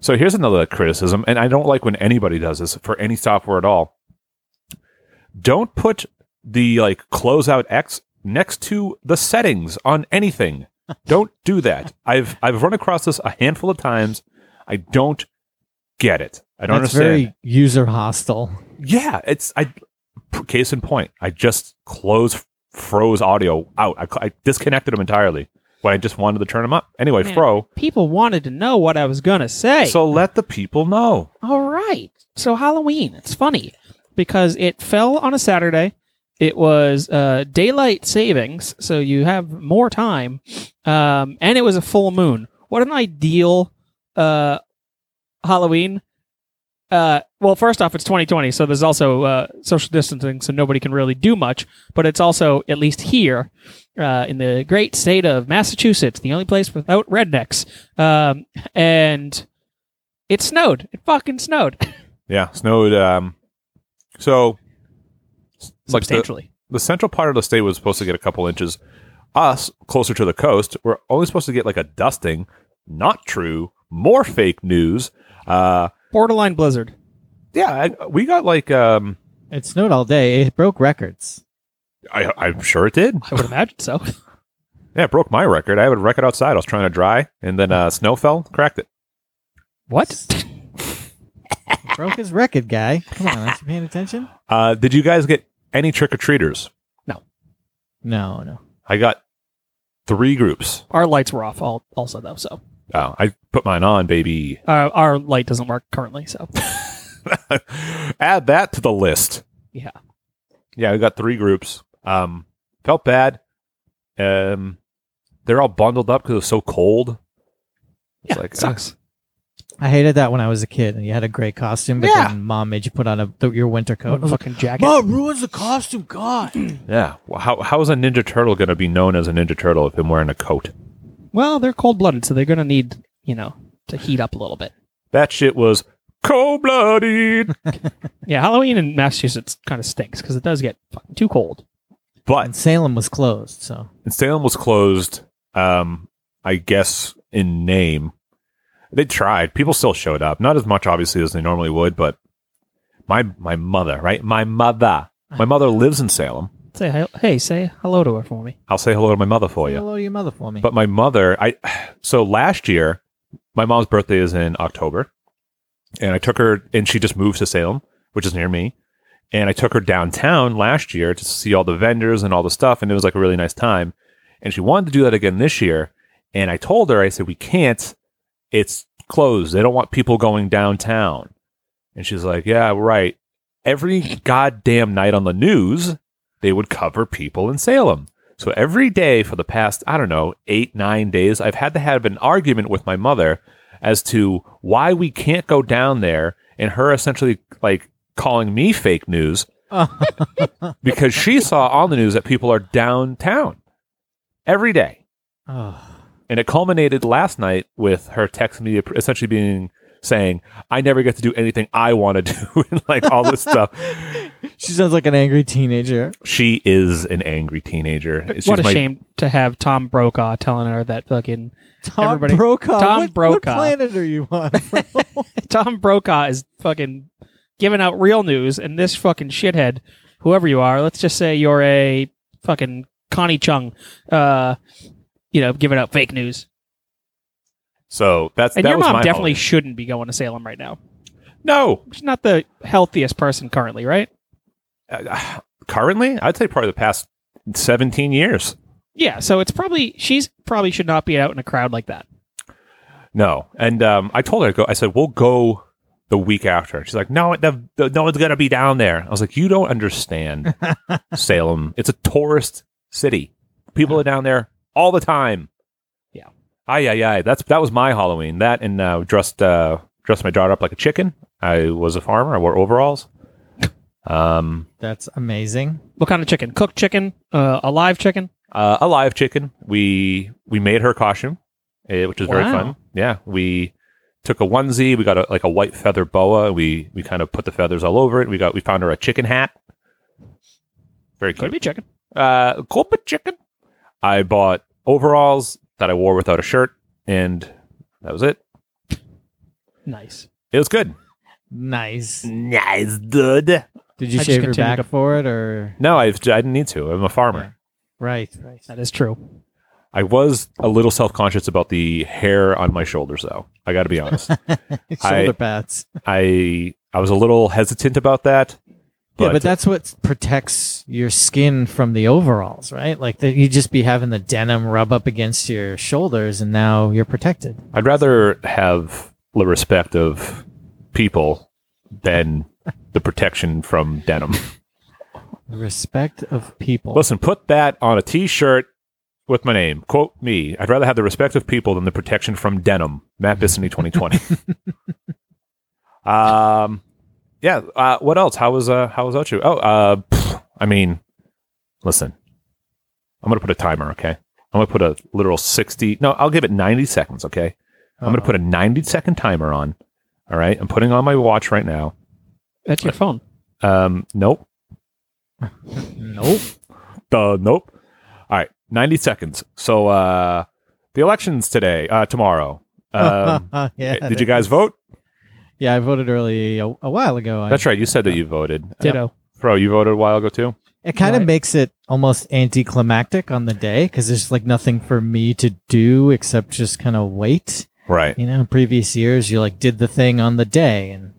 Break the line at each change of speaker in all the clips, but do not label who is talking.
so here's another criticism and I don't like when anybody does this for any software at all. Don't put the like closeout X next to the settings on anything. Don't do that. I've I've run across this a handful of times. I don't get it. I don't
That's
understand.
very user hostile.
Yeah, it's I. p- Case in point, I just closed Fro's audio out. I, cl- I disconnected him entirely when I just wanted to turn him up. Anyway,
Man.
Fro,
People wanted to know what I was gonna say.
so let the people know.
All right. So Halloween, it's funny because it fell on a Saturday. It was uh, daylight savings, so you have more time, um, and it was a full moon. What an ideal uh, Halloween! Uh, well, first off, it's 2020, so there's also uh, social distancing, so nobody can really do much. But it's also, at least here uh, in the great state of Massachusetts, the only place without rednecks, um, and it snowed. It fucking snowed
Yeah, snowed. Um, so s- like the,
substantially.
the central part of the state was supposed to get a couple inches. Us closer to the coast, we're only supposed to get like a dusting. Not true. More fake news. Uh,
Borderline blizzard.
yeah, I, we got like um,
It snowed all day. It broke records.
I, I'm sure it did.
I would imagine so.
Yeah, it broke my record. I have a record outside. I was trying to dry, and then uh, snow fell, cracked it.
what?
broke his record, guy. Come on, aren't you paying attention?
Uh, did you guys get any trick or treaters?
No, no.
I got three groups.
Our lights were off all, also though, so
Oh, I put mine on, baby.
uh, our light doesn't work currently. So
Add that to the list.
yeah,
Yeah, we got three groups. Um, felt bad. Um, they're all bundled up because it was so cold. It's
yeah,
like,
it sucks.
I hated that when I was a kid, and you had a great costume, but
Yeah.
then mom made you put on a, th- your winter coat. I was like,
fucking jacket.
Mom ruins the costume, God.
Yeah, well, how how is a Ninja Turtle going to be known as a Ninja Turtle if I'm wearing a coat?
Well, they're cold blooded, so they're gonna need you know to heat up a little bit.
That shit was cold blooded.
Yeah, Halloween in Massachusetts kind of stinks because it does get fucking too cold.
but
and Salem was closed, so
and Salem was closed. Um, I guess in name, they tried. People still showed up, not as much obviously as they normally would, but my my mother, right? My mother, my mother lives in Salem.
Say hi- hey, say hello to her for me.
Oh, I'll say hello to my mother for you.
hello to your mother for me.
But my mother, I so last year my mom's birthday is in October, and I took her, and she just moves to Salem, which is near me. And I took her downtown last year to see all the vendors and all the stuff, and it was like a really nice time. And she wanted to do that again this year, and I told her, I said, we can't. It's closed. They don't want people going downtown. And she's like, yeah, right. Every goddamn night on the news, they would cover people in Salem. So every day for the past, I don't know, eight, nine days, I've had to have an argument with my mother as to why we can't go down there and her essentially like calling me fake news because she saw on the news that people are downtown every day.
Oh.
And it culminated last night with her text me essentially being saying, I never get to do anything I want to do, and like all this stuff.
She sounds like an angry teenager.
She is an angry teenager. She's
what a
my-
shame to have Tom Brokaw telling her that fucking
Tom
Everybody-
Brokaw.
Tom
what, What
Brokaw.
planet are you on? bro?
Tom Brokaw is fucking giving out real news, and this fucking shithead, whoever you are, let's just say you're a fucking Connie Chung, uh, you know, giving out fake news.
So that's
And
that
your
was
mom
my
definitely
holiday.
shouldn't be going to Salem right now.
no.
She's not the healthiest person currently, right?
Uh, currently, I'd say probably the past seventeen years.
Yeah, so it's probably she's probably should not be out in a crowd like that.
No, and um, I told her I go. I said we'll go the week after. She's like, no, the, the, no one's gonna be down there. I was like, you don't understand Salem. It's a tourist city. People are down there all the time.
Yeah.
Ay yeah yeah. That's that was my Halloween. That and uh, dressed uh, dressed my daughter up like a chicken. I was a farmer. I wore overalls. Um,
That's amazing.
What kind of chicken? Cooked chicken? Uh, a live chicken?
uh, a live chicken. We we made her costume, eh, which was very
Wow.
fun. Yeah, we took a onesie. We got a, like a white feather boa. We we kind of put the feathers all over it. We got we found her a chicken hat. Very
Could
cute.
be chicken.
Uh, could be chicken. I bought overalls that I wore without a shirt, and that was it.
Nice.
It was good.
Nice.
Nice, dude.
Did you
I just
shave your
continued
back
to-
for it or?
No, I've, I didn't need to. I'm a farmer.
Right. Right.
That is true.
I was a little self conscious about the hair on my shoulders, though. I got to be honest.
Shoulder pads.
I I was a little hesitant about that.
yeah, but that's what protects your skin from the overalls, right? Like that you just be having the denim rub up against your shoulders, and now you're protected.
I'd rather have the respect of people than the protection from denim.
Respect of people.
Listen, put that on a t-shirt with my name. Quote me. I'd rather have the respect of people than the protection from denim. Matt Bissany 2020. um yeah, uh, what else? How was uh how was Ochu? Oh, uh pff, I mean, listen. I'm going to put a timer, okay? I'm going to put a literal 60. No, I'll give it 90 seconds, okay? I'm
Uh-huh. Uh,
going to put a 90 second timer on. All right. I'm putting on my watch right now.
That's your phone.
Um, nope.
Nope.
Duh, nope. All right. 90 seconds. So, uh, the elections today, uh, tomorrow. Um,
yeah.
did you guys vote?
Yeah, I voted early a, a while ago. I-
That's right. You said that you voted.
Ditto.
Bro, you voted a while ago too?
It kind of
Right.
makes it almost anticlimactic on the day because there's like nothing for me to do except just kind of wait.
Right.
You know, previous years you like did the thing on the day, and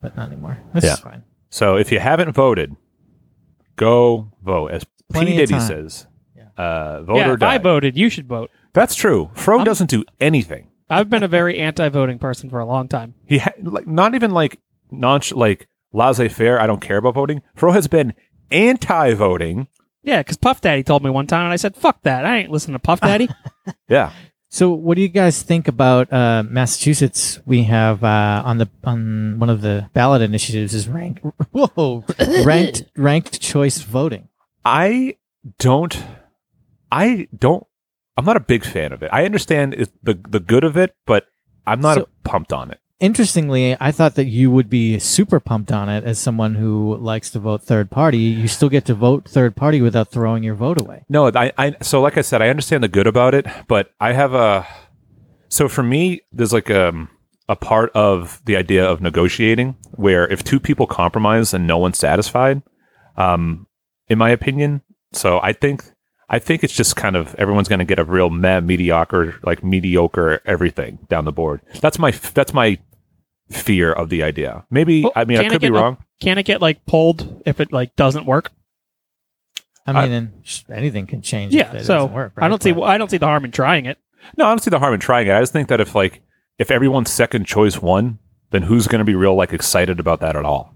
but not anymore. That's
Yeah.
fine.
So, if you haven't voted, go vote. As P.
Plenty of
Diddy
time.
says,
Yeah.
uh, vote
yeah,
or
if
die.
I voted. You should vote.
That's true. Fro
I'm-
doesn't do anything.
I've been a very anti-voting person for a long time.
He ha- like not even like non like laissez faire. I don't care about voting. Fro has been anti voting.
Yeah, because Puff Daddy told me one time, and I said, "Fuck that! I ain't listening to Puff Daddy."
Yeah,
So, what do you guys think about uh, Massachusetts? We have uh, on the on one of the ballot initiatives is rank whoa ranked ranked choice voting.
I don't. I don't. I'm not a big fan of it. I understand it, the the good of it, but I'm not
So-
pumped on it.
Interestingly, I thought that you would be super pumped on it as someone who likes to vote third party. You still get to vote third party without throwing your vote away.
No, I, I so like I said, I understand the good about it, but I have a so for me, there's like um a part of the idea of negotiating where if two people compromise and no one's satisfied, um, in my opinion. So I think I think it's just kind of everyone's going to get a real meh, mediocre, like mediocre everything down the board. That's my that's my fear of the idea. Maybe
Well,
I mean I
can it
could be
get, like,
wrong.
Can it get like pulled if it like doesn't work?
I
I-
mean, and sh- anything can change.
Yeah,
if it
so
doesn't work,
I
right?
don't see
But-
I don't see the harm in trying it.
No, I don't see the harm in trying it. I just think that if like if everyone's second choice won, then who's going to be real like excited about that at all?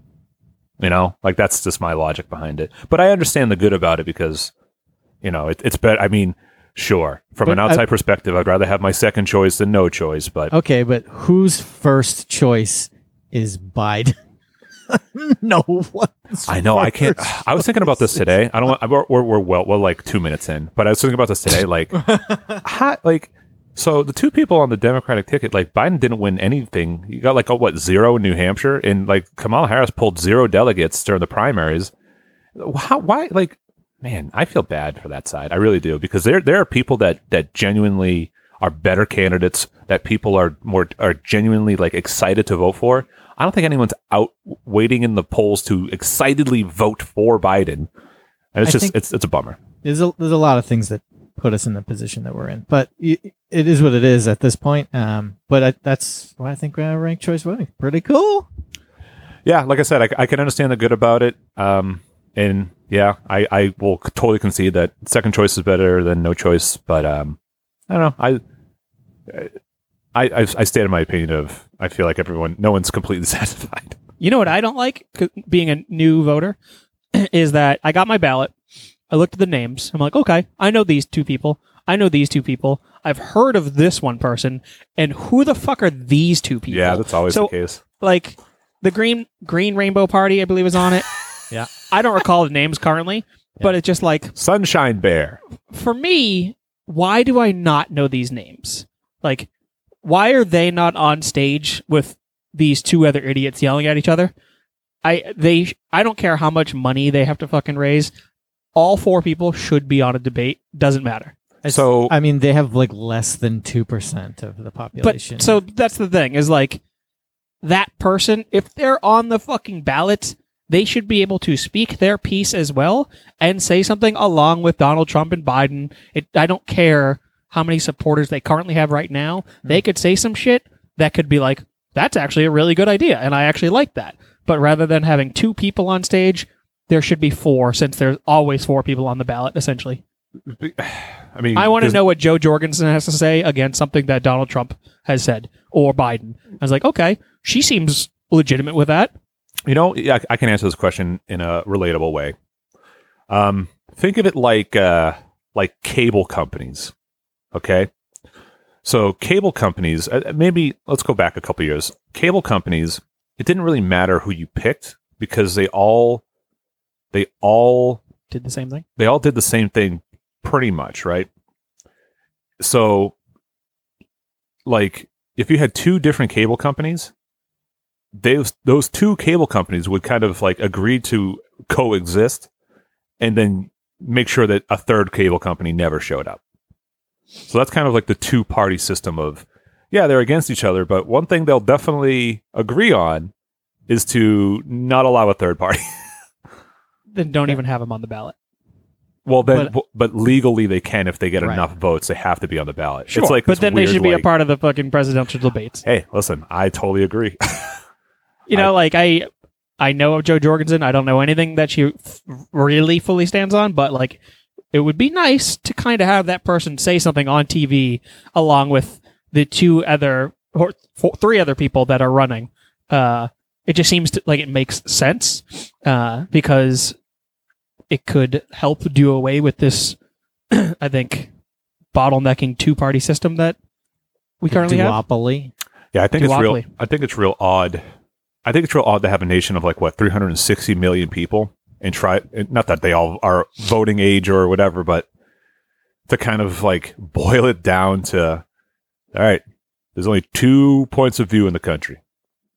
You know, like that's just my logic behind it. But I understand the good about it because you know it, it's better. I mean, sure, from
But
an
I-
outside perspective, I'd rather have my second choice than no choice. But
Okay, but whose first choice is Biden? no one.
I know I can't. I was thinking about this today. I don't. want- We're we're, we're well, well, like two minutes in, but I was thinking about this today. Like, how, like, so the two people on the Democratic ticket, like Biden didn't win anything. You got like a, what zero in New Hampshire, and like Kamala Harris pulled zero delegates during the primaries. How? Why? Like, man, I feel bad for that side. I really do because there there are people that that genuinely are better candidates that people are more are genuinely like excited to vote for. I don't think anyone's out waiting in the polls to excitedly vote for Biden. And it's
I
just
think-
it's it's a bummer.
There's a, there's a lot of things that put us in the position that we're in, but y- it is what it is at this point. Um, but I, that's why I think uh, ranked choice voting pretty cool.
Yeah, like I said, I, I can understand the good about it. Um, and yeah, I, I will totally concede that second choice is better than no choice. But um, I don't know. I I I, I stated my opinion of I feel like everyone, no one's completely satisfied.
You know what I don't like c- being a new voter is that I got my ballot. I looked at the names. I'm like, okay, I know these two people. I know these two people. I've heard of this one person. And who the fuck are these two people?
Yeah, that's always
So-
the case.
like the green green rainbow party, I believe, is on it.
Yeah.
I don't recall the names currently, but it's just like
Sunshine Bear.
for me, why do I not know these names? Like, why are they not on stage with these two other idiots yelling at each other? I they I don't care how much money they have to fucking raise. All four people should be on a debate. Doesn't matter.
It's-
So-
I mean, they have like less than two percent of the population.
But so that's the thing is like that person, if they're on the fucking ballot, they should be able to speak their piece as well and say something along with Donald Trump and Biden. It, I don't care how many supporters they currently have right now. They could say some shit that could be like, that's actually a really good idea, and I actually like that. But rather than having two people on stage, there should be four, since there's always four people on the ballot, essentially.
I mean,
I want to
there's-
know what Joe Jorgensen has to say against something that Donald Trump has said or Biden. I was like, okay, she seems legitimate with that.
You know, yeah, I- I can answer this question in a relatable way. Um, think of it like uh, like cable companies. Okay, so cable companies. uh, Maybe let's go back a couple years. Cable companies. It didn't really matter who you picked because they all they all
Did the same thing.
they all did the same thing pretty much, right? So like if you had two different cable companies, those those two cable companies would kind of like agree to coexist and then make sure that a third cable company never showed up. So that's kind of like the two party system of yeah, they're against each other, but one thing they'll definitely agree on is to not allow a third party.
Then don't even have him on the ballot.
Well, then,
But-
but, but legally they can if they get
Right.
enough votes, they have to be on the ballot. It's like
but
this
then
weird,
they should be a
like,
part of the fucking presidential debates.
Hey, listen, I totally agree.
You know, like I, I know of Joe Jorgensen. I don't know anything that she f- really fully stands on, but like, it would be nice to kind of have that person say something on TV along with the two other or four, three other people that are running. Uh, it just seems to, like it makes sense uh, because it could help do away with this. I think bottlenecking two party system that we currently have.
duopoly.
yeah, I think it's real.
Duopoly.
I think it's real odd. I think it's real odd to have a nation of like what 360 million people and try. and Not that they all are voting age or whatever, but to kind of like boil it down to, all right, there's only two points of view in the country,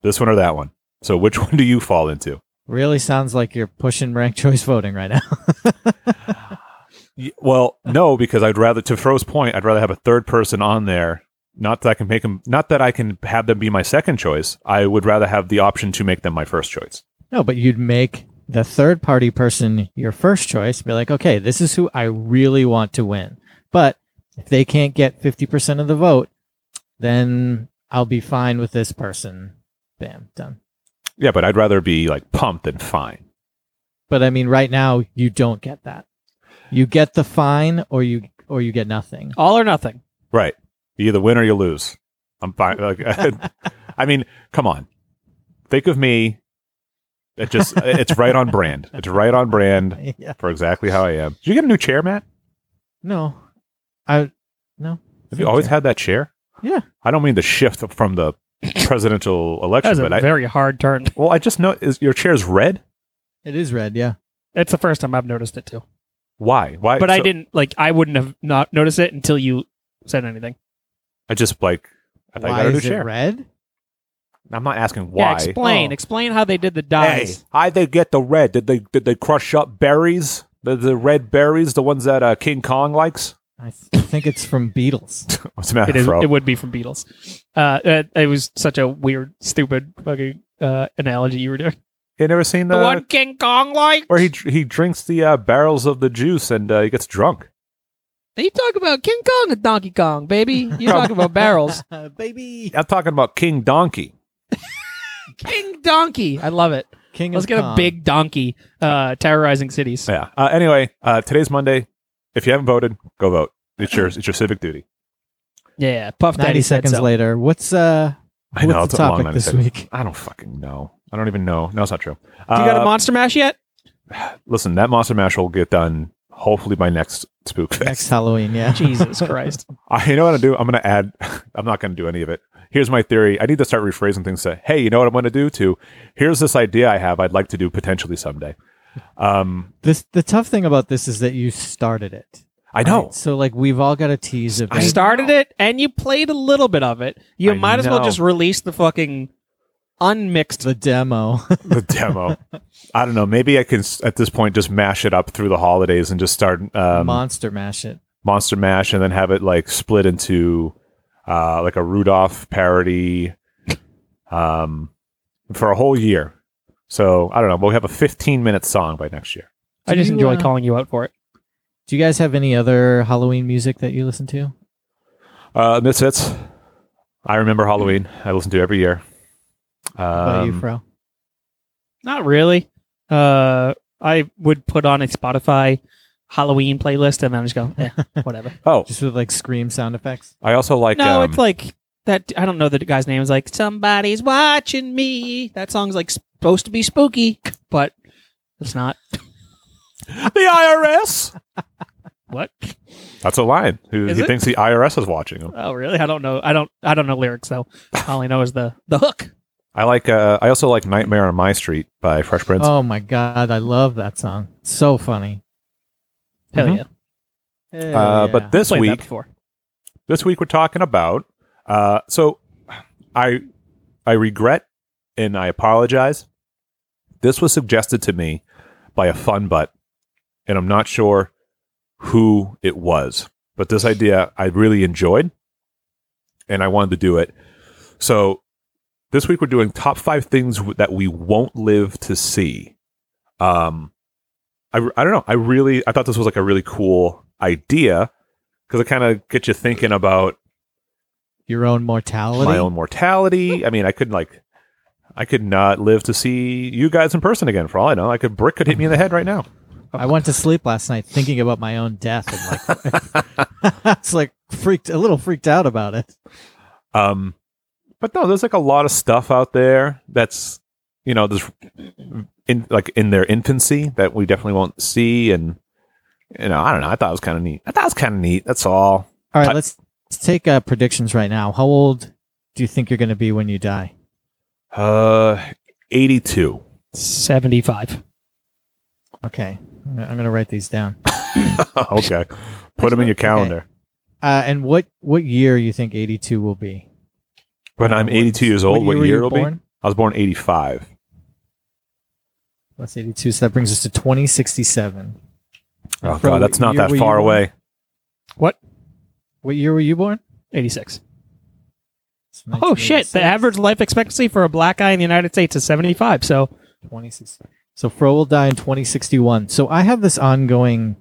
this one or that one. So which one do you fall into?
Really sounds like you're pushing ranked choice voting right now.
Y- Well, no, because I'd rather to Fro's point, I'd rather have a third person on there. Not that I can make them. Not that I can have them be my second choice. I would rather have the option to make them my first choice.
no, but you'd make the third party person your first choice, be like, okay, this is who I really want to win. But if they can't get 50% of the vote, then I'll be fine with this person. Bam, done.
Yeah, but I'd rather be like pumped than fine.
But I mean, right now you don't get that. You get the fine, or you or you get nothing.
All or nothing.
Right. You either win or you lose. I'm fine. Like, I mean, come on. Think of me. It just it's right on brand. It's right on brand
yeah.
for exactly how I am. Did you get a new chair, Matt?
No, I no.
Have you always had that chair?
Yeah.
I don't mean the shift from the presidential election,
That's a
but I
very hard turn.
well, I just know is your chair's red?
It is red. Yeah.
It's the first time I've noticed it too.
Why? Why?
But I
so-
didn't like. I wouldn't have not noticed it until you said anything.
I just like I thought I
Why
got a new
is
chair.
it red?
I'm not asking
Yeah,
why.
explain.
Oh.
Explain how they did the dyes.
Hey, how'd they get the red? Did they did they crush up berries? The, the red berries, the ones that uh, King Kong likes.
I th- think it's from Beatles.
What's the matter,
it is.
bro?
It would be from Beatles. Uh, it, it was such a weird, stupid fucking uh, analogy you were doing.
you never seen the,
the one King Kong like.
where he he drinks the uh, barrels of the juice and uh, he gets drunk.
You talk about King Kong and Donkey Kong, baby. You talk about barrels.
baby.
I'm talking about King Donkey.
King Donkey. I love it.
King.
Let's
of
get a
Kong.
big donkey uh, terrorizing cities.
Yeah. Uh, anyway, uh, today's Monday. If you haven't voted, go vote. It's your it's your civic duty.
Yeah, Puff
Ninety
Daddy said
seconds
so.
later. What's uh?
I know,
what's
it's
the
a long
topic
90
this
seconds.
week?
I don't fucking know. I don't even know. No, it's not true.
Do you got
Uh,
a Monster Mash yet?
listen, that Monster Mash will get done hopefully by next Spook Fest.
Next Halloween. Yeah.
Jesus Christ.
I, you know what I'm do? I'm going to add. I'm not going to do any of it. Here's my theory. I need to start rephrasing things. Say, hey, you know what I'm going to do? To here's this idea I have. I'd like to do potentially someday. Um,
This the tough thing about this is that you started it.
I know.
Right? So like we've all got a tease of
You
it.
started it and you played a little bit of it. You
I
might as well
know.
just release the fucking unmixed.
the demo.
the demo. I don't know. Maybe I can s- at this point just mash it up through the holidays and just start um,
Monster Mash it.
Monster Mash and then have it like split into uh, like a Rudolph parody um, for a whole year. So I don't know. We'll have a 15 minute song by next year.
I just
Do you,
enjoy
uh,
calling you out for it.
Do you guys have any other Halloween music that you listen
Um,
to?
Uh, Misfits. I remember Halloween. I listen to it every year.
How about you,
Um,
Fro?
Not really. Uh, I would put on a Spotify Halloween playlist and then just go, eh, whatever.
oh,
Just with like scream sound effects.
I also like.
no,
um,
it's like that. I don't know the guy's name. It's like somebody's watching me. That song's like supposed to be spooky, but it's not.
the IRS.
What?
That's a line. Who
Is
he
it?
thinks the IRS is watching him.
Oh, really? I don't know. I don't. I don't know lyrics though. All I know is the the hook.
I like. Uh, I also like Nightmare on My Street by Fresh Prince.
Oh my god, I love that song. So funny.
Hell
Mhm.
yeah!
Hell
uh,
yeah.
But this
Played that
week,
before.
this week we're talking about. Uh, so, I I regret and I apologize. This was suggested to me by a fun butt, and I'm not sure who it was, but this idea I really enjoyed, and I wanted to do it. So, this week we're doing top five things w- that we won't live to see. Um, I r- I don't know. I really I thought this was like a really cool idea because it kind of gets you thinking about
your own mortality.
my own mortality. I mean, I could like, I could not live to see you guys in person again. For all I know, I could brick could hit me in the head right now.
I went to sleep last night thinking about my own death and like I was like freaked a little freaked out about it.
Um, but no, there's like a lot of stuff out there that's you know there's in like in their infancy that we definitely won't see, and you know I don't know. I thought it was kind of neat. I thought it was kind of neat. That's all.
All
I-
right, let's, let's take uh, predictions right now. How old do you think you're going to be when you die?
Uh, eighty two.
Seventy five.
Okay, I'm gonna- I'm going to write these down.
Oh, okay, put them in your calendar.
Uh, and what what year you think 82 will be?
When I'm
What-
82 years old, what
were
year
you
it'll be?
born?
I was born eighty five.
That's 82. So that brings us to 2067.
Oh
From
god, that's
what
not
year
that
were you
far
born?
away.
What?
What year were you born?
Eighty six.
It's
Oh shit!
1986.
The average life expectancy for a black guy in the United States is seventy five. So
2067. So Fro will die in 2061. So I have this ongoing,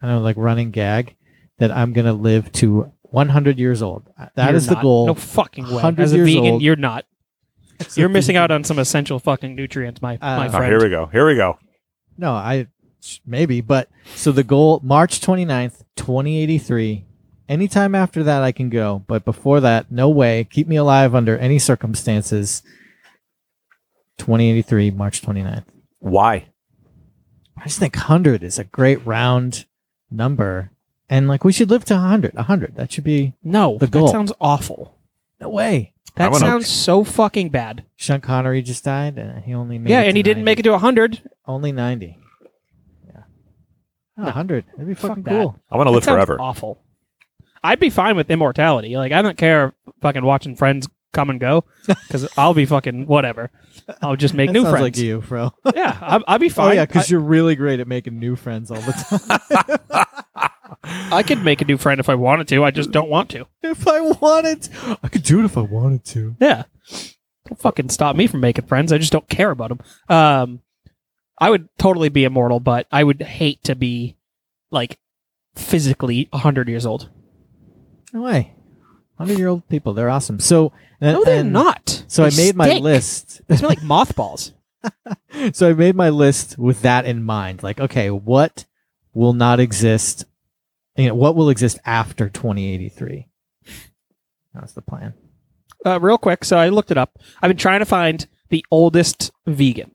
I don't know, like running gag that I'm going to live to 100 years old. Uh, That
You're
is the
not.
goal.
No fucking way.
100
As a
years
vegan,
old.
you're not. You're missing out on some essential fucking nutrients, my
Uh,
my
Oh,
Oh,
friend.
here we go. Here we go.
No, I maybe, but so the goal March 29th, 2083. Anytime after that I can go, but before that, no way. Keep me alive under any circumstances. 2083, March 29th.
Why?
I just think 100 is a great round number. And like we should live to 100. 100. That should be
no,
The goal.
that sounds awful.
no way.
I
That
wanna-
sounds so fucking bad.
Sean Connery just died and he only made
yeah,
it
and
to
he didn't
90.
make it to 100.
only 90. Yeah.
No.
100. That'd be
Fuck
fucking
that.
cool.
I want to
That
live
sounds
forever.
Awful. I'd be fine with immortality. Like I don't care if fucking watching friends come and go because I'll be fucking whatever. I'll just make
That
new
sounds
friends.
like you, bro.
Yeah, I'll, I'll be fine.
Oh yeah, because you're really great at making new friends all the time.
I, I could make a new friend if I wanted to. I just don't want to.
if I wanted, to, I could do it if I wanted to.
Yeah. Don't fucking stop me from making friends. I just don't care about them. Um, I would totally be immortal, but I would hate to be like physically 100 years old.
No way. Hundred-year-old people—they're awesome. So and-
No, they're
and-
not.
So
They
I made my
stink.
list.
They smell like mothballs.
so I made my list with that in mind. Like, okay, what will not exist? You know, what will exist after 2083? That's the plan.
Uh, real quick, so I looked it up. I've been trying to find the oldest vegan.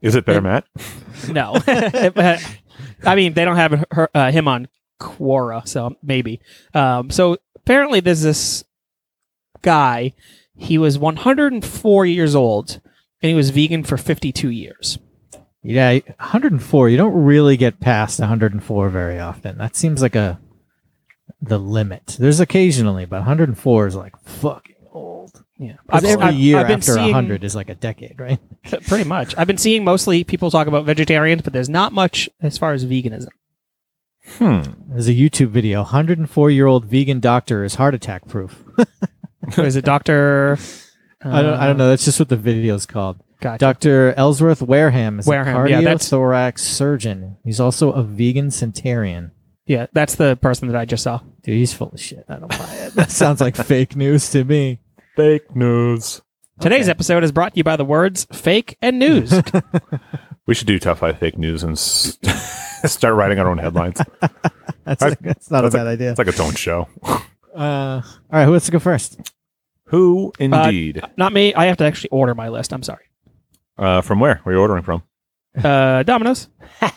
Is it better, Matt?
No, I mean they don't have her, uh, him on Quora, so maybe. Um, so apparently, there's this guy. He was 104 years old, and he was vegan for 52 years.
Yeah, 104. You don't really get past 104 very often. That seems like a the limit. There's occasionally, but 104 is like fucking old.
Yeah,
'Cause every year after
seeing-
100 is like a decade, right?
pretty much. I've been seeing mostly people talk about vegetarians, but there's not much as far as veganism.
Hmm.
There's a YouTube video. 104 year old vegan doctor is heart attack proof.
Or is it Doctor? um,
I don't.
Uh,
I don't know. That's just what the video is called.
Gotcha.
Dr. Ellsworth Wareham is
Wareham,
a
yeah, that's-
cardiothorax surgeon. He's also a vegan centurion.
yeah, that's the person that I just saw.
Dude, he's full of shit. I don't buy it. That sounds like fake news to me.
Fake news.
Today's episode is brought to you by the words "fake" and "news."
We should do top five fake news and s- start writing our own headlines.
That's,
I-
that's not
that's
a
a-
bad idea.
It's like its own show.
Uh, all right, who wants to go first?
Who indeed?
Not me. I have to actually order my list. I'm sorry.
Uh, from where? Where are you ordering from?
Uh, Domino's.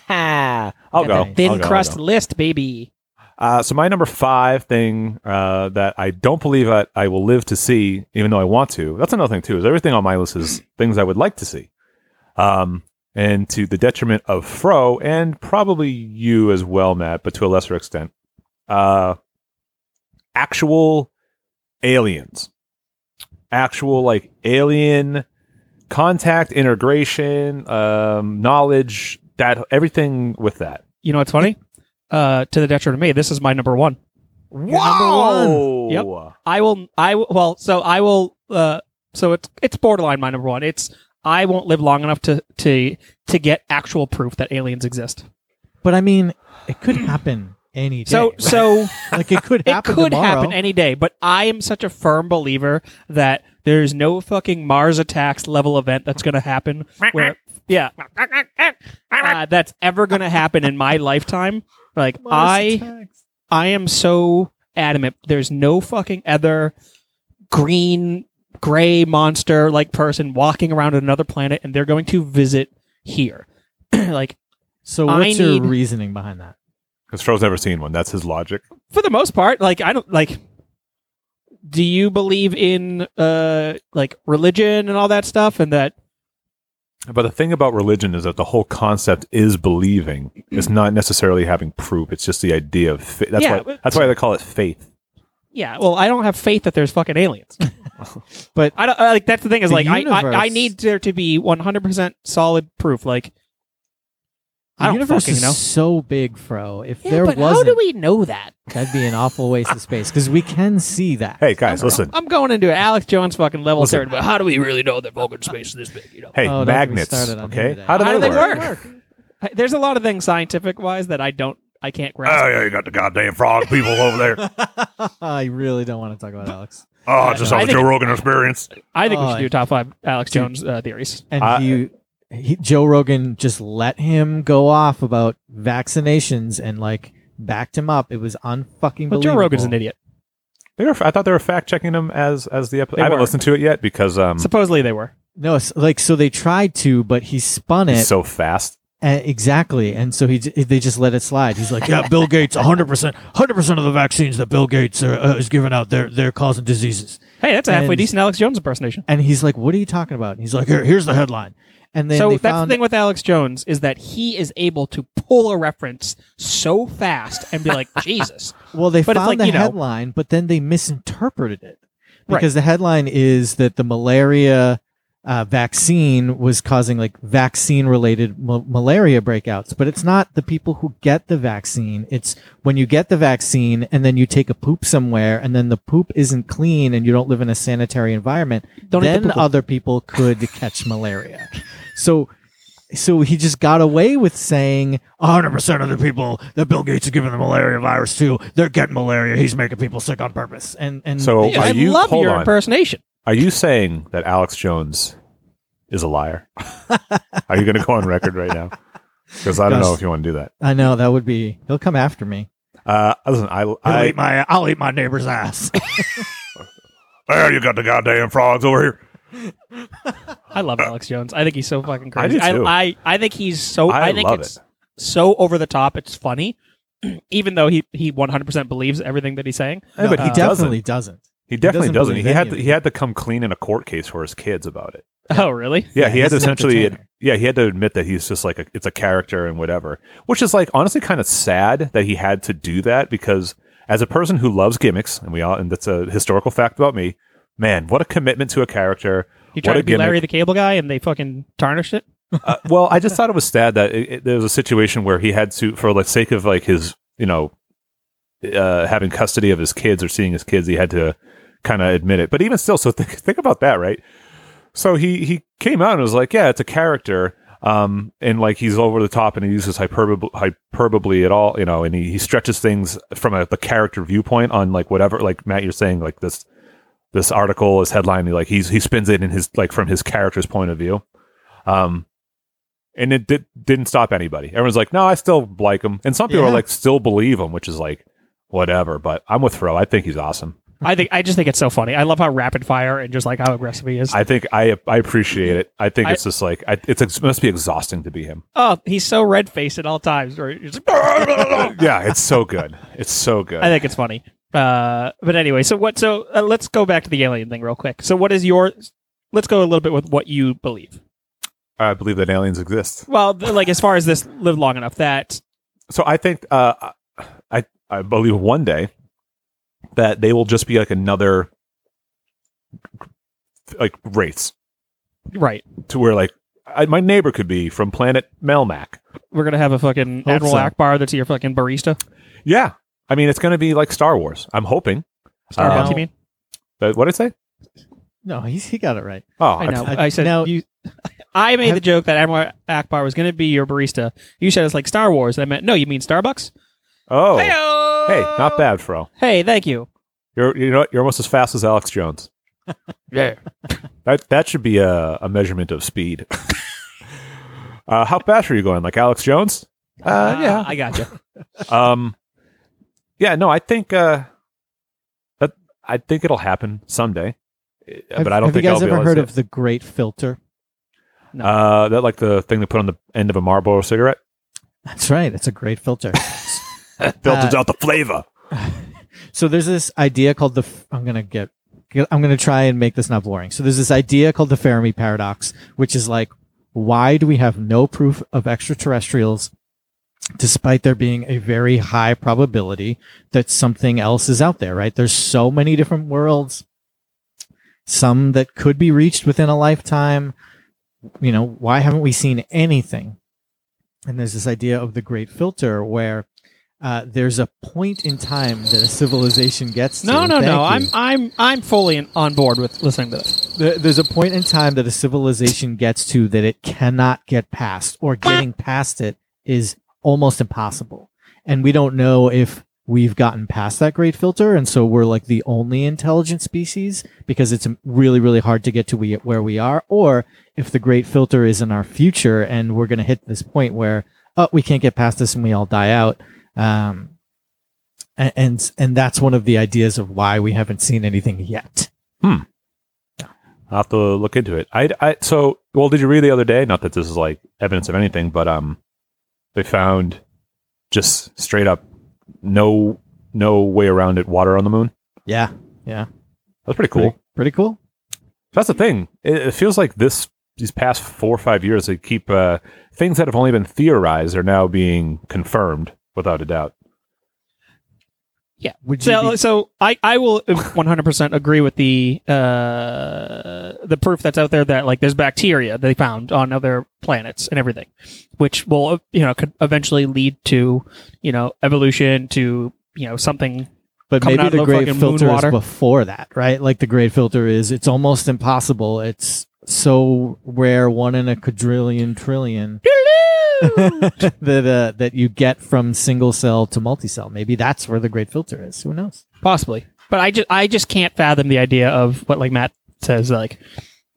I'll
I'll go.
Thin
Thin
I'll go, I'll
crust
go.
list, baby.
Uh, so my number five thing uh, that I don't believe I, I will live to see, even though I want to. That's another thing too. Is everything on my list is things I would like to see, um, and to the detriment of Fro and probably you as well, Matt, but to a lesser extent. Uh, actual aliens, actual like alien contact integration, um, knowledge that everything with that.
You know what's funny? Uh, to the detriment of me, this is my number one.
Wow.
Yep. I will. I will, well. So I will. Uh, so it's it's borderline my number one. It's I won't live long enough to to to get actual proof that aliens exist.
But I mean, it could happen any day.
So
right?
so
like it could
it
happen.
could
tomorrow.
happen any day. But I am such a firm believer that there's no fucking Mars attacks level event that's going to happen. Where yeah, uh, that's ever going to happen in my lifetime. Like I, I am so adamant. There's no fucking other green, gray monster like person walking around another planet, and they're going to visit here. like
So
I
what's your
need-
reasoning behind that?
Because Fro's never seen one. That's his logic.
for the most part, like I don't like. Do you believe in uh like religion and all that stuff, and that
But the thing about religion is that the whole concept is believing. It's not necessarily having proof. It's just the idea of faith. That's
Yeah,
why.
but-
That's why they call it faith.
Yeah, well, I don't have faith that there's fucking aliens.
But-
I don't I- like that's the thing is
The
like I, I I
universe-
need there to be 100% solid proof like I
the
don't
universe
fucking
is
know.
so big, Fro. If
Yeah,
there
but how
wasn't,
do we know that?
that'd be an awful waste of space because we can see that.
Hey guys, listen.
I'm going into it. Alex Jones fucking level
Listen.
third, but how do we really know that Vulcan space is this big? You know,
Hey,
Oh, don't get me
magnets.
started on him
Okay,
today.
how do they,
How do they
work?
work? I- there's a lot of things scientific wise that I don't, I can't grasp.
Oh yeah, you got the goddamn frog people over there.
I really don't want to talk about Alex.
Oh, just on
I
the
think-
Joe Rogan Experience.
I think we
Oh,
should do top five Alex Jones uh, theories.
And
I-
he, he, Joe Rogan, just let him go off about vaccinations and like backed him up. It was unfucking.
But Joe Rogan's an
believable.
idiot.
They were. I thought they were fact checking them as as the episode.
They
I haven't
were.
listened to it yet because
Hmm.
um,
Supposedly they were.
No, it's like so they tried to, but he spun it
he's so fast.
Uh, exactly, and so he j- they just let it slide. He's like, "Yeah, Bill Gates, 100, percent 100 percent of the vaccines that Bill Gates uh, uh, is giving out, they're they're causing diseases."
Hey, that's a halfway
And-
decent Alex Jones impersonation.
And he's like, "What are you talking about?" And he's like, Here, "Here's the headline." And then
so
they
that's
found
the thing with Alex Jones is that he is able to pull a reference so fast and be like, Jesus.
well, they
but it's
found
like,
the
you know-
headline, but then they misinterpreted it
Right.
because the headline is that the malaria uh, vaccine was causing like vaccine related ma- malaria breakouts, but it's not the people who get the vaccine. It's when you get the vaccine and then you take a poop somewhere and then the poop isn't clean and you don't live in a sanitary environment,
Don't eat the
then
poo-poo.
other people could catch malaria. So so he just got away with saying 100% of the people that Bill Gates is giving the malaria virus to, they're getting malaria. He's making people sick on purpose. And and
So
Yeah,
are
I
you?
love
hold
your
on.
impersonation.
Are you saying that Alex Jones is a liar? Are you going to go on record right now? Because I don't know
Yes.
if you want to do that.
I know that would be he'll come after me.
Uh, listen, I, I
my I'll eat my neighbor's ass.
there you got the goddamn frogs over here.
I love Alex Jones. I think he's so fucking
I
crazy.
do too.
I, I, I think he's so. I,
I
think
love
it's
it.
so over the top. It's funny, even though he he 100% believes everything that he's saying.
Yeah, but he
he definitely
doesn't.
doesn't.
He definitely
doesn't
doesn't.
believe
He
any
had
of
to,
it.
he had to come clean in a court case for his kids about it.
Oh, really?
Yeah,
Yeah,
he had to
he's an
essentially.
entertainer.
Yeah, he had to admit that he's just like a, it's a character and whatever, which is like honestly kind of sad that he had to do that because as a person who loves gimmicks and we all and that's a historical fact about me, man, what a commitment to a character.
You tried
what a
to be
gimmick.
Larry the Cable Guy, and they fucking tarnished it.
uh, well, I just thought it was sad that it, it, there was a situation where he had to, for the sake of like his, you know, uh, having custody of his kids or seeing his kids, he had to kind of admit it. But even still, so think think about that, right? So he he came out and was like, yeah, it's a character. Um, and like he's over the top and he uses hyperbole, hyperbole at all, you know, and he, he stretches things from a, the character viewpoint on like whatever, like Matt, you're saying like this, this article is headlining, like he's, he spins it in his, like from his character's point of view. Um, and it did, didn't stop anybody. Everyone's like, no, I still like him, and some people
Yeah.
are like, still believe him, which is like, whatever. But I'm with Fro. I think he's awesome.
I think I just think it's so funny. I love how rapid fire and just like how aggressive he is.
I think I I appreciate it. I think
I-
it's just like I, it's it must be exhausting to be him.
oh, he's so red faced at all times. Right? He's like,
yeah, it's so good. It's so good.
I think it's funny. Uh, but anyway, so what? So uh, let's go back to the alien thing real quick. So what is your? Let's go a little bit with what you believe.
I believe that aliens exist.
Well, th- like as far as this live long enough that
So I think uh, I I believe one day that they will just be like another like race
right,
to where like I, my neighbor could be from planet Melmac
we're gonna have a fucking
Hope
Admiral
so.
Akbar that's your fucking barista.
Yeah. I mean, it's going to be like Star Wars. I'm hoping.
Starbucks,
Uh,
Um,
you mean?
But what did I say?
No, he's, he got it right.
Oh,
I know.
I-
I, said
now-
you. I made
Have-
the joke that Admiral Akbar was gonna be your barista. You said it's like Star Wars. And I meant no. You mean Starbucks?
Oh,
Heyo!
hey, not bad, Fro.
Hey, thank you.
You're you know what? you're almost as fast as Alex Jones.
Yeah.
That that should be a, a measurement of speed. uh, how fast are you going? Like Alex Jones? Uh, yeah.
Ah, I got you.
um yeah no i think uh that i think it'll happen someday Uh,
Have-
but i don't
have
think
you
I'll be
guys ever
able to
heard
say
of the Great Filter?
it. uh that like the thing they put on the end of a marlboro cigarette
That's right. It's a great filter. Uh,
filters out the flavor
so there's this idea called the f- i'm gonna get i'm gonna try and make this not boring so there's this idea called the fermi paradox which is like why do we have no proof of extraterrestrials despite there being a very high probability that something else is out there right there's so many different worlds some that could be reached within a lifetime you know why haven't we seen anything and there's this idea of the great filter where uh, there's a point in time that a civilization gets to.
No, no,
Thank
no.
you.
I'm I'm I'm fully in, on board with listening to this.
There, there's a point in time that a civilization gets to that it cannot get past, or getting past it is almost impossible. And we don't know if we've gotten past that great filter, and so we're like the only intelligent species because it's really, really hard to get to we, where we are, or if the great filter is in our future and we're going to hit this point where oh, we can't get past this and we all die out. Um, a- and and that's one of the ideas of why we haven't seen anything yet.
I'll have to look into it. I, I so well. Did you read the other day? Not that this is like evidence of anything, but um, they found just straight up no no way around it. Water on the moon.
Yeah,
That's pretty cool.
Pretty, pretty cool.
That's the thing. It, it feels like this these past four or five years they keep uh, things that have only been theorized are now being confirmed without a doubt.
Would you
So
be-
so I I will uh, 100% agree with the uh the proof that's out there that like there's bacteria they found on other planets and everything, which will uh, you know could eventually lead to you know evolution to you know something
but
coming
maybe
out of
the
the
great
fucking
filter
moon
is
water?
before that, right? Like the great filter is it's almost impossible. It's so rare, one in a quadrillion trillion that uh, that you get from single cell to multi cell. Maybe that's where the great filter is. Who knows?
Possibly, but I just I just can't fathom the idea of what like Matt says like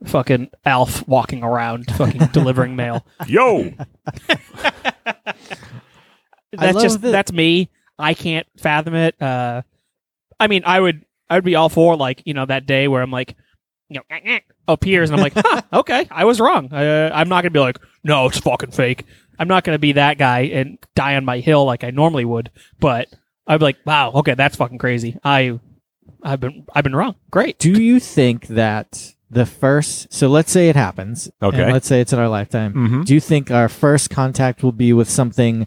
fucking Alf walking around fucking delivering mail.
Yo,
I
That's
love
just
that-
that's me. I can't fathom it. Uh, I mean, I would I would be all for like you know that day where I'm like you know appears and I'm like huh, okay I was wrong. Uh, I'm not gonna be like no it's fucking fake. I'm not gonna be that guy and die on my hill like I normally would. But I'd be like wow okay that's fucking crazy. I I've been I've been wrong. Great.
Do you think that the first? So let's say it happens. and
Okay.
let's say it's in our lifetime.
Mhm.
Do you think our first contact will be with something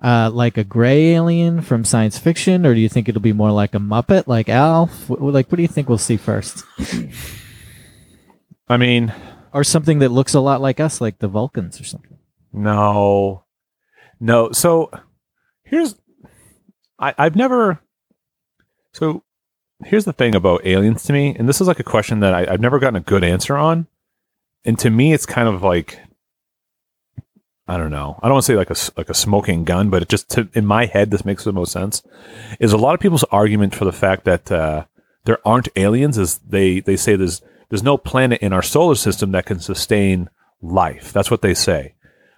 uh, like a gray alien from science fiction, or do you think it'll be more like a Muppet, like Alf? W- like, what do you think we'll see first?
I mean,
Or something that looks a lot like us, like the Vulcans or something?
No, no. So here's, I, I've never. So here's the thing about aliens to me, and this is like a question that I, I've never gotten a good answer on. And to me, it's kind of like, I don't know. I don't want to say like a s- like a smoking gun, but it just to, in my head, this makes the most sense. Is a lot of people's argument for the fact that uh, there aren't aliens is they they say there's there's no planet in our solar system that can sustain life. That's what they say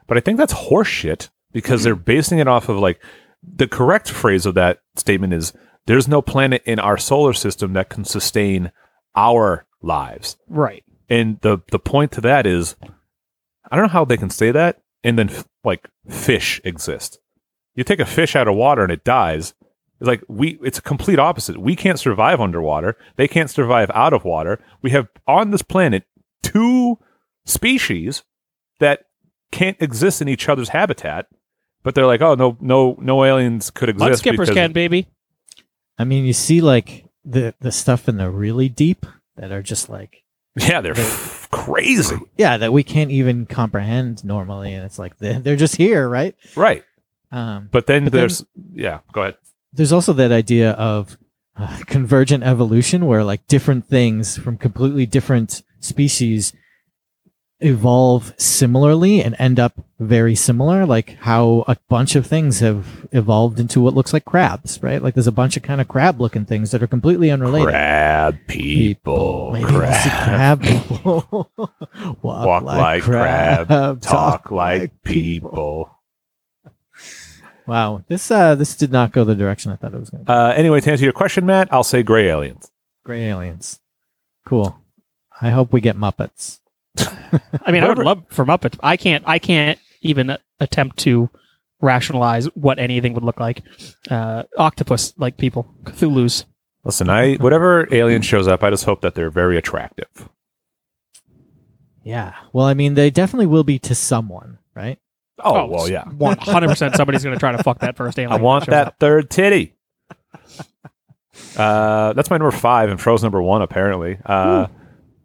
but I think that's horseshit because they're basing it off of like the correct phrase of that statement is there's no planet in our solar system that can sustain our lives.
Right.
And the the point to that is I don't know how they can say that and then f- like fish exist. You take a fish out of water and it dies. It's like we it's a complete opposite. We can't survive underwater. They can't survive out of water. We have on this planet two species that can't exist in each other's habitat. But they're like, oh no, no, no aliens could exist.
Mud skippers
because-
can, baby.
I mean, you see like the the stuff in the really deep that are just like
Yeah, they're
They-
f- crazy,
yeah that we can't even comprehend normally, and it's like they're, they're just here, right?
right?
Um,
But then
But then-
there's yeah. Go ahead.
there's also that idea of uh, convergent evolution where like different things from completely different species evolve similarly and end up very similar like how a bunch of things have evolved into what looks like crabs right like there's a bunch of kind of crab looking things that are completely unrelated
Crab people,
Maybe we'll see
crab,
crab people. walk,
Walk like crab,
crab,
talk like people.
wow this uh this did not go the direction i thought it was going to
Uh, anyway, to answer your question, Matt, I'll say gray aliens.
Gray aliens. Cool. I hope we get Muppets.
I mean, I would
Whatever.
love for Muppets. I can't. I can't even attempt to rationalize what anything would look like. Uh, octopus like people, Cthulhu's.
Listen, I whatever alien shows up, I just hope that they're very attractive.
Yeah. Well, I mean, they definitely will be to someone, right?
Oh, well, yeah.
one hundred percent. Somebody's going to try to fuck that first alien.
I want
shows
that
up.
third titty. Uh, that's my number five, and Fro's number one apparently. Uh,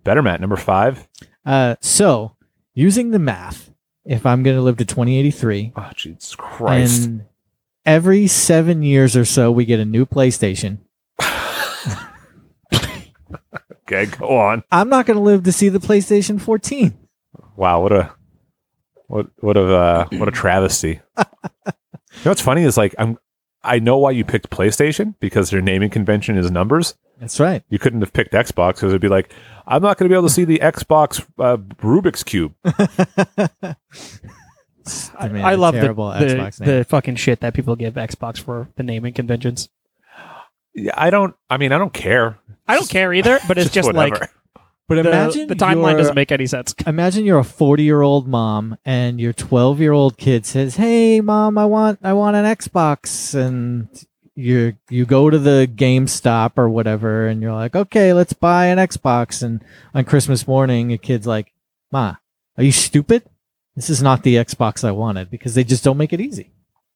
better Matt, number five.
Uh, so, using the math, if I'm going to live to 2083.
Oh, Jesus Christ.
And every seven years or so, we get a new PlayStation.
okay, go on.
I'm not going to live to see the PlayStation 14.
Wow, what a what what a uh, what a travesty. you know what's funny is like I'm I know why you picked PlayStation because their naming convention is numbers.
That's right.
You couldn't have picked Xbox because it'd be like I'm not going to be able to see the Xbox uh, Rubik's cube.
I,
mean,
I
the
love the,
terrible
the-
Xbox name.
the fucking shit that people give Xbox for the naming conventions.
Yeah, I don't. I mean, I don't care.
I don't care either, but it's just, like
whatever.
But
the,
imagine
the timeline
you're-
doesn't make any sense.
Imagine you're a 40 year old mom and your 12 year old kid says, "Hey, mom, I want I want an Xbox," and you you go to the GameStop or whatever, and you're like, "Okay, let's buy an Xbox." And on Christmas morning, your kid's like, "Ma, are you stupid? This is not the Xbox I wanted because they just don't make it easy."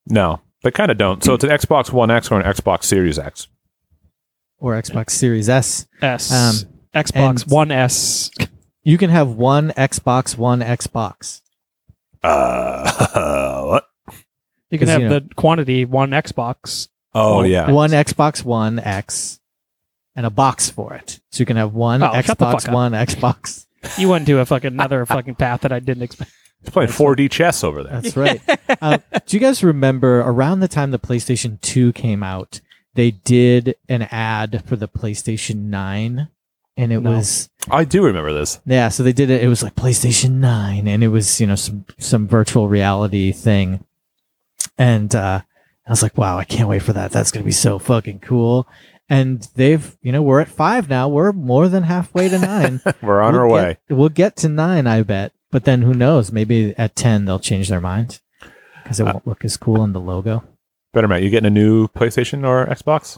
no, they kind of don't. So it's an Xbox One X or an Xbox Series X.
Or Xbox Series S.
S
Um,
Xbox
and-
One S.
You can have one Xbox, one Xbox.
Uh, what?
You can
'Cause,
have
you know-
the quantity one Xbox.
Oh
Well,
yeah.
one Xbox One X and a box for it. So you can have one
Oh, shut the fuck
Xbox
up.
One Xbox.
You went to a fucking another fucking path that I didn't expect.
He's playing 4D chess over there.
That's right. um, do you guys remember around the time the PlayStation 2 came out, they did an ad for the PlayStation 9 and it
No.
was
I do remember this.
yeah, so they did it it was like PlayStation 9 and it was, you know, some some virtual reality thing. And uh I was like, wow, I can't wait for that. That's going to be so fucking cool. And they've, you know, we're at 5 now. We're more than halfway to 9.
We're on
We'll
our
get-
way.
we'll get to nine, I bet. But then who knows? Maybe at ten they'll change their mind because it
Uh,
won't look as cool in the logo.
Better Matt, you getting a new PlayStation or Xbox?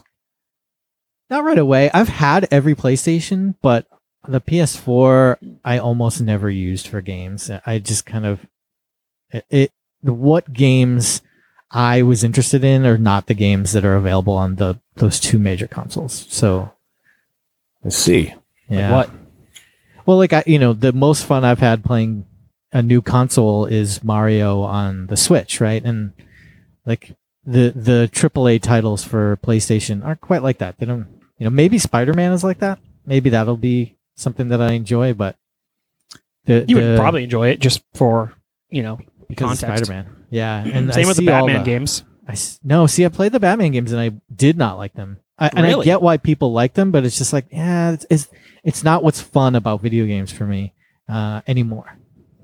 Not right away. I've had every PlayStation, but the PS4 I almost never used for games. I just kind of it, it what games I was interested in are not the games that are available on the those two major consoles. So
Let's see.
yeah.
What?
Well, like I, you know, the most fun I've had playing a new console is Mario on the Switch, right? And like the the AAA titles for PlayStation aren't quite like that. They don't, you know, maybe Spider Man is like that. Maybe that'll be something that I enjoy, but the,
You would
the-
probably enjoy it just for you know.
because
context.
Spider Man, yeah. And
Same
I
with the
see all
Batman games.
I s- no, see, I played the Batman games and I did not like them. I, and I
Really?
get why people like them, but it's just like, yeah, it's it's, it's not what's fun about video games for me uh, anymore.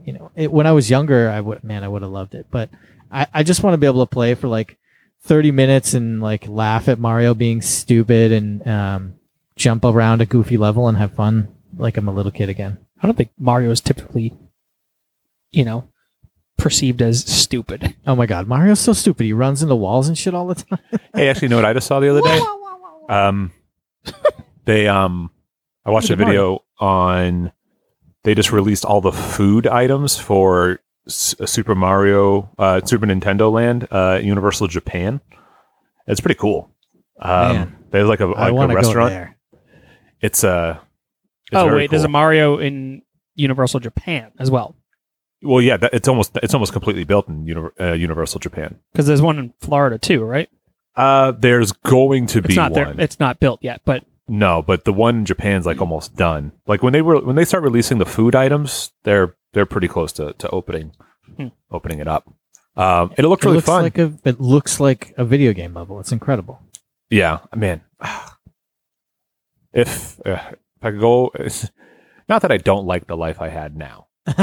You know, it, when I was younger, I would man, I would have loved it, but I, I just want to be able to play for like thirty minutes and like laugh at Mario being stupid and um, jump around a goofy level and have fun like I'm a little kid again.
I don't think Mario is typically, you know, perceived as stupid.
Oh my god, Mario's so stupid. He runs into walls and shit all the time.
Hey, actually, you know what I just saw the other day? Um, they um, I watched a
Look at
video on. They just released all the food items for S- uh, Super Mario, uh, Super Nintendo Land, uh, Universal Japan. It's pretty cool. Um,
Man.
there's like a
I
like
want
a
to go
restaurant.
there.
It's a. It's
oh
very
wait, there's a
cool.
Mario in Universal Japan as well
well, yeah, that, it's almost it's almost completely built in Uni- uh, Universal Japan.
because there's one in Florida too, right?
Uh, there's going to be
It's not
one.
there. It's not built yet, but
No, but the one in Japan's like almost done. Like when they were when they start releasing the food items, they're they're pretty close to, to opening
Hmm.
opening it up. Um, and it looked
it
really
looks
fun.
like a it looks like a video game level. It's incredible.
yeah, man. If uh, if I could go, it's, not that I don't like the life I had now.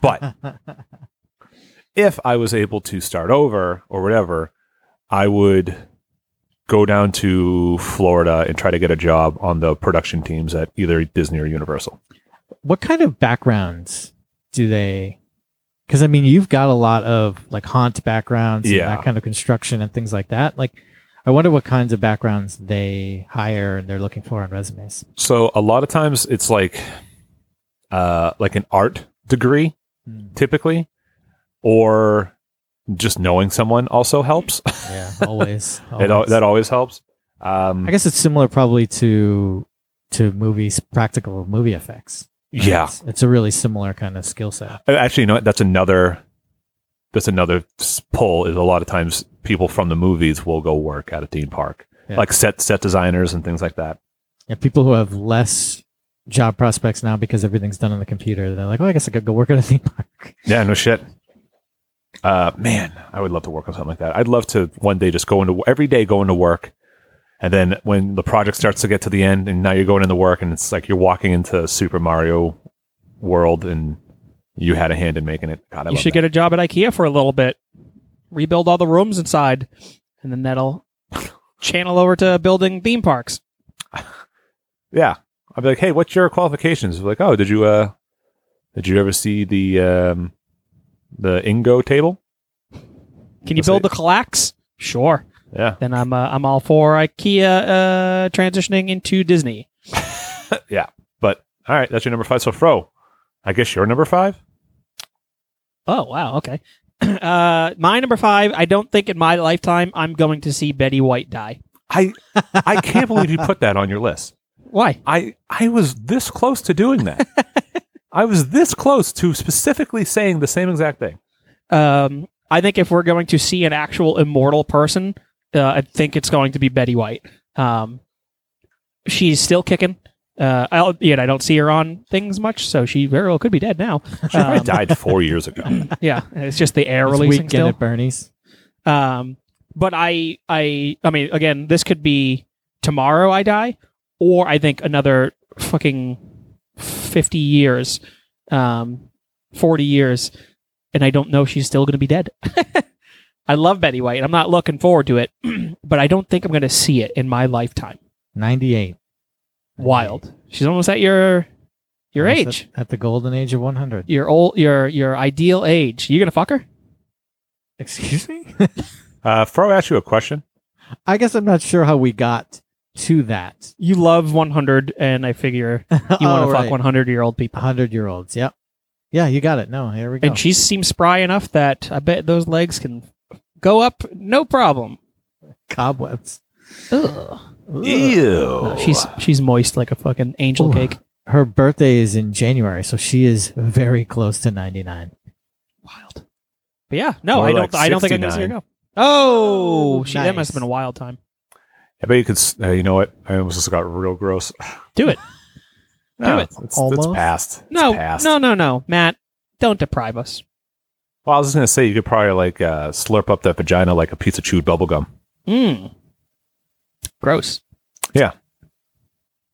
but
If I was able to start over or whatever, I would go down to Florida and try to get a job on the production teams at either Disney or Universal.
what kind of backgrounds do they? Because I mean, you've got a lot of like haunt backgrounds,
Yeah.
and that kind of construction and things like that. Like, I wonder what kinds of backgrounds they hire and they're looking for on resumes.
So a lot of times it's like uh like an art degree
Hmm.
typically or just knowing someone also helps.
Yeah, always.
It al-
always.
that always helps. Um
I guess it's similar, probably to to movies, practical movie effects.
yeah.
it's, it's a really similar kind of skill set.
Actually, you know what? That's another that's another s- pull is a lot of times people from the movies will go work at a theme park,
Yeah.
like set set designers and things like that.
Yeah, people who have less job prospects now because everything's done on the computer. They're like, oh, I guess I could go work at a theme park.
Yeah, no shit. Uh, man, I would love to work on something like that. I'd love to one day just go into every day go into work, and then when the project starts to get to the end, and now you're going into work, and it's like you're walking into Super Mario World, and you had a hand in making it. God, I
you
love
should
that.
get a job at IKEA for a little bit, rebuild all the rooms inside, and then that'll channel over to building theme parks.
yeah. I'd be like, hey, what's your qualifications? Like, oh, did you uh, did you ever see the um, the Ingo table?
Can you
That's
build
it.
the Calax? Sure.
Yeah,
Then I'm uh, I'm all for IKEA uh, transitioning into Disney.
but all right, that's your number five. So Fro, I guess you're number five.
Oh wow, okay. uh, my number five. I don't think in my lifetime I'm going to see Betty White die.
I I can't believe you put that on your list.
Why?
I I was this close to doing that. I was this close to specifically saying the same exact thing.
Um, I think if we're going to see an actual immortal person, uh, I think it's going to be Betty White. Um, she's still kicking. Uh, I'll, yet I don't see her on things much, so she very well could be dead now.
I
Um,
died four years ago.
yeah, it's just the air
It's
releasing
weekend
still.
at Bernie's.
Um, but I, I, I mean, again, this could be tomorrow I die, or I think another fucking fifty years, um, forty years, and I don't know if she's still going to be dead. I love Betty White. I'm not looking forward to it, but I don't think I'm going to see it in my lifetime.
98.
Wild. She's almost at your your
Almost
age,
At, at the golden age of 100.
your old, your your ideal age. You gonna fuck her?
Excuse me?
Uh, Fro asked you a question.
I guess I'm not sure how we got to that.
You love Oh, 100, and I figure
You
you want to fuck 100 year old people.
100 year olds. Yep. Yeah, you got it. No, here we go.
And she seems spry enough that I bet those legs can go up no problem.
Cobwebs. Ugh.
Ew.
Uh, She's she's moist like a fucking angel
Ooh.
cake.
Her birthday is in January, so she is very close to 99.
Wild. But yeah, no,
More
I don't
like
I don't think I'm gonna see her
69.
go. Oh, she, that
nice.
must have been a wild time.
I bet you could. s- Uh, you know what? I almost just got real gross.
Do it.
No,
it.
It's, it's
Almost?
past. It's
No,
past.
no, no, no, Matt, don't deprive us.
Well, I was just gonna say you could probably like uh, slurp up that vagina like a piece of chewed bubble gum,
Mm. Gross.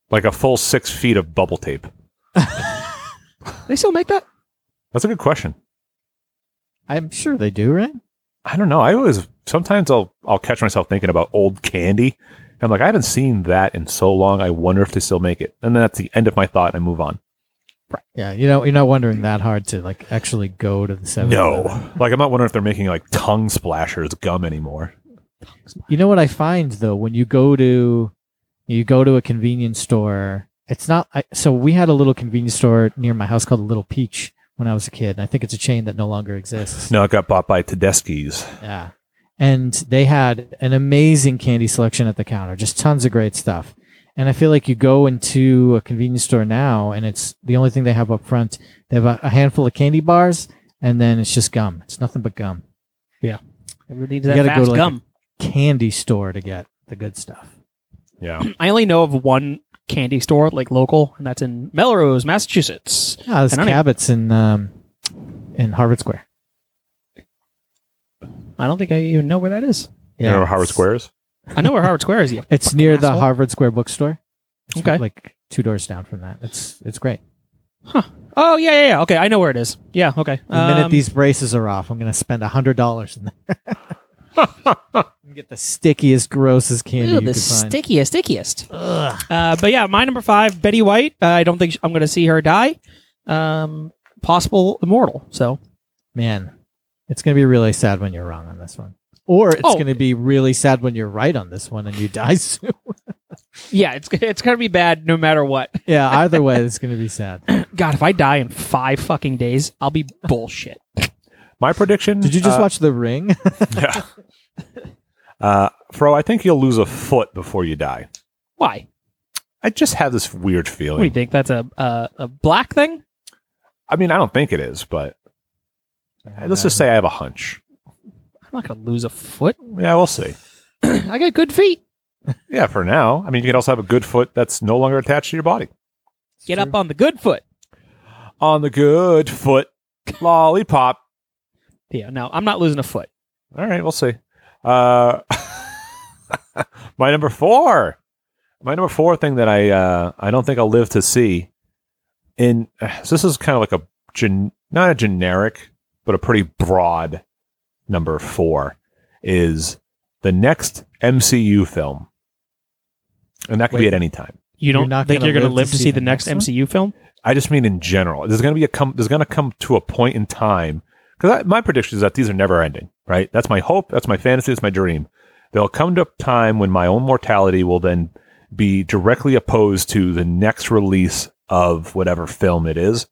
like a full six feet of bubble tape.
They still make that?
That's a good question.
I'm sure they do, right?
I don't know. I always sometimes I'll I'll catch myself thinking about old candy. I'm like, I haven't seen that in so long. I wonder if they still make it. And then that's the end of my thought, and I move on.
Yeah, you know, you're not wondering that hard to like actually go to the seven.
No, like I'm not wondering if they're making like tongue splashers gum anymore.
You know what I find though when you go to you go to a convenience store, it's not I, so we had a little convenience store near my house called Little Peach when I was a kid. And I think it's a chain that no longer exists.
No, it got bought by Tedeschi's.
Yeah. And they had an amazing candy selection at the counter, just tons of great stuff. And I feel like you go into a convenience store now and it's the only thing they have up front. They have a, a handful of candy bars and then it's just gum. It's nothing but gum.
Everybody needs
You
that
gotta go
fast
to, like,
gum.
Candy store to get the good stuff.
Yeah,
I only know of one candy store, like local, and that's in Melrose, Massachusetts.
Yeah, there's
I don't e-
Cabot's in um, in Harvard Square.
I don't think I even know where that is.
you know where Howard
Harvard
Squares.
I know where Howard Square is. You
It's
fucking
near the
asshole.
Harvard Square bookstore. It's
Okay.
like two doors down from that. It's it's great.
Oh yeah, yeah, yeah. Okay, I know where it is. Yeah, okay.
The minute
Um,
these braces are off, I'm gonna spend a hundred dollars in there. and get the stickiest, grossest candy
ew,
you
the
could find.
stickiest, stickiest. Uh, but yeah, my number five, Betty White. Uh, I don't think sh- I'm going to see her die. Um, possible immortal. So
Man, it's gonna be really sad when you're wrong on this one. Or it's
Oh.
gonna be really sad when you're right on this one and you die soon.
yeah, it's it's going to be bad no matter what.
yeah, either way, it's gonna be sad.
God, if I die in five fucking days, I'll be bullshit.
My prediction.
Did you just
uh,
watch The Ring?
Yeah. Uh, Fro, I think you'll lose a foot before you die.
Why?
I just have this weird
What do you
feeling.
think? That's a a, a black thing?
I mean, I don't think it is, but Let's just say I have a hunch.
I'm not gonna lose a foot.
Yeah, we'll see.
I got good feet.
Yeah, for now. I mean, you can also have a good foot that's no longer attached to your body.
Get up on the good foot.
On the good foot, lollipop.
Yeah, no, I'm not losing a foot.
All right, we'll see. Uh, my number four, my number four thing that I uh, I don't think I'll live to see. In so this is kind of like a gen, not a generic, but a pretty broad number four is the next MCU film, and that could be
Wait.
at any time.
You don't
You're not
think
gonna
you're going to
live
live to see the next
one?
MCU film?
I just mean in general. There's going to be a come. There's going to come to a point in time because my prediction is that these are never ending. Right? That's my hope. That's my fantasy. That's my dream. There'll come to a time when my own mortality will then be directly opposed to the next release of whatever film it is,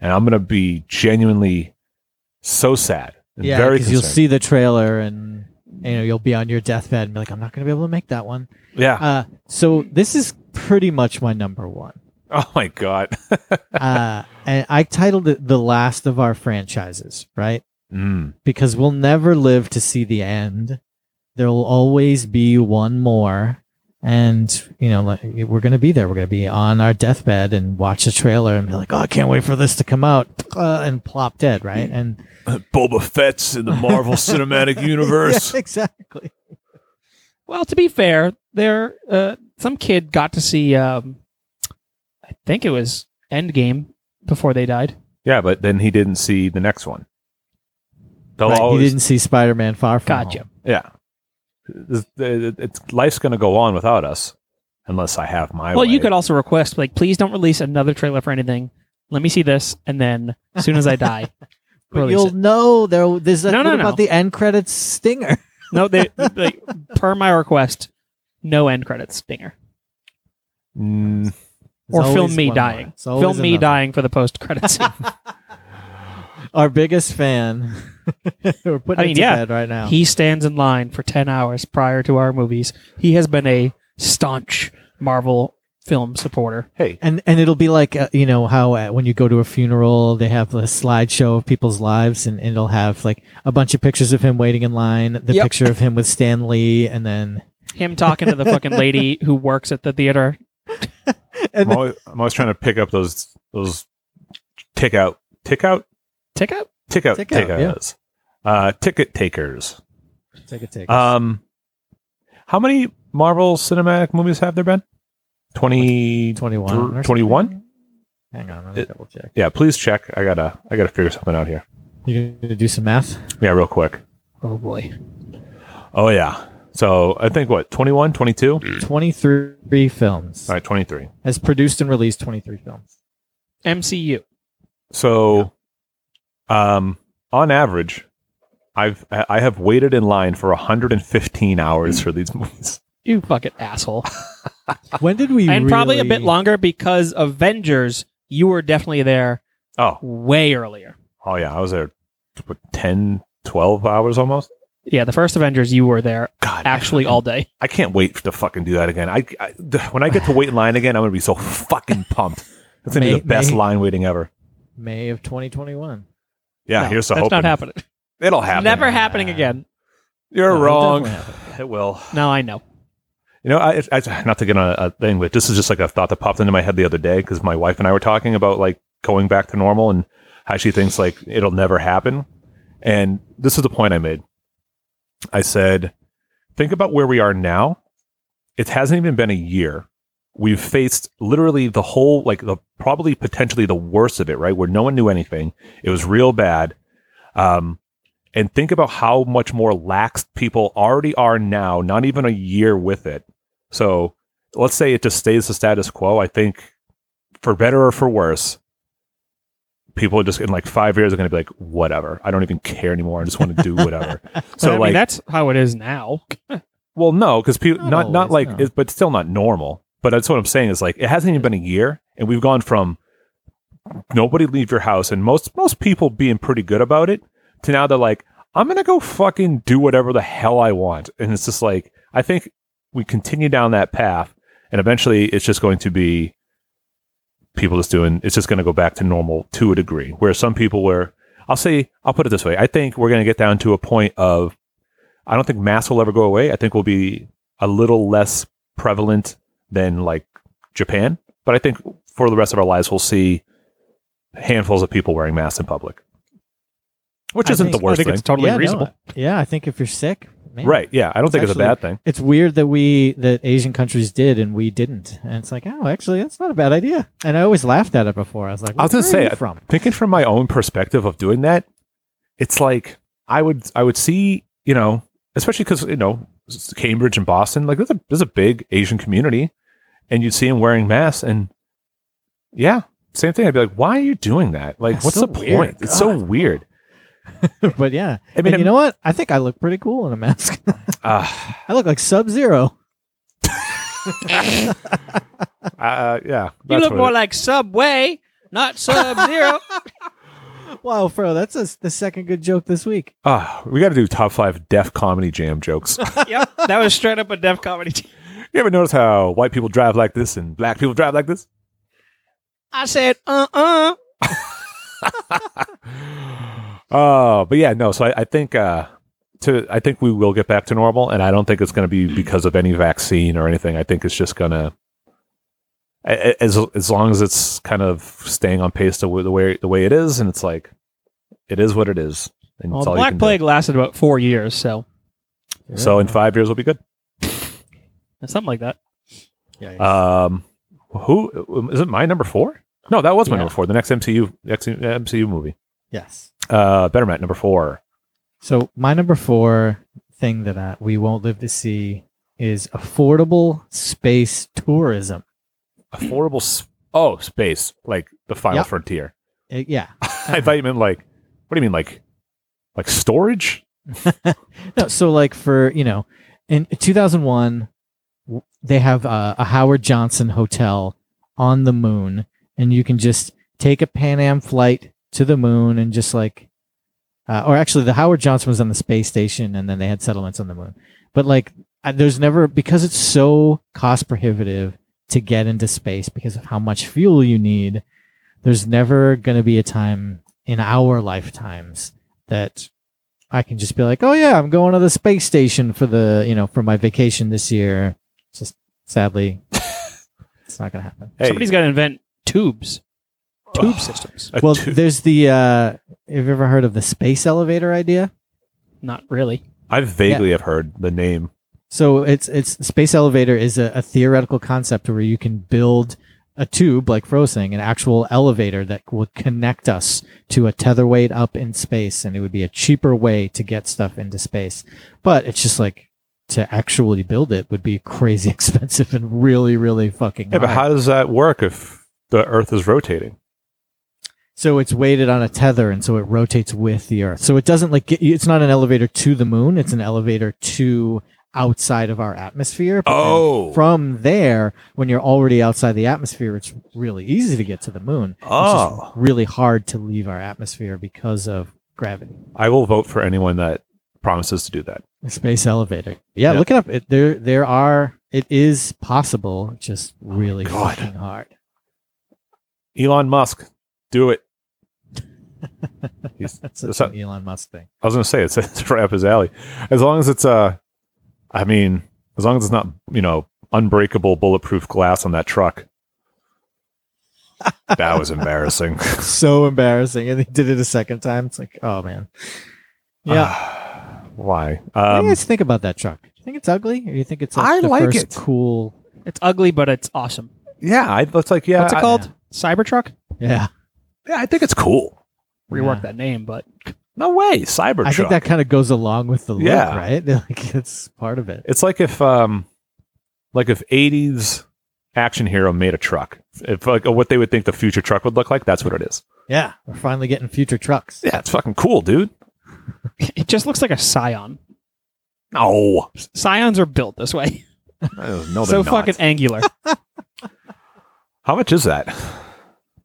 and I'm going to be genuinely so sad and
yeah,
very
because you'll
concerned.
see the trailer and you know you'll be on your deathbed and be like, I'm not going to be able to make that one.
Yeah.
Uh, so this is pretty much my number one.
oh my god.
Uh, and I titled it the last of our franchises, right?
Mm.
Because we'll never live to see the end. There will always be one more, and you know like, we're going to be there. We're going to be on our deathbed and watch the trailer and be like, "Oh, I can't wait for this to come out," uh, and plop dead, right? And
Boba Fett's in the Marvel Cinematic Universe.
Yeah, exactly.
Well, to be fair, there uh, some kid got to see. Um, I think it was Endgame before they died.
Yeah, but then he didn't see the next one. They'll
Right,
always,
He didn't see Spider-Man Far From
Gotcha.
Home.
yeah. This- it- it's- life's going to go on without us, unless I have my.
well,
way.
you could also request like, please don't release another trailer for anything. Let me see this, and then as soon as I die,
But
release
You'll
it.
know there. There's that
No,
what
no,
about
no.
the end credits stinger.
No, they, they per my request, no end credits stinger
Mm,
There's
or film
always
me
one more.
dying.
It's always
Film me
another.
dying for the post credits.
Our biggest fan. We're putting
I
it
mean,
to
yeah,
bed right now.
he stands in line for ten hours prior to our movies. He has been a staunch Marvel film supporter.
hey,
and and it'll be like uh, you know how uh, when you go to a funeral they have a slideshow of people's lives and, and it'll have like a bunch of pictures of him waiting in line, the
Yep.
picture of him with Stan Lee, and then
Him talking to the fucking lady who works at the theater.
I'm
and
always, I'm always trying to pick up those those tick out tick out
Tick up.
tick out
Tick
tick,
out, yeah.
outs. uh, ticket takers.
then- take a take.
Uh,
Um, how many Marvel cinematic movies have there been? Twenty.
21 or something.
21?
Hang on, let me
It-
double check.
Yeah, please check. I gotta I gotta figure something out here.
You gonna do some math?
Yeah, real quick.
Oh boy.
Oh yeah. So I think what 21, 22?
Mm.
Mm.
23 films.
All right, 23.
Has produced and released 23 films.
MCU.
So, um, on average, I've I I have waited in line for 115 hours for these movies.
You fucking asshole.
When did we
and probably a bit
really-
longer because Avengers. You were definitely there
Oh,
way earlier.
oh yeah, I was there what, 10, 12 hours almost.
Yeah, the first Avengers. You were there
God,
actually all day.
I can't wait to fucking do that again. I, I when I get to wait in line again, I'm gonna be so fucking pumped. That's gonna be
May-
the best
may-
line waiting ever.
May of 2021.
Yeah,
No,
here's the
That's
hope.
not happening.
It'll happen.
Never happening again.
You're
No, it'll
wrong.
definitely happen.
It will.
No, I know.
You know, I, I not to get on a, a thing, but this is just like a thought that popped into my head the other day because my wife and I were talking about like going back to normal and how she thinks like it'll never happen. And this is the point I made. I said, think about where we are now. It hasn't even been a year. We've faced literally the whole, like the probably potentially the worst of it, right? Where no one knew anything. It was real bad. Um, and think about how much more lax people already are now, not even a year with it. So let's say it just stays the status quo. I think for better or for worse, people are just in like five years are going to be like, whatever. I don't even care anymore. I just want to do whatever.
So
so,
I mean,
like,
that's how it is now.
well, no, because people
Not
not not,
always,
like,
no.
it, but still not normal. But that's what I'm saying is like it hasn't even been a year, and we've gone from nobody leave your house, and most most people being pretty good about it, to now they're like, I'm gonna go fucking do whatever the hell I want, and it's just like I think we continue down that path, and eventually it's just going to be people just doing it's just going to go back to normal to a degree where some people were I'll say I'll put it this way. I think we're going to get down to a point of I don't think masks will ever go away. I think we'll be a little less prevalent than like Japan, but I think for the rest of our lives we'll see handfuls of people wearing masks in public, which
I
isn't
think-
the worst
I think
thing,
it's totally
no,
reasonable.
yeah, I think if you're sick, man,
right? Yeah, I don't think it's a
actually-
bad thing.
It's weird that we that Asian countries did and we didn't, and it's like, oh, actually, that's not a bad idea. And I always laughed at it before. I was like,
I was
where
gonna
are
say,
you
I-
from
Thinking from my own perspective of doing that, it's like I would I would see you know especially because you know s- Cambridge and Boston like there's a there's a big Asian community, and you'd see them wearing masks and yeah same thing I'd be like why are you doing that like
That's
what's
so
the
weird.
point it's so weird
but yeah,
I mean
and you know what? I think I look pretty cool in a mask.
uh,
I look like Sub Zero.
uh, yeah
You
that's
look
what
more
it-
like Subway, not Sub Zero.
Wow, Fro, that's a, the second good joke this week.
Ah, we got to do top five deaf comedy jam jokes
yep, that was straight up a deaf comedy.
you ever notice how white people drive like this and black people drive like this
I said, uh uh
Oh, but yeah, no. So I, I think uh, to I think we will get back to normal, and I don't think it's going to be because of any vaccine or anything. I think it's just gonna a- a- as as long as it's kind of staying on pace to the way the way it is, and it's like it is what it is, and
Well,
it's all you
Black
can
Plague lasted about four years, so
do. So in five years, we'll be good.
something like that.
Um, who um, is it? My number four? No, that was my
Yeah.
number four. The next MCU next MCU movie.
yes.
Uh, Better Matt, number four.
So my number four thing that I, we won't live to see is affordable space tourism.
Affordable. Sp- oh, space like the final
Yep.
frontier.
Uh, yeah,
I thought you meant like, what do you mean like, like storage?
no, so like for you know, in 2001, w- they have a, a Howard Johnson hotel on the moon, and you can just take a Pan Am flight to the moon and just like, uh, or actually, the Howard Johnson was on the space station, and then they had settlements on the moon. But like, I, there's never because it's so cost prohibitive to get into space because of how much fuel you need. There's never going to be a time in our lifetimes that I can just be like, oh yeah, I'm going to the space station for the you know for my vacation this year. It's Just sadly, it's not gonna happen.
Hey,
Somebody's got to invent tubes, tube systems.
a
well,
tu-
there's the uh, have you ever heard of the space elevator idea?
Not really.
I vaguely have heard the name.
So it's it's space elevator is a, a theoretical concept where you can build a tube like Fro's saying, an actual elevator that would connect us to a tetherweight up in space, and it would be a cheaper way to get stuff into space. But it's just like to actually build it would be crazy expensive and really, really fucking.
Yeah, but
hard.
how does that work if the Earth is rotating?
So it's weighted on a tether, and so it rotates with the Earth. So it doesn't like get you, it's not an elevator to the moon; it's an elevator to outside of our atmosphere. but then
Oh.
from there, when you're already outside the atmosphere, it's really easy to get to the moon. it's
Oh.
just really hard to leave our atmosphere because of gravity.
I will vote for anyone that promises to do that.
The space elevator. Yeah,
Yeah.
look it up. It, there, there are. It is possible, just really
Oh God.
fucking hard.
Elon Musk, do it. He's-
That's such
So-
an Elon Musk thing.
I was going to say it's, it's right up his alley. As long as it's uh, I mean, as long as it's not you know unbreakable bulletproof glass on that truck. that was embarrassing.
so embarrassing, and they did it a second time. It's like, oh man. Yeah.
Why?
what do
Um,
you guys think about that truck? Do you think it's ugly, or do you think it's like
I
the
like
first
it.
cool?
It's ugly, but it's awesome.
yeah, I, it's like yeah.
What's it
I-
called? Cybertruck.
Yeah,
Yeah, I think it's cool.
Rework
Yeah.
that name, but
No way, Cybertruck.
I think that kind of goes along with the look,
Yeah.
right? Like it's part of it.
it's like if um, like if '80s action hero made a truck. If like what they would think the future truck would look like, that's what it is.
Yeah, we're finally getting future trucks.
Yeah, it's fucking cool, dude.
it just looks like a Scion.
No,
Scions are built this way,
no, they're
so
not.
fucking angular.
How much is that?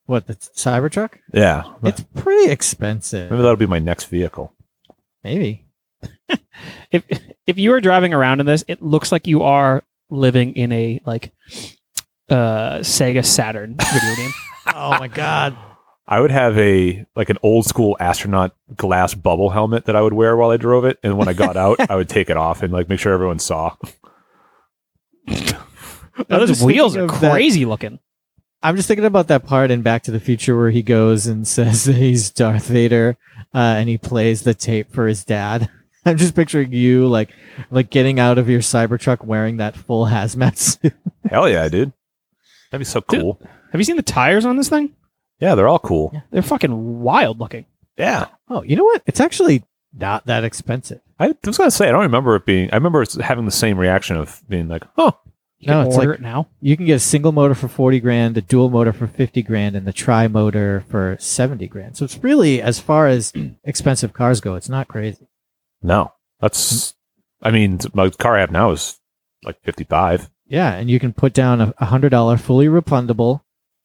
What the Cybertruck?
Yeah,
It's pretty expensive.
maybe that'll be my next vehicle.
Maybe.
if if you are driving around in this, it looks like you are living in a like uh Sega Saturn video game.
Oh my god.
I would have a like an old school astronaut glass bubble helmet that I would wear while I drove it, and when I got out, I would take it off and like make sure everyone saw.
I'm
Those
just
wheels are
thinking of that-
crazy looking.
I'm just thinking about that part in Back to the Future where he goes and says that he's Darth Vader, uh, and he plays the tape for his dad. I'm just picturing you like, like getting out of your Cybertruck wearing that full hazmat suit.
Hell yeah, dude! That'd be so
Dude.
cool.
Have you seen the tires on this thing?
Yeah, they're all cool.
They're fucking wild looking.
Yeah,
Oh, you know what? It's actually not that expensive.
I was gonna say I don't remember it being. I remember it's having the same reaction of being like, "Oh,
You
No,
can
it's
order
like-
it now.
You can get a single motor for forty grand, a dual motor for fifty grand, and the tri motor for seventy grand. So it's really, as far as expensive cars go, it's not crazy.
no, that's." I mean, my car I have now is like fifty-five.
Yeah, and you can put down a a hundred dollar fully refundable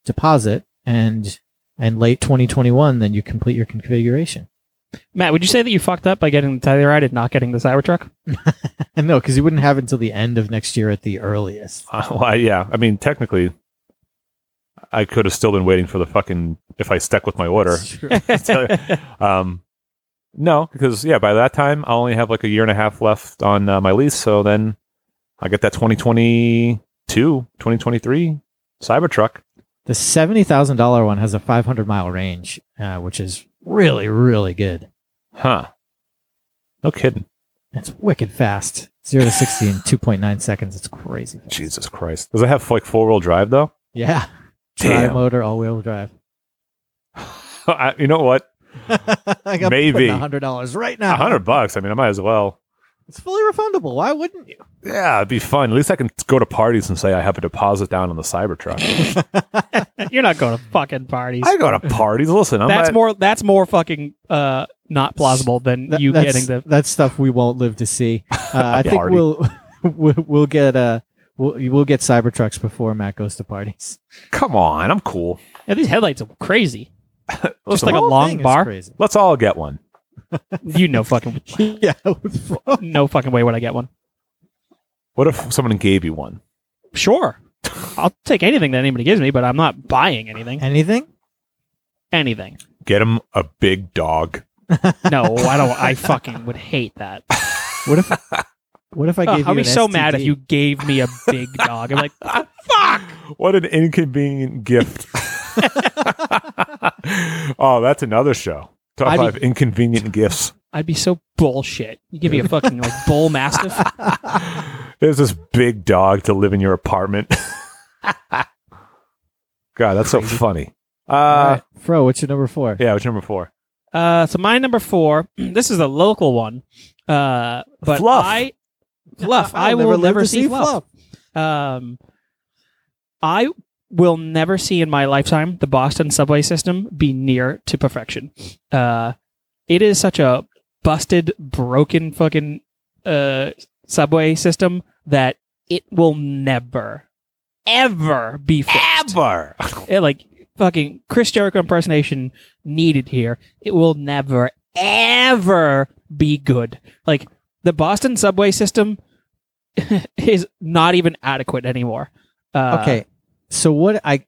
deposit, and and late twenty twenty one, then you complete your configuration.
Matt, would you say that you fucked up by getting the Telluride and not getting the Cybertruck?
And no, because you wouldn't have it until the end of next year at the earliest.
Uh, well, yeah, I mean, technically, I could have still been waiting for the fucking if I stuck with my order. Tell you- um, no, because yeah, by that time I only have like a year and a half left on uh, my lease, so then I get that 2022, 2023 Cybertruck.
The seventy thousand dollar one has a five hundred mile range, uh, which is really really good.
Huh. No kidding.
It's wicked fast. Zero to sixty in two point nine seconds. It's crazy. fast.
Jesus Christ. Does it have like four wheel drive though?
Yeah. Tri motor, all wheel drive.
I, you know what?
I got
Maybe.
hundred dollars right
Ah, A
now.
hundred bucks. I mean, I might as well.
It's fully refundable. Why wouldn't you?
Yeah, it'd be fun. At least I can go to parties and say I have a deposit down on the Cybertruck.
You're not going to fucking parties.
I go to parties. Listen, I'm
that's
not-
more. That's more fucking uh, not plausible than
That-
you
that's,
getting the.
that's stuff we won't live to see. Uh, I think
Party.
we'll, we'll we'll get uh we'll we'll get Cybertrucks before Matt goes to parties.
Come on, I'm cool.
Yeah, these headlights are crazy. Just
Listen,
like a
Whole
long
thing is
bar?
crazy.
let's all get one.
You know fucking
yeah, with full-
no fucking way would I get one.
What if someone gave you one?
Sure, I'll take anything that anybody gives me, but I'm not buying anything.
anything.
Anything.
Get him a big dog.
No, I don't. I fucking would hate that.
What if what if I
Oh,
gave you?
I'll be
an
so mad if
STD?
you gave me a big dog. I'm like, fuck.
What an inconvenient gift. oh, that's another show. Top
I'd be-
five inconvenient gifts.
I'd be so bullshit. You give me a fucking like bull mastiff.
There's this big dog to live in your apartment. God, that's so funny. Uh,
All right. Fro, what's your number four?
Yeah, which number four?
Uh, so my number four. This is a local one. Uh, but
Fluff.
I fluff.
I'll
I will never,
live to
see, fluff. Uh, Um, I will never see in my lifetime the Boston subway system be near to perfection. Uh, it is such a busted, broken fucking uh subway system that it will never, ever be fixed.
Ever.
Yeah, Eh, like fucking Chris Jericho impersonation needed here. It will never ever be good. Like the Boston subway system is not even adequate anymore. Uh,
Okay, so what I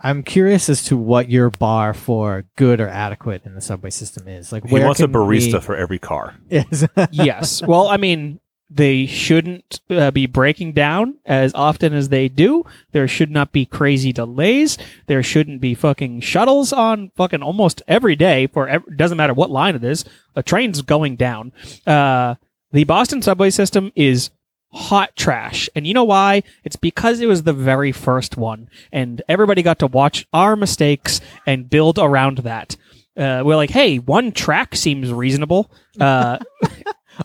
I'm curious as to what your bar for good or adequate in the subway system is. Like,
He
where
wants a
can
barista
we- Uh,
for every car.
Is-
yes. Well, I mean, they shouldn't uh, be breaking down as often as they do. There should not be crazy delays. There shouldn't be fucking shuttles on fucking almost every day for ev- doesn't matter what line it is. A train's going down. Uh, the Boston subway system is hot trash. And you know why? It's because it was the very first one and everybody got to watch our mistakes and build around that. Uh, we're like, hey, one track seems reasonable. Uh,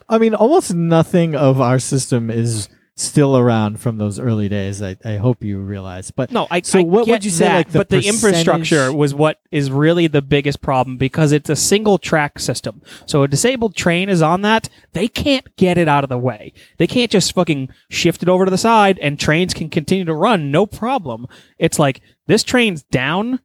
I mean, almost nothing of our system is still around from those early days. I, I hope you realize. But
No, I.
So
I
what would
get
you say,
that,
like, the
but the
percentage-
infrastructure was what is really the biggest problem because it's a single track system. So a disabled train is on that; they can't get it out of the way. They can't just fucking shift it over to the side, and trains can continue to run no problem. It's like this train's down.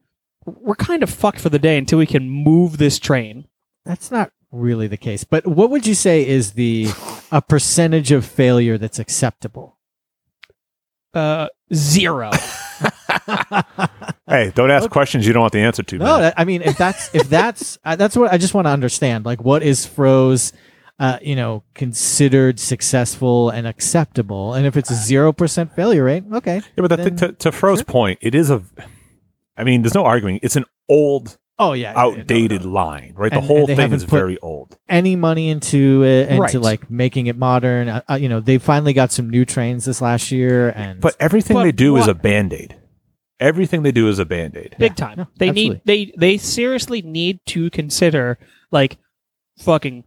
We're kind of fucked for the day until we can move this train.
that's not really the case. But what would you say is the a percentage of failure that's acceptable?
Uh, zero.
Hey, don't ask questions you don't want the answer to.
No,
man.
that, I mean, if that's if that's I that's what I just want to understand. Like, what is Fro's, uh, you know, considered successful and acceptable? And if it's a zero percent failure rate, okay.
yeah, but I think
then-
to, to Fro's point, it is a. I mean, there's no arguing. It's an old,
Oh yeah, yeah, no,
outdated
no.
line, right? The
And-
whole
and they
thing is
haven't put-
very old.
Any money into it and to
Right.
like making it modern. Uh, uh, you know, they finally got some new trains this last year, and
But everything
But
they do is
what-
a band aid. Everything they do is a band aid.
big
Yeah,
time.
no,
they need they they seriously need to consider like fucking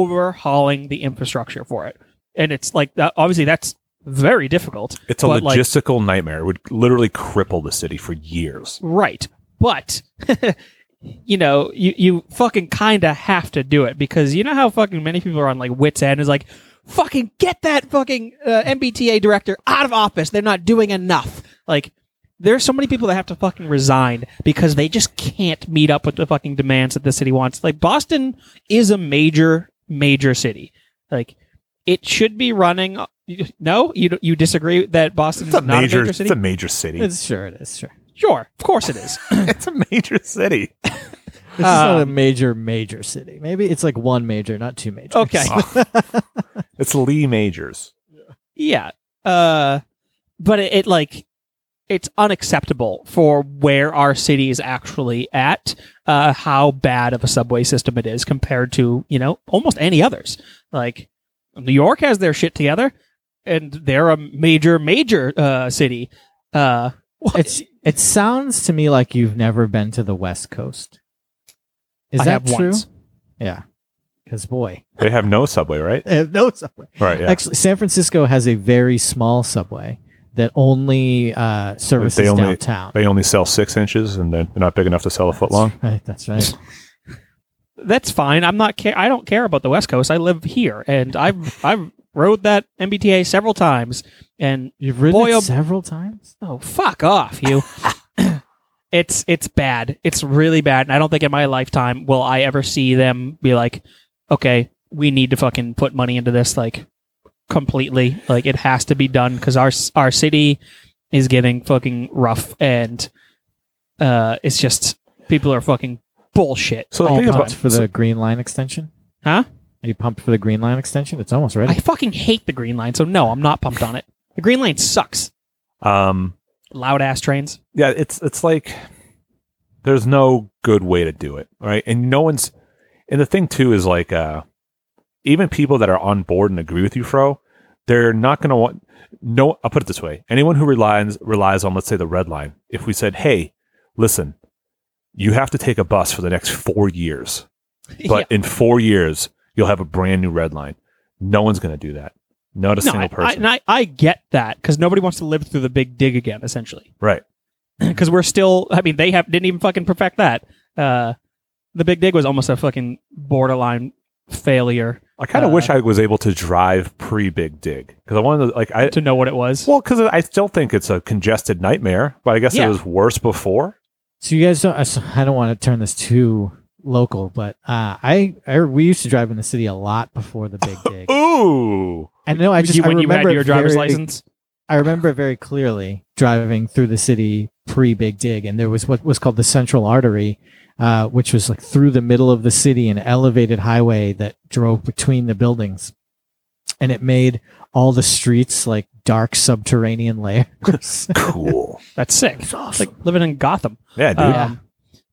overhauling the infrastructure for it. And it's like that, obviously that's very difficult.
It's a
But, like-
logistical nightmare. It would literally cripple the city for years.
Right. But you know, you, you fucking kinda have to do it because you know how fucking many people are on like wits end is like fucking get that fucking uh, MBTA director out of office. They're not doing enough. Like there's so many people that have to fucking resign because they just can't meet up with the fucking demands that the city wants. Like Boston is a major major city. Like it should be running uh, no, you you disagree that Boston
It's a
is not
major.
a major city?
It's a major city. It's,
it's sure it is sure.
sure, of course it is.
a major city.
It's just not a
Um,
major major city. Maybe it's like one major, not two majors.
Okay.
It's Lee Majors.
Yeah. Uh but it, it like it's unacceptable for where our city is actually at, uh how bad of a subway system it is compared to, you know, almost any others. Like New York has their shit together and they're a major major uh city. Uh
It's it sounds to me like you've never been to the West Coast. Is
I
that
have
true?
once.
Yeah. Because boy,
They have no subway, right?
they have no subway.
Right. Yeah.
Actually, San Francisco has a very small subway that only uh, services
They only-
downtown.
They only sell six inches, and they're they're not big enough to sell a foot long.
Right, that's right.
that's fine. I'm not care I don't care about the West Coast. I live here and I've I've rode that MBTA several times and
You've ridden
Boy,
it
oh-
several times.
Oh, fuck off, you. it's it's bad. It's really bad. And I don't think in my lifetime will I ever see them be like, okay, we need to fucking put money into this like completely. Like it has to be done because our s- our city is getting fucking rough and uh, it's just people are fucking bullshit.
So the
all
thing
the
about-
time.
Pumped for the Green Line extension.
huh?
Are you pumped for the Green Line extension? It's almost ready.
I fucking hate the green line. So no, I'm not pumped on it. The green line sucks.
Um.
Loud ass trains.
Yeah. It's it's like there's no good way to do it, right? And no one's. And the thing too is like, uh, even people that are on board and agree with you, Fro, they're not going to want. No, I'll put it this way: anyone who relies relies on, let's say, the red line. If we said, "Hey, listen, you have to take a bus for the next four years," but in four years you'll have a brand new red line. No one's going to do that. Not a
I-
single
I,
person.
and I, I get that because nobody wants to live through the big dig again, essentially.
right.
Because we're still, I mean, they have didn't even fucking perfect that. Uh, the big dig was almost a fucking borderline failure
I kind of
Uh,
wish I was able to drive pre Big Dig because I wanted to like I
to know what it was.
well because I still think it's a congested nightmare, but I guess
Yeah.
it was worse before.
So you guys don't. I s- I don't want to turn this too local, but uh, I, I we used to drive in the city a lot before the big dig.
Ooh,
I know. I just
you,
I
when you had
remember
your
it
driver's
very-
license,
I remember it very clearly driving through the city pre Big Dig, and there was what was called the Central Artery, uh, which was like through the middle of the city, an elevated highway that drove between the buildings, and it made all the streets like dark subterranean layers.
cool.
that's sick. It's like living in Gotham.
yeah, dude.
Um,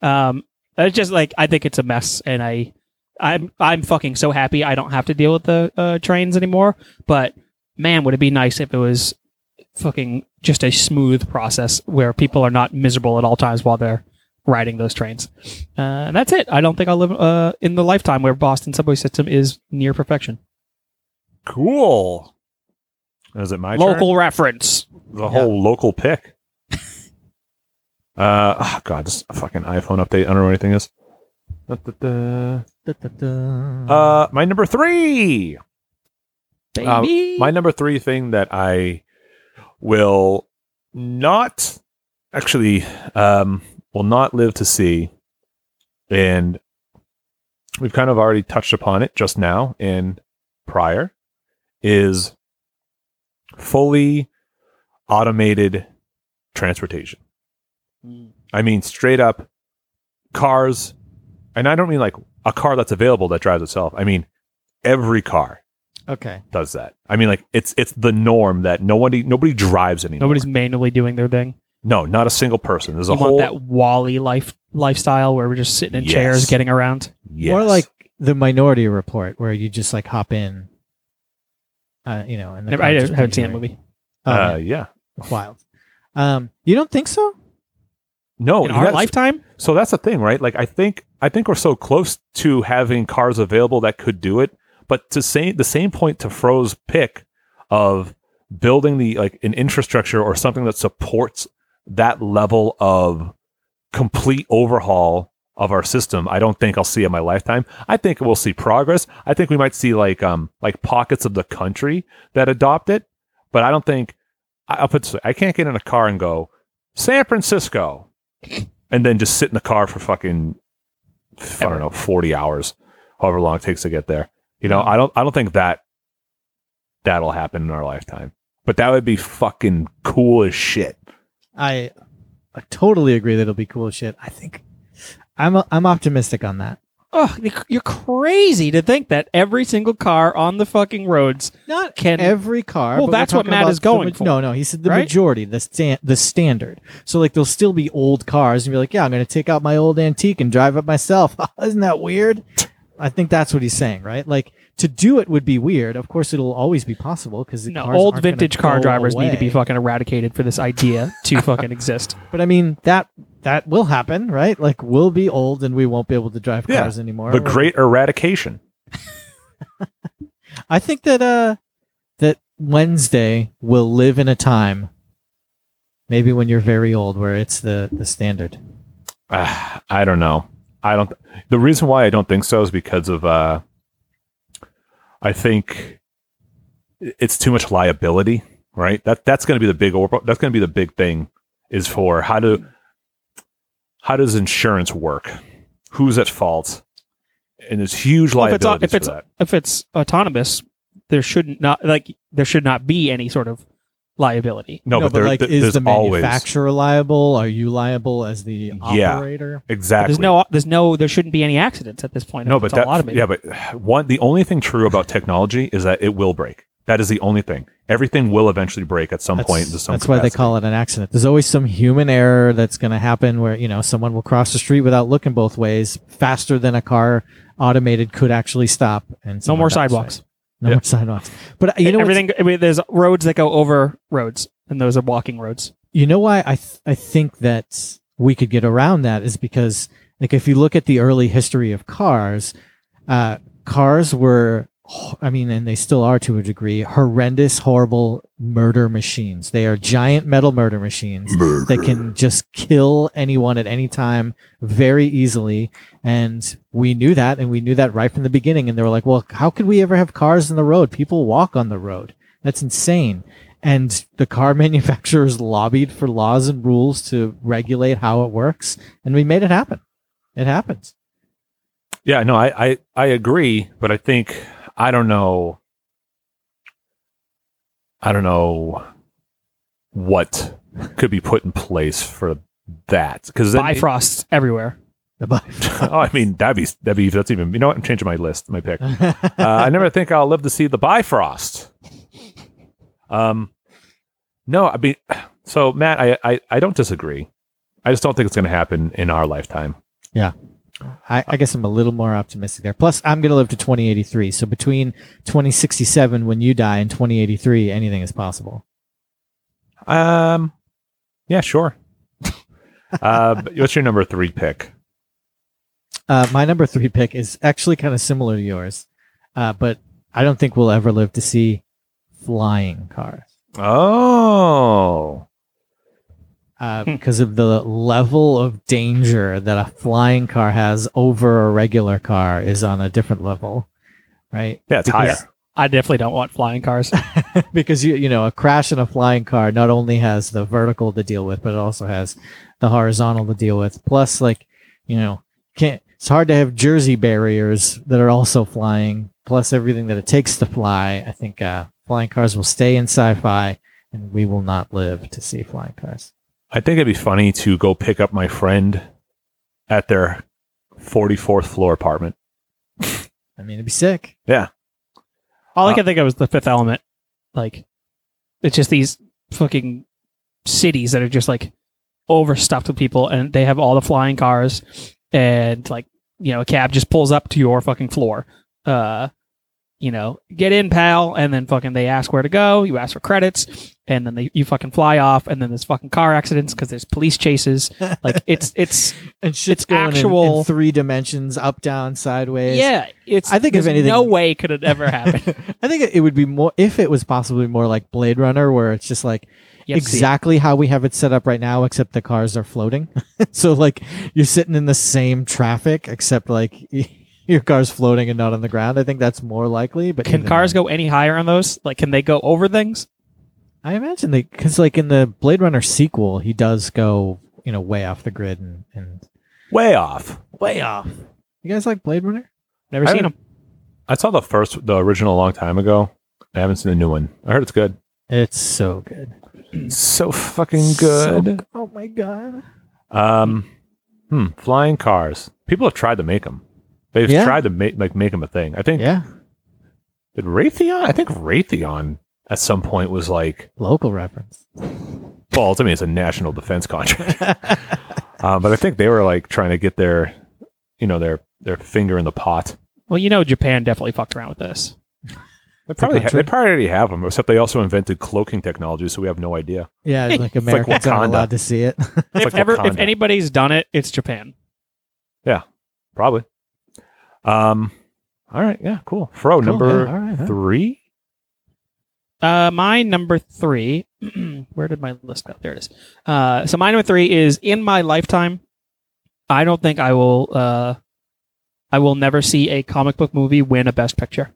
um, it's just like I think it's a mess, and I, I'm I'm fucking so happy I don't have to deal with the uh, trains anymore. But man, would it be nice if it was fucking just a smooth process where people are not miserable at all times while they're riding those trains. Uh, and that's it. I don't think I'll live uh, in the lifetime where Boston subway system is near perfection.
cool. Is it my
Local reference.
turn? The whole local pick. uh, oh God, this fucking iPhone update. I don't know where anything is. Da-da-da. Uh, my number three. Uh,
Baby.
my number three thing that I will not actually um, will not live to see, and we've kind of already touched upon it just now and prior, is fully automated transportation. I mean straight up cars, and I don't mean like a car that's available that drives itself. I mean every car
Okay.
does that. I mean like it's it's the norm that nobody nobody drives anymore.
Nobody's manually doing their thing.
no, not a single person. There's a
You
whole
want that Wally life lifestyle where we're just sitting in chairs
Yes.
getting around.
yes.
More like the Minority Report, where you just like hop in. Uh, you know, and the
Never, I
car just
haven't seen that
moves
movie.
away.
uh,
um,
Oh,
yeah.
yeah. wild. Um, you don't think so?
No,
in our
that's-
lifetime,
So that's the thing, right? Like I think I think we're so close to having cars available that could do it, but to say the same point to Fro's pick of building the like an infrastructure or something that supports that level of complete overhaul of our system, I don't think I'll see in my lifetime. I think we'll see progress. I think we might see like um like pockets of the country that adopt it, but I don't think I- I'll put it this way, I can't get in a car and go San Francisco and then just sit in the car for fucking I don't know forty hours, however long it takes to get there. You know, I don't I don't think that that'll happen in our lifetime. But that would be fucking cool as shit.
I, I totally agree that it'll be cool as shit. I think I'm I'm optimistic on that.
oh, you're crazy to think that every single car on the fucking roads
Not
can
every car.
Well,
but we're
that's what
talking
Matt
about
is going
the, ma-
for,
No, no, he said the
right?
majority, the stand, the standard. So like, there'll still be old cars, and be like, yeah, I'm going to take out my old antique and drive it myself. Isn't that weird? I think that's what he's saying, right? Like to do it would be weird. Of course, it'll always be possible because
no, old vintage car drivers need to be fucking eradicated for this idea to fucking exist.
But I mean that that will happen, right? Like we'll be old and we won't be able to drive
Yeah.
cars anymore.
The
We're-
great eradication.
I think that uh that Wednesday will live in a time maybe when you're very old where it's the the standard.
Ah, I don't know. I don't. The reason why I don't think so is because of. Uh, I think it's too much liability, right? That that's going to be the big. or- That's going to be the big thing is for how do how does insurance work? Who's at fault? And there's huge
Well, if it's au-
liability
if it's-
for that.
If it's autonomous, there should not like there should not be any sort of liability.
No, but, there,
like
th-
is
there's
the
always
manufacturer liable? Are you liable as the
Yeah.
operator?
exactly.
There's no there's no there shouldn't be any accidents at this point.
No,
It's
but
all
that,
automated.
yeah, but one the only thing true about technology is that it will break. That is the only thing. Everything will eventually break at some
That's,
point. To some
that's why they
capacity.
call it an accident. There's always some human error that's going to happen where, you know, someone will cross the street without looking both ways faster than a car automated could actually stop and
no
someone
more
got hit.
sidewalks.
No
Yeah.
more sidewalks. But uh, you know what's
everything. I mean, there's roads that go over roads, and those are walking roads.
you know why I th- I think that we could get around that is because like if you look at the early history of cars, uh, cars were ho- I mean, and they still are to a degree, horrendous, horrible murder machines. They are giant metal murder machines that can just kill anyone at any time very easily. And we knew that, and we knew that right from the beginning. And they were like, well, how could we ever have cars on the road? People walk on the road. That's insane. And the car manufacturers lobbied for laws and rules to regulate how it works. And we made it happen. It happens.
Yeah, no, I, I I agree, but I think I don't know. I don't know what could be put in place for that because
Bifrosts everywhere.
Goodbye.
oh, I mean that'd be that'd be that's even you know what I'm changing my list my pick. uh, I never think I'll live to see the Bifrost. Um, no, I mean, so Matt, I, I, I don't disagree. I just don't think it's going to happen in our lifetime.
I, I guess I'm a little more optimistic there. Plus, I'm going to live to 2083. So between 2067, when you die, and 2083, anything is possible.
Um, yeah, sure. uh, but what's your number three pick?
Uh, my number three pick is actually kind of similar to yours, uh, but I don't think we'll ever live to see flying cars
Oh,
uh,
Hmm.
because of the level of danger that a flying car has over a regular car is on a different level, right?
yeah, it's
Because-
higher.
I definitely don't want flying cars.
because you you know a crash in a flying car not only has the vertical to deal with but it also has the horizontal to deal with plus like you know can't it's hard to have jersey barriers that are also flying plus everything that it takes to fly i think uh, flying cars will stay in sci-fi and we will not live to see flying cars
I think it'd be funny to go pick up my friend at their 44th floor apartment.
I mean, it'd be sick.
All I
Uh,
could think of was the Fifth Element. Like, it's just these fucking cities that are just like overstuffed with people, and they have all the flying cars, and like you know, a cab just pulls up to your fucking floor. Uh, you know, get in, pal, and then fucking they ask where to go. You ask for credits, and then they you fucking fly off, and then there's fucking car accidents because there's police chases. Like it's it's
and shit's
it's
going in- in
actual-
three dimensions, up, down, sideways.
yeah, it's
I think if
there's
anything-
no way could it ever happen.
I think it would be more if it was possibly more like Blade Runner, where it's just like
You have to see it.
exactly how we have it set up right now, except the cars are floating. so like you're sitting in the same traffic, except like your car's floating and not on the ground. I think that's more likely. But
Can
even
cars
then-
go any higher on those? Like, can they go over things?
I imagine they because like in the Blade Runner sequel, he does go you know way off the grid and and
Way off.
way off. You guys like Blade Runner?
Never
I
seen them.
haven't- I saw the first, the original, a long time ago. I haven't seen the new one. I heard it's good.
It's so good.
So fucking
So
good.
g- oh my god.
Um, hmm, flying cars. People have tried to make them. They've
Yeah.
tried to make like make them a thing. I think
Yeah.
did Raytheon. I think Raytheon at some point was like,
Local reference.
well, to me, it's a national defense contract. um, but I think they were like trying to get their, you know, their their finger in the pot.
Well, you know, Japan definitely fucked around with this.
They probably ha-
country?
they probably already have them, except they also invented cloaking technology, so we have no idea.
Yeah, like
like
Americans aren't
Wakanda.
allowed to see it.
It's
if
like
ever, if
Wakanda.
anybody's done it, it's Japan.
Probably. Um. All right. Yeah. Cool. Fro
Cool,
number
yeah, all right, huh?
three.
Uh, my number three. where did my list go? There it is. Uh, so my number three is in my lifetime. I don't think I will. Uh, I will never see a comic book movie win a Best Picture.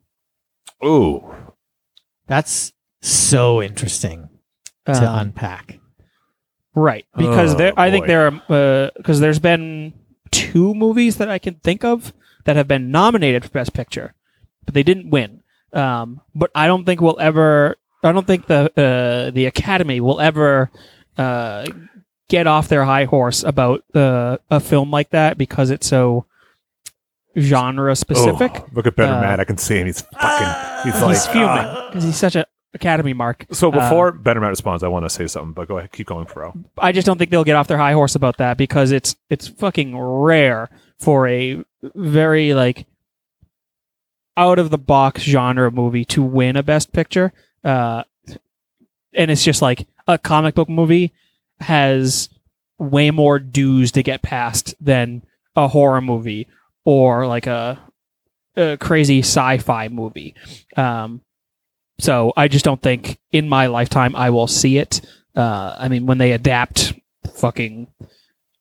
Ooh.
That's so interesting to
Um,
unpack.
Right, because
Oh,
there, I think
boy.
there are because there's been two movies that I can think of that have been nominated for Best Picture, but they didn't win. Um, but I don't think we'll ever. I don't think the uh, the Academy will ever uh, get off their high horse about uh, a film like that because it's so genre specific.
Oh, look at Better
Uh,
Matt. I can see him. He's fucking. he's like
He's fuming
"Ah."
because he's such a Academy mark.
So
Uh,
before Better Matt responds, I want to say something, but go ahead, keep going, Fro.
I just don't think they'll get off their high horse about that because it's it's fucking rare for a very like out of the box genre movie to win a best picture. Uh and it's just like a comic book movie has way more dues to get past than a horror movie or like a, a crazy sci-fi movie. Um so I just don't think in my lifetime I will see it uh, I mean, when they adapt fucking,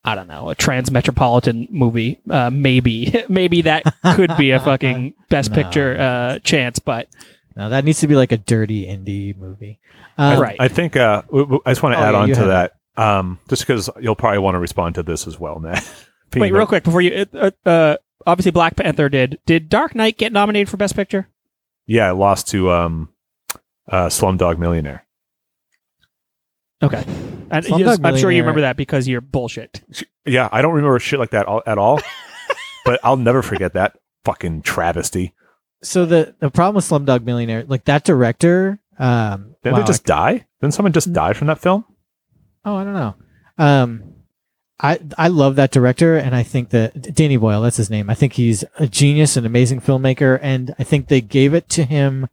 I don't know, a transmetropolitan movie, uh, maybe, maybe that could be a fucking best
No.
picture uh, chance, but
Now that needs to be like a dirty indie movie. Um,
right.
I think uh, w- w- I just want to
Oh,
add
yeah,
on
you
to
have
that, um, just because you'll probably want to respond to this as well, Matt. Being
Wait,
that-
real quick before you, uh, uh, obviously Black Panther did. Did Dark Knight get nominated for best picture?
Yeah, I lost to um, uh, Slumdog Millionaire.
Okay, and
Slumdog
yes, I'm sure you
Millionaire.
remember that because you're bullshit.
Yeah, I don't remember shit like that all, at all, but I'll never forget that fucking travesty.
So the the problem with Slumdog Millionaire, like that director. Um,
Didn't
wow,
they just die? Didn't someone just die from that film?
Oh, I don't know. Um, I I love that director, and I think that Danny Boyle, that's his name. I think he's a genius, an amazing filmmaker, and I think they gave it to him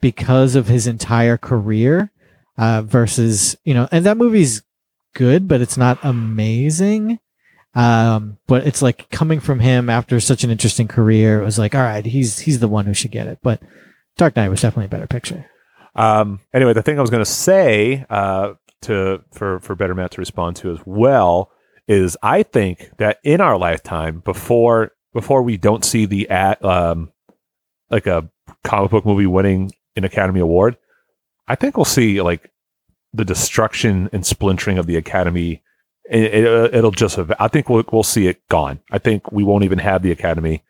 because of his entire career. Uh, versus you know, and that movie's good, but it's not amazing. Um, but it's like coming from him after such an interesting career, it was like, all right, he's he's the one who should get it. But Dark Knight was definitely a better picture.
Um, anyway, the thing I was going to say uh, to for for Better Matt to respond to as well is I think that in our lifetime, before before we don't see the at um, like a comic book movie winning an Academy Award, I think we'll see like the destruction and splintering of the Academy. It, it, it'll just ev- I think we'll we'll see it gone. I think we won't even have the Academy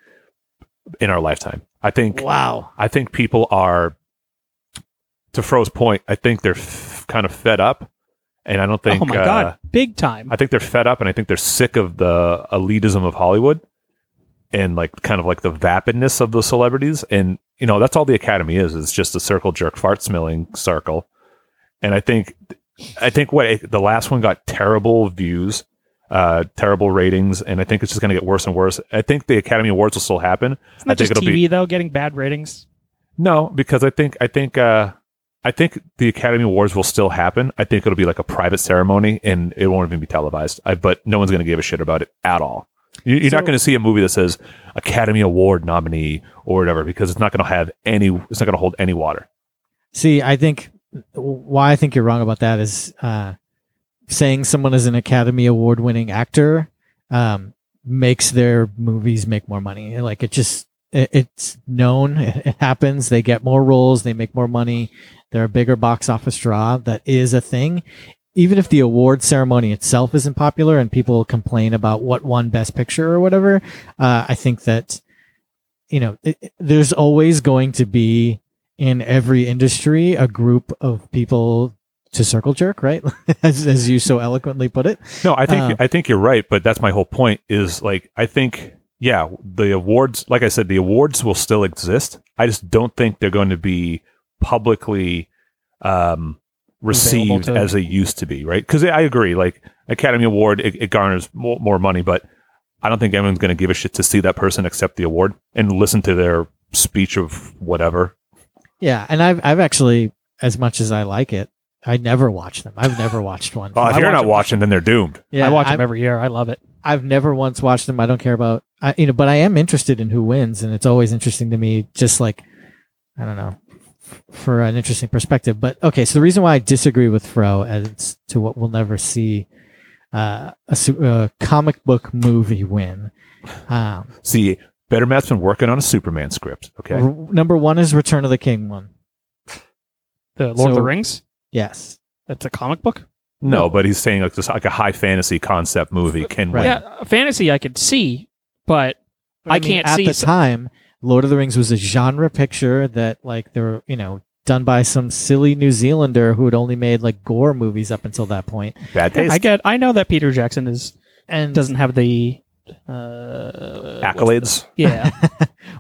in our lifetime. I think
Wow.
I think people are, to Fro's point, I think they're f- kind of fed up and I don't think.
oh my
uh,
god, big time.
I think they're fed up, and I think they're sick of the elitism of Hollywood, and like kind of like the vapidness of the celebrities. And you know, that's all the Academy is. It's just a circle jerk, fart smelling circle. And I think, I think what eh, the last one got terrible views, uh, terrible ratings, and I think it's just going to get worse and worse. I think the Academy Awards will still happen.
it's not
I think
just
it'll
TV
be-
though getting bad ratings.
No, because I think I think uh, I think the Academy Awards will still happen. I think it'll be like a private ceremony, and it won't even be televised. I, but no one's going to give a shit about it at all. You, you're not
So-
going to see a movie that says Academy Award nominee or whatever because it's not going to have any. It's not going to hold any water.
See, I think why I think you're wrong about that is uh, saying someone is an Academy Award winning actor um, makes their movies make more money. Like it just it, it's known, it, it happens. They get more roles, they make more money. They're a bigger box office draw. That is a thing. Even if the award ceremony itself isn't popular and people complain about what won Best Picture or whatever, uh, I think that you know it, it- there's always going to be in every industry a group of people to circle jerk, right? as, as you so eloquently put it.
No, I think
Oh.
Uh.
I think you're right, but that's my whole point. Is like I think yeah, the awards. Like I said, the awards will still exist. I just don't think they're going to be publicly um, received
to-
as they used to be, right? Because I agree. Like Academy Award, it, it garners more, more money, but I don't think anyone's going to give a shit to see that person accept the award and listen to their speech of whatever.
Yeah, and I've I've actually as much as I like it, I never watch them. I've never watched one.
Well, if
I
you're
watch
not
it-
watching, then they're doomed.
yeah,
Oh, I watch
I've,
them every year. I love it.
I've never once watched them. I don't care about I, you know, but I am interested in who wins, and it's always interesting to me. Just like I don't know for an interesting perspective. But okay, so the reason why I disagree with Fro as to what we'll never see uh, a, su- a comic book movie win. Um,
See, Better Matt's been working on a Superman script. Okay,
r- number one is Return of the King one.
The Lord of
So-
the Rings.
Yes.
That's a comic book.
No, but he's saying like this, like a high fantasy concept movie can
Right.
win.
Yeah, fantasy I could see, but I
mean,
can't
at
see
the
so-
time. Lord of the Rings was a genre picture that, like, they were you know done by some silly New Zealander who had only made like gore movies up until that point.
Bad taste.
I get. I know that Peter Jackson is
And
doesn't have the uh,
Accolades.
Yeah,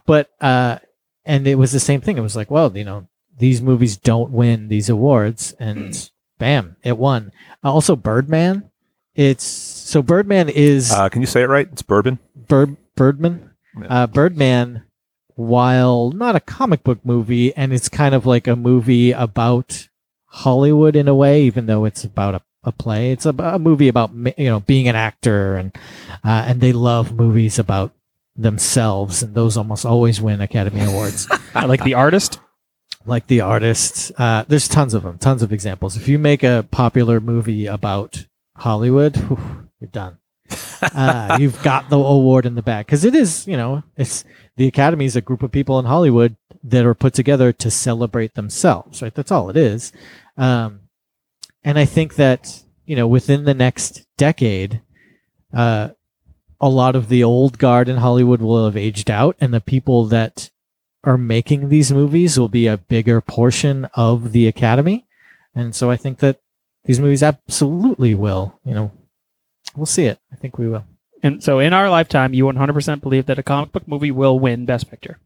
but uh, and it was the same thing. It was like, well, you know, these movies don't win these awards, and bam, it won. Uh, also, Birdman. It's so Birdman is
Uh, can you say it right? It's bourbon.
Bird Birdman.
Yeah.
Uh, Birdman, while not a comic book movie, and it's kind of like a movie about Hollywood in a way, even though it's about a, a play. It's a, a movie about ma- you know being an actor, and uh, and they love movies about themselves, and those almost always win Academy Awards
I like the artist.
like the artists. Uh, there's tons of them, tons of examples. If you make a popular movie about Hollywood, whew, you're done. uh, you've got the award in the bag because it is, you know, it's the Academy is a group of people in Hollywood that are put together to celebrate themselves, right? That's all it is. Um, and I think that you know within the next decade, uh, a lot of the old guard in Hollywood will have aged out, and the people that are making these movies will be a bigger portion of the Academy, and so I think that these movies absolutely will. You know, we'll see it. I think we will.
And so in our lifetime, you 100% believe that a comic book movie will win Best Picture.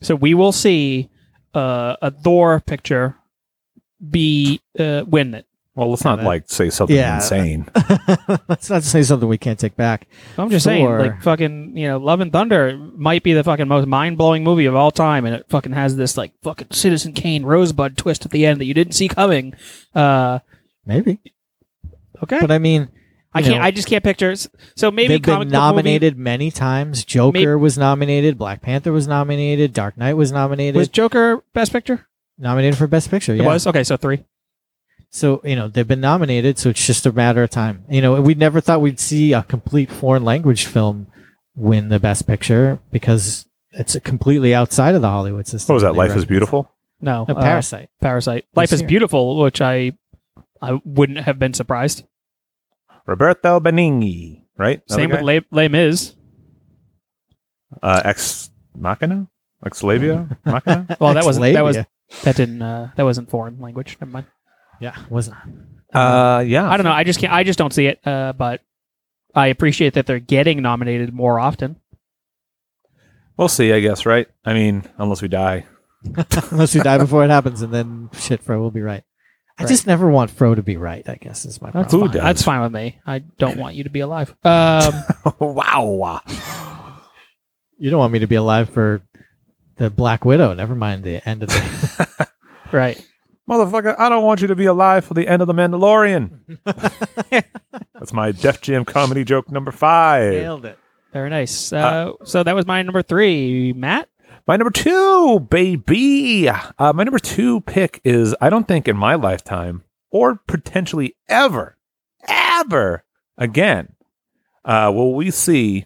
So we will see uh, a Thor picture be uh, win it.
Well, let's not
Yeah, that-
like say something
Yeah.
insane.
Let's not say something we can't take back.
I'm just
Thor.
saying, like fucking, you know, Love and Thunder might be the fucking most mind blowing movie of all time, and it fucking has this like fucking Citizen Kane Rosebud twist at the end that you didn't see coming. Uh,
Maybe,
okay,
but I mean,
I
you
can't.
know,
I just can't picture. So maybe
they've
comic
been
book
nominated many times. Joker was nominated. Black Panther was nominated. Dark Knight was nominated.
movie was Joker Best Picture.
nominated for Best Picture.
It
yeah.
was okay. So three.
So you know they've been nominated. So it's just a matter of time. You know, we never thought we'd see a complete foreign language film win the Best Picture because it's completely outside of the Hollywood system.
What was that?
They
Life is
reference-
beautiful.
No,
No,
uh,
Parasite.
Parasite. Life is
year.
beautiful, which I I wouldn't have been surprised.
Roberto Benigni, right?
Same with
Another
Les, Les Mis.
guy? uh, Ex Machina, Ex Labia Machina.
Well, that wasn't that was
Ex-Labia.
that didn't uh, that wasn't foreign language. Never mind.
yeah, wasn't.
Uh, yeah.
I don't know. I just can't. I just don't see it. Uh, but I appreciate that they're getting nominated more often.
We'll see, I guess, right? I mean, unless we die.
Unless you die before it happens, and then shit, Fro will be right. I
Right.
just never want Fro to be right. I guess is my
That's
problem.
Who
fine.
does?
That's fine with me. I don't want you to be alive. Um,
wow.
You don't want me to be alive for the Black Widow. Never mind the end of the.
right.
Motherfucker, I don't want you to be alive for the end of The Mandalorian. That's my Def Jam comedy joke number five.
it.
Very nice. Uh, so that was my number three, Matt.
My number two, baby. Uh, my number two pick is I don't think in my lifetime or potentially ever, ever again uh, will we see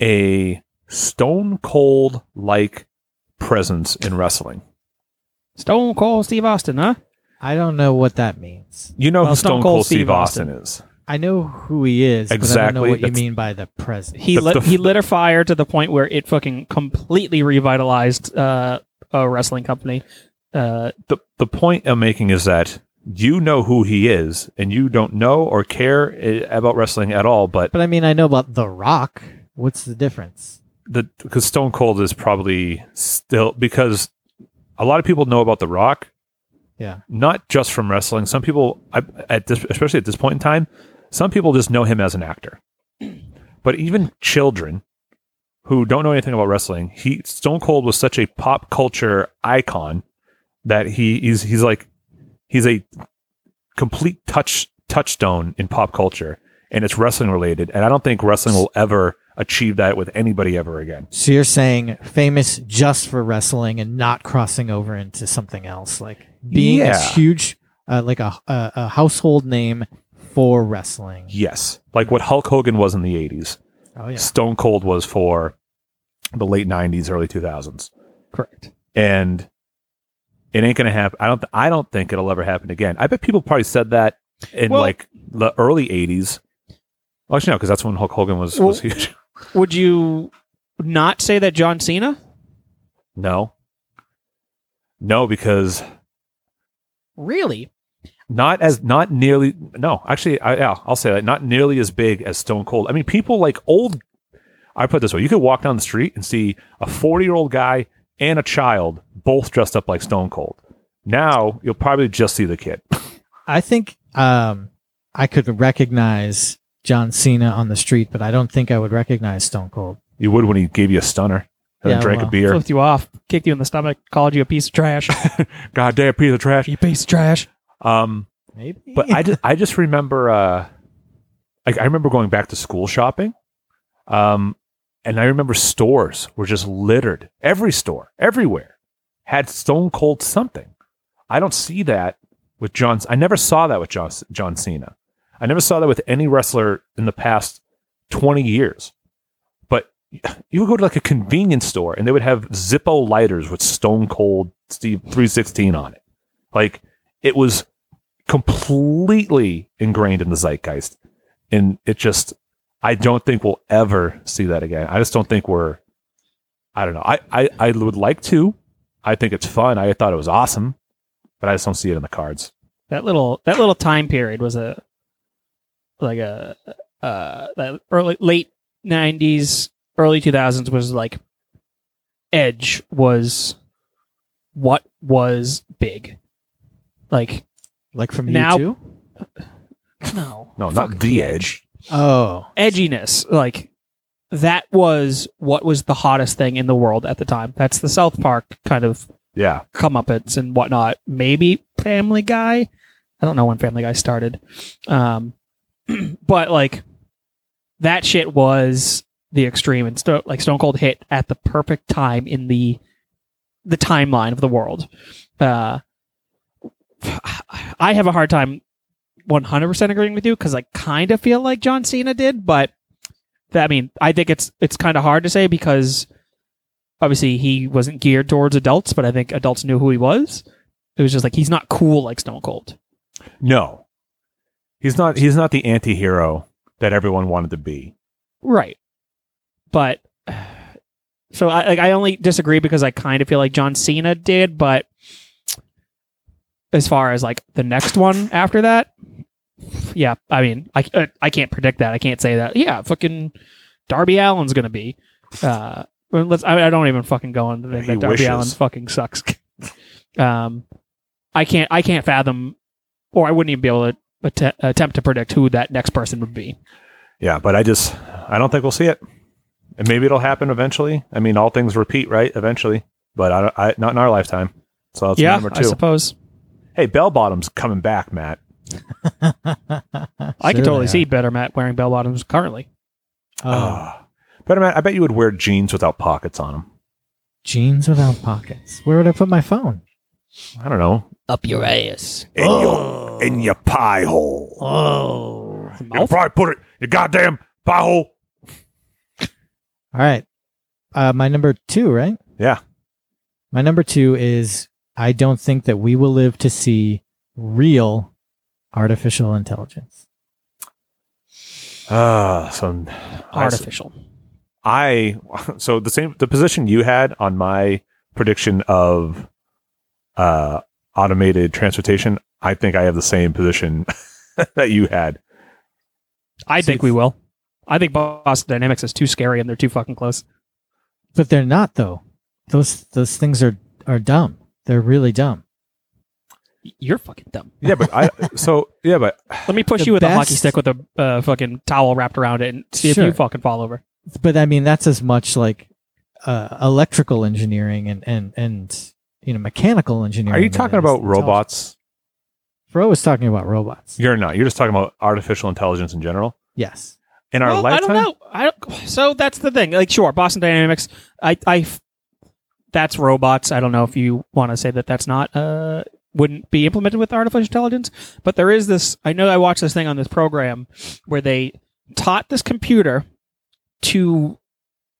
a stone cold like presence in wrestling.
Stone Cold Steve Austin, huh?
I don't know what that means.
You know
Well,
who Stone, Cold, Steve, Austin, is.
I know who he is, but I don't know
Exactly,
what you
that's-
mean by the present.
He
The-
lit
the-
he lit a fire to the point where it fucking completely revitalized uh, a wrestling company. Uh,
The, the point I'm making is that you know who he is and you don't know or care eh, about wrestling at all, but
But I mean, I know about The Rock. What's the difference?
the because Stone Cold is probably still because a lot of people know about The Rock.
Yeah.
Not just from wrestling. Some people I- at this, especially at this point in time, some people just know him as an actor. But even children who don't know anything about wrestling, he Stone Cold was such a pop culture icon that he is he's like he's a complete touch touchstone in pop culture and it's wrestling related and I don't think wrestling will ever achieve that with anybody ever again.
So you're saying famous just for wrestling and not crossing over into something else, like being a
Yeah.
huge, uh, like a, a a household name for wrestling.
Yes. Like what Hulk Hogan was in the 80s,
Oh yeah,
Stone Cold was for the late 90s, early 2000s.
correct.
And it ain't going to happen. I don't th- I don't think it'll ever happen again. I bet people probably said that in
Well-
like the early 80s. Well, actually, no, because that's when Hulk Hogan was,
Well-
was huge.
Would you not say that John Cena?
No. No, because
Really?
not as not nearly no actually I, yeah i'll say that not nearly as big as stone cold i mean people like old i put it this way you could walk down the street and see a 40 year old guy and a child both dressed up like stone cold now you'll probably just see the kid
I think um, I could recognize John Cena on the street, but I don't think I would recognize Stone Cold.
you would when he gave you a stunner and then
Yeah,
drank
well,
a beer
Flipped you off, kicked you in the stomach, called you a piece of trash.
goddamn piece of trash
you piece of trash.
um
Maybe,
but I just I just remember uh like I remember going back to school shopping. Um and I remember stores were just littered. Every store, everywhere had stone cold something. I don't see that with John I never saw that with John, John Cena. I never saw that with any wrestler in the past 20 years. But you would go to like a convenience store and they would have Zippo lighters with Stone Cold Steve 316 on it. Like it was completely ingrained in the zeitgeist. And it just, I don't think we'll ever see that again. I just don't think we're, I don't know. I, I, I would like to. I think it's fun. I thought it was awesome, but I just don't see it in the cards.
That little that little time period was a like a uh that early late nineties, early two thousands was like Edge was what was big. Like
like from
Now-
now, U2?
no.
No, not the edge.
Oh,
Edginess. Like that was what was the hottest thing in the world at the time. That's the South Park kind of
Yeah.
comeuppance and whatnot. Maybe Family Guy. I don't know when Family Guy started, um, but like that shit was the extreme and sto- like Stone Cold hit at the perfect time in the the timeline of the world. Uh, I have a hard time 100% agreeing with you because I kind of feel like John Cena did, but that, I mean, I think it's it's kind of hard to say because obviously he wasn't geared towards adults, but I think adults knew who he was. It was just like he's not cool like Stone Cold.
No. He's not, he's not the anti hero that everyone wanted to be.
Right. But so I like I only disagree because I kind of feel like John Cena did, but as far as like the next one after that, yeah, I mean, I uh, I can't predict that. I can't say that. Yeah, fucking Darby Allen's gonna be. Uh, well, let's. I, I don't even fucking go on to think
He
that Darby
wishes.
Allen fucking sucks. um, I can't. I can't fathom, or I wouldn't even be able to att- attempt to predict who that next person would be.
Yeah, but I just I don't think we'll see it. And maybe it'll happen eventually. I mean, all things repeat, right? Eventually, but I, don't- I not in our lifetime. So that's my
yeah,
number
I
two.
suppose
hey, bell bottoms coming back, Matt.
I can totally see better Matt wearing bell bottoms currently.
Oh,
Ah. Better Matt, I bet you would wear jeans without pockets on them.
jeans without pockets. Where would I put my phone?
I don't know.
Up your ass.
In your in your pie hole.
Oh,
probably put it your goddamn pie hole.
All right. Uh, my number two, right?
Yeah.
My number two is I don't think that we will live to see real artificial intelligence.
Ah, so
artificial.
I so the same the position you had on my prediction of uh automated transportation, I think I have the same position that you had.
I think we will. I think Boston Dynamics is too scary and they're too fucking close.
But they're not though. Those those things are are dumb. They're really dumb.
Y- You're fucking dumb.
Yeah, but I so yeah, but
Let me push
The
you with a hockey
best-
stick with a uh, fucking towel wrapped around it and see if
Sure.
you fucking fall over.
But I mean that's as much like uh, electrical engineering and and and you know mechanical engineering.
are you
than
talking
it is
about
intelligence.
robots?
Fro was talking about robots.
You're not. You're just talking about artificial intelligence in general.
Yes.
In our
well,
lifetime,
I don't know. I don't, so that's the thing. Like, sure, Boston Dynamics. I, I f- that's robots. I don't know if you want to say that that's not uh wouldn't be implemented with artificial intelligence, but there is this. I know I watched this thing on this program where they taught this computer to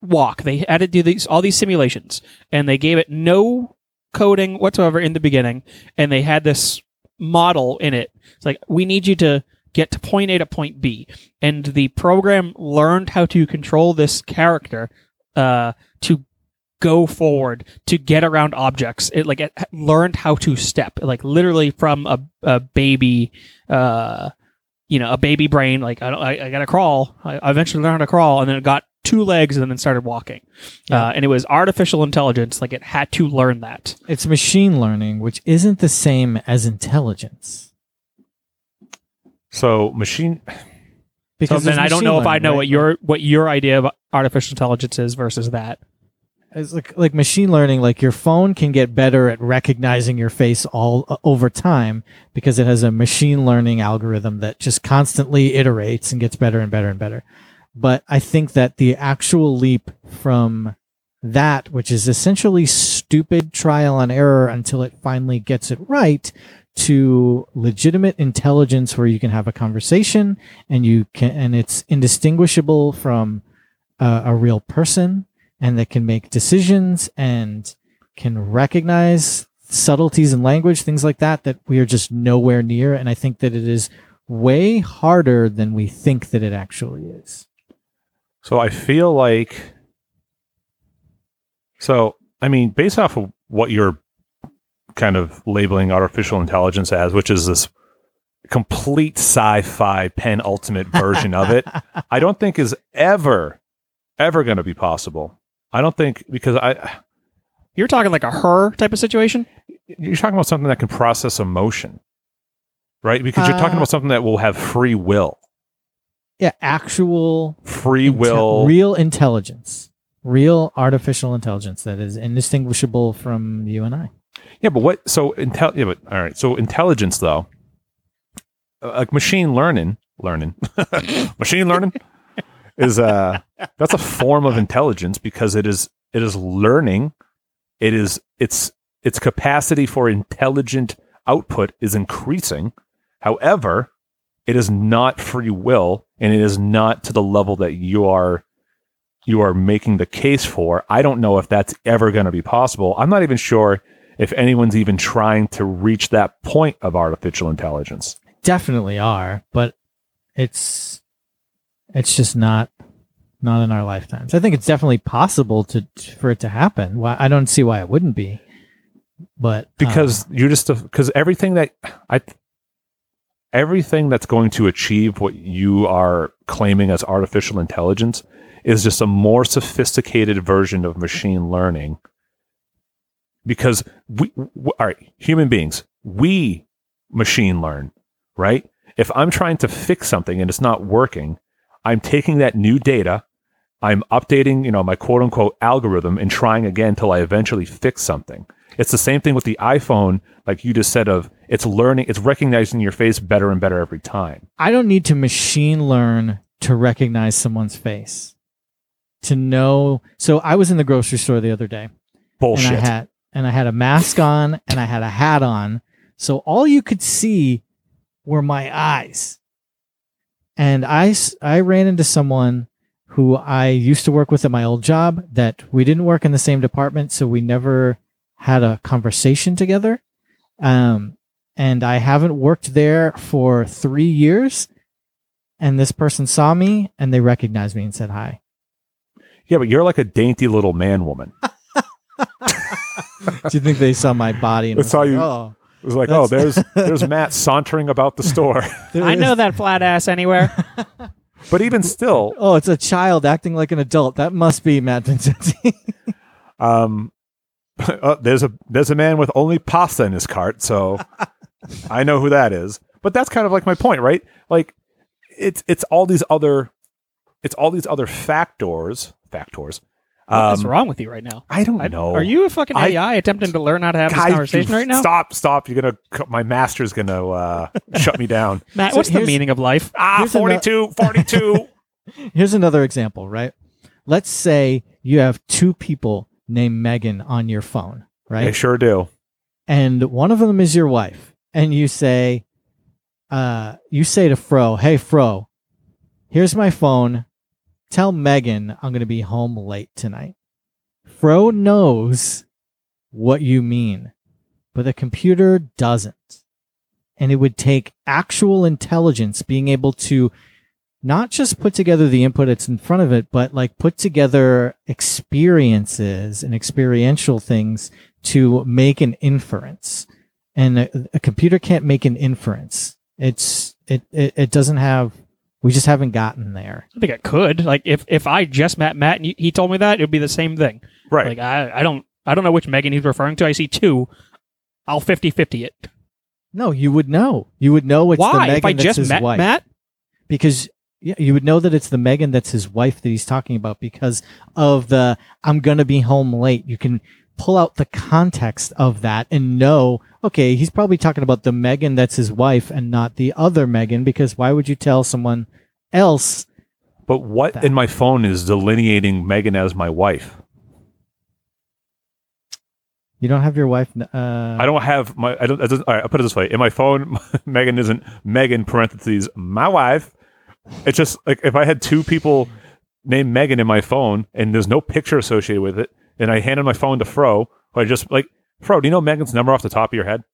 walk. They had to do these all these simulations, and they gave it no coding whatsoever in the beginning, and they had this model in it. It's like we need you to get to point A to point B, and the program learned how to control this character uh, to go forward to get around objects it like it learned how to step like literally from a, a baby uh you know a baby brain like i, don't- I, I gotta crawl I, I eventually learned how to crawl and then it got two legs and then started walking
Yeah.
uh, and it was artificial intelligence like it had to learn that
It's machine learning, which isn't the same as intelligence.
so machine.
so
Because
then
there's
i don't
machine
know if i
learning,
know
right?
what your what your idea of artificial intelligence is versus that
it's like like machine learning like your phone can get better at recognizing your face all uh, over time because it has a machine learning algorithm that just constantly iterates and gets better and better and better but i think that the actual leap from that which is essentially stupid trial and error until it finally gets it right to legitimate intelligence where you can have a conversation and you can and it's indistinguishable from uh, a real person and that can make decisions and can recognize subtleties in language, things like that, that we are just nowhere near. And I think that it is way harder than we think that it actually is.
So I feel like. So I mean, based off of what you're kind of labeling artificial intelligence as, which is this complete sci-fi penultimate version of it, I don't think is ever, ever going to be possible. I don't think because I
you're talking like a her type of situation
you're talking about something that can process emotion, right? Because you're talking
Uh,
about something that will have free will,
Yeah, actual
free
inte-
will.
real intelligence, real artificial intelligence that is indistinguishable from you and I.
Yeah, but what? So intel. Yeah, but all right. So intelligence, though, uh, like machine learning, learning, machine learning is uh that's a form of intelligence because it is it is learning. It is its its capacity for intelligent output is increasing. However, it is not free will, and it is not to the level that you are you are making the case for. I don't know if that's ever going to be possible. I'm not even sure if anyone's even trying to reach that point of artificial intelligence.
Definitely are, but it's it's just not not in our lifetimes. I think it's definitely possible to for it to happen. Why I don't see why it wouldn't be. But uh,
because you just because everything that I everything that's going to achieve what you are claiming as artificial intelligence is just a more sophisticated version of machine learning because we w- all right human beings we machine learn right if i'm trying to fix something and it's not working i'm taking that new data i'm updating you know my quote unquote algorithm and trying again till i eventually fix something it's the same thing with the iphone like you just said of it's learning it's recognizing your face better and better every time
I don't need to machine learn to recognize someone's face. To know, so I was in the grocery store the other day,
bullshit
and I had and I had a mask on and I had a hat on, so all you could see were my eyes. And I s- I ran into someone who I used to work with at my old job that we didn't work in the same department, so we never had a conversation together. Um, and I haven't worked there for three years. And this person saw me and they recognized me and said hi.
yeah but you're like a dainty little man woman
Do you think they saw my body? And
That's
was
how
like,
you-
Oh,
it was like
That's-
oh there's there's matt sauntering about the store
there
I
is-
know that flat ass anywhere.
but even still
Oh, it's a child acting like an adult. That must be Matt Vincenti.
Um, oh, there's a there's a man with only pasta in his cart, so I know who that is. But that's kind of like my point, right? Like it's it's all these other it's all these other factors factors. um,
What's wrong with you right now?
I don't
I-
know.
Are you a fucking
oh, I-
AI attempting to learn how to have
Guys,
this conversation
you-
right now?
Stop, stop! You're gonna cut- my master's gonna uh, shut me down.
Matt,
So
what's the
here's-
meaning of life?
Ah,
Here's ano-
42, 42.
Here's another example, right? Let's say you have two people named Megan on your phone, right?
I sure do.
and one of them is your wife, and you say, uh, you say to Fro, "Hey Fro, here's my phone. Tell Megan I'm going to be home late tonight." Fro knows what you mean, but the computer doesn't, and it would take actual intelligence being able to not just put together the input that's in front of it, but like put together experiences and experiential things to make an inference and a, a computer can't make an inference it's it, it it doesn't have we just haven't gotten there
I think I could. Like if if I just met Matt and he- he told me that, it would be the same thing.
Right.
Like I I don't I don't know which Megan he's referring to. I see two. I'll 50-50 it.
no you would know you would know it's the
Why?
megan
If I
that's
just
his
met
wife
Matt,
because yeah, you would know that it's the megan that's his wife that he's talking about because of the i'm gonna be home late you can pull out the context of that and know okay he's probably talking about the megan that's his wife and not the other megan because why would you tell someone else
But what
That.
in my phone is delineating Megan as my wife?
you don't have your wife uh,
I don't have my. I don't. I don't all right, I'll put it this way: in my phone, Megan isn't Megan parentheses my wife. It's just like if I had two people named Megan in my phone, and there's no picture associated with it, and I handed my phone to Fro, who I just like Fro. Do you know Megan's number off the top of your head?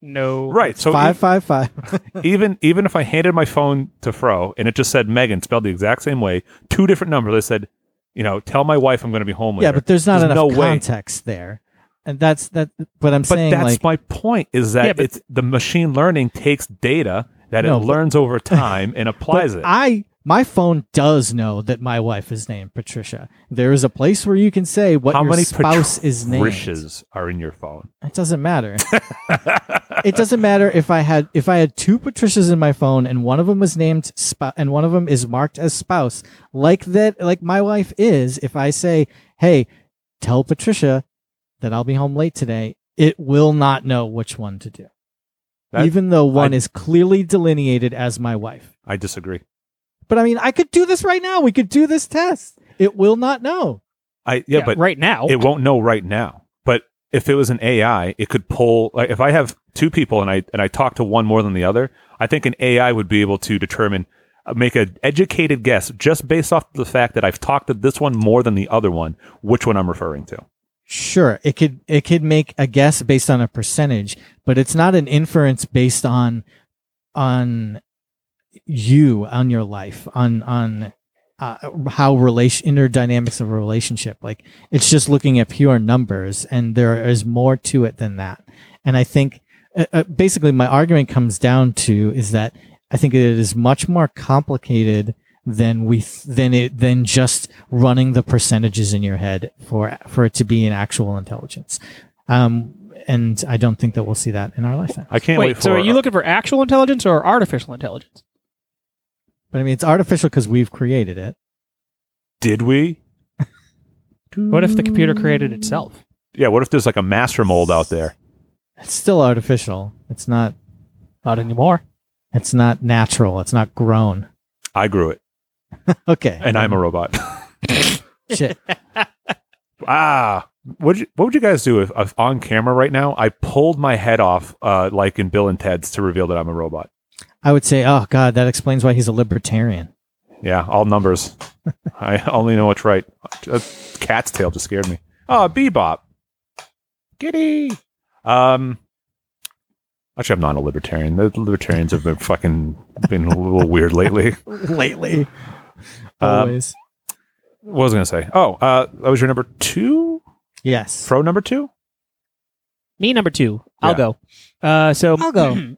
no.
Right. So
five five five.
e- even even if I handed my phone to Fro and it just said Megan spelled the exact same way, two different numbers. I said, you know, tell my wife I'm going to be home later.
yeah, but there's not
There's
enough
no way.
context there, and that's that. But I'm
But
saying
that's
like
my point is that
Yeah, but-
it's the machine learning takes data that
No,
it
but-
learns over time and
but
applies it.
I my phone does know that my wife is named Patricia. There is a place where you can say what
How
your
many
spouse is named.
Patricias are in your phone?
It doesn't matter. it doesn't matter if I had if I had two Patricias in my phone and one of them was named spouse and one of them is marked as spouse, like that, like my wife is. If I say, "Hey, tell Patricia that I'll be home late today," it will not know which one to do,
That-
even though one
I-
is clearly delineated as my wife.
I disagree.
But I mean, I could do this right now. We could do this test. It will not know.
I yeah, but
right now.
it won't know right now. But if it was an AI, it could pull. Like if I have two people and I and I talk to one more than the other, I think an AI would be able to determine, uh, make an educated guess just based off the fact that I've talked to this one more than the other one, which one I'm referring to.
Sure, it could it could make a guess based on a percentage, but it's not an inference based on on you, on your life, on on uh, how relation inner dynamics of a relationship. Like it's just looking at pure numbers, and there is more to it than that. And I think uh, uh, basically my argument comes down to is that I think it is much more complicated than we th- than it than just running the percentages in your head for for it to be an actual intelligence. Um, and I don't think that we'll see that in our lifetime.
I can't
wait,
wait, for
so are you looking for actual intelligence or artificial intelligence?
But I mean, it's artificial because we've created it.
Did we?
What if the computer created itself?
Yeah, what if there's like a master mold out there?
It's still artificial. It's not.
Not anymore.
It's not natural. It's not grown.
I grew it,
Okay.
and I'm a robot.
Shit.
ah, what you, what would you guys do if, if on camera right now I pulled my head off, uh, like in Bill and Ted's, to reveal that I'm a robot?
I would say, oh god, that explains why he's a libertarian.
Yeah, all numbers. I only know what's right. A cat's tail just scared me. Oh, bebop. Giddy. Um, actually, I'm not a libertarian. The libertarians have been fucking been a little weird lately.
Lately.
Um,
Always.
What was I going to say? Oh, uh, that was your number two?
yes.
Pro number two?
Me number two. I'll
Yeah.
go. Uh, so
I'll go.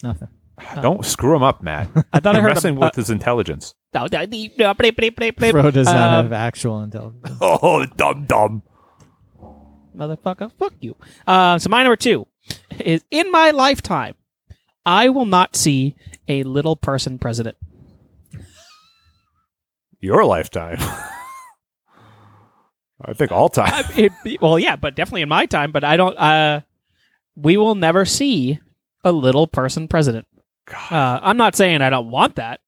Nothing.
Don't screw him up, Matt.
I thought Uh. I
You're
heard Uh.
messing
a,
with his intelligence.
Fro does not
uh,
Um,
have actual intelligence.
Oh, dumb, dumb.
motherfucker. Fuck you. Uh, so my number two is in my lifetime, I will not see a little person president.
Your lifetime. I think all time.
It'd be- well, yeah, but definitely in my time. But I don't. Uh, we will never see a little person president. Uh, I'm not saying I don't want that,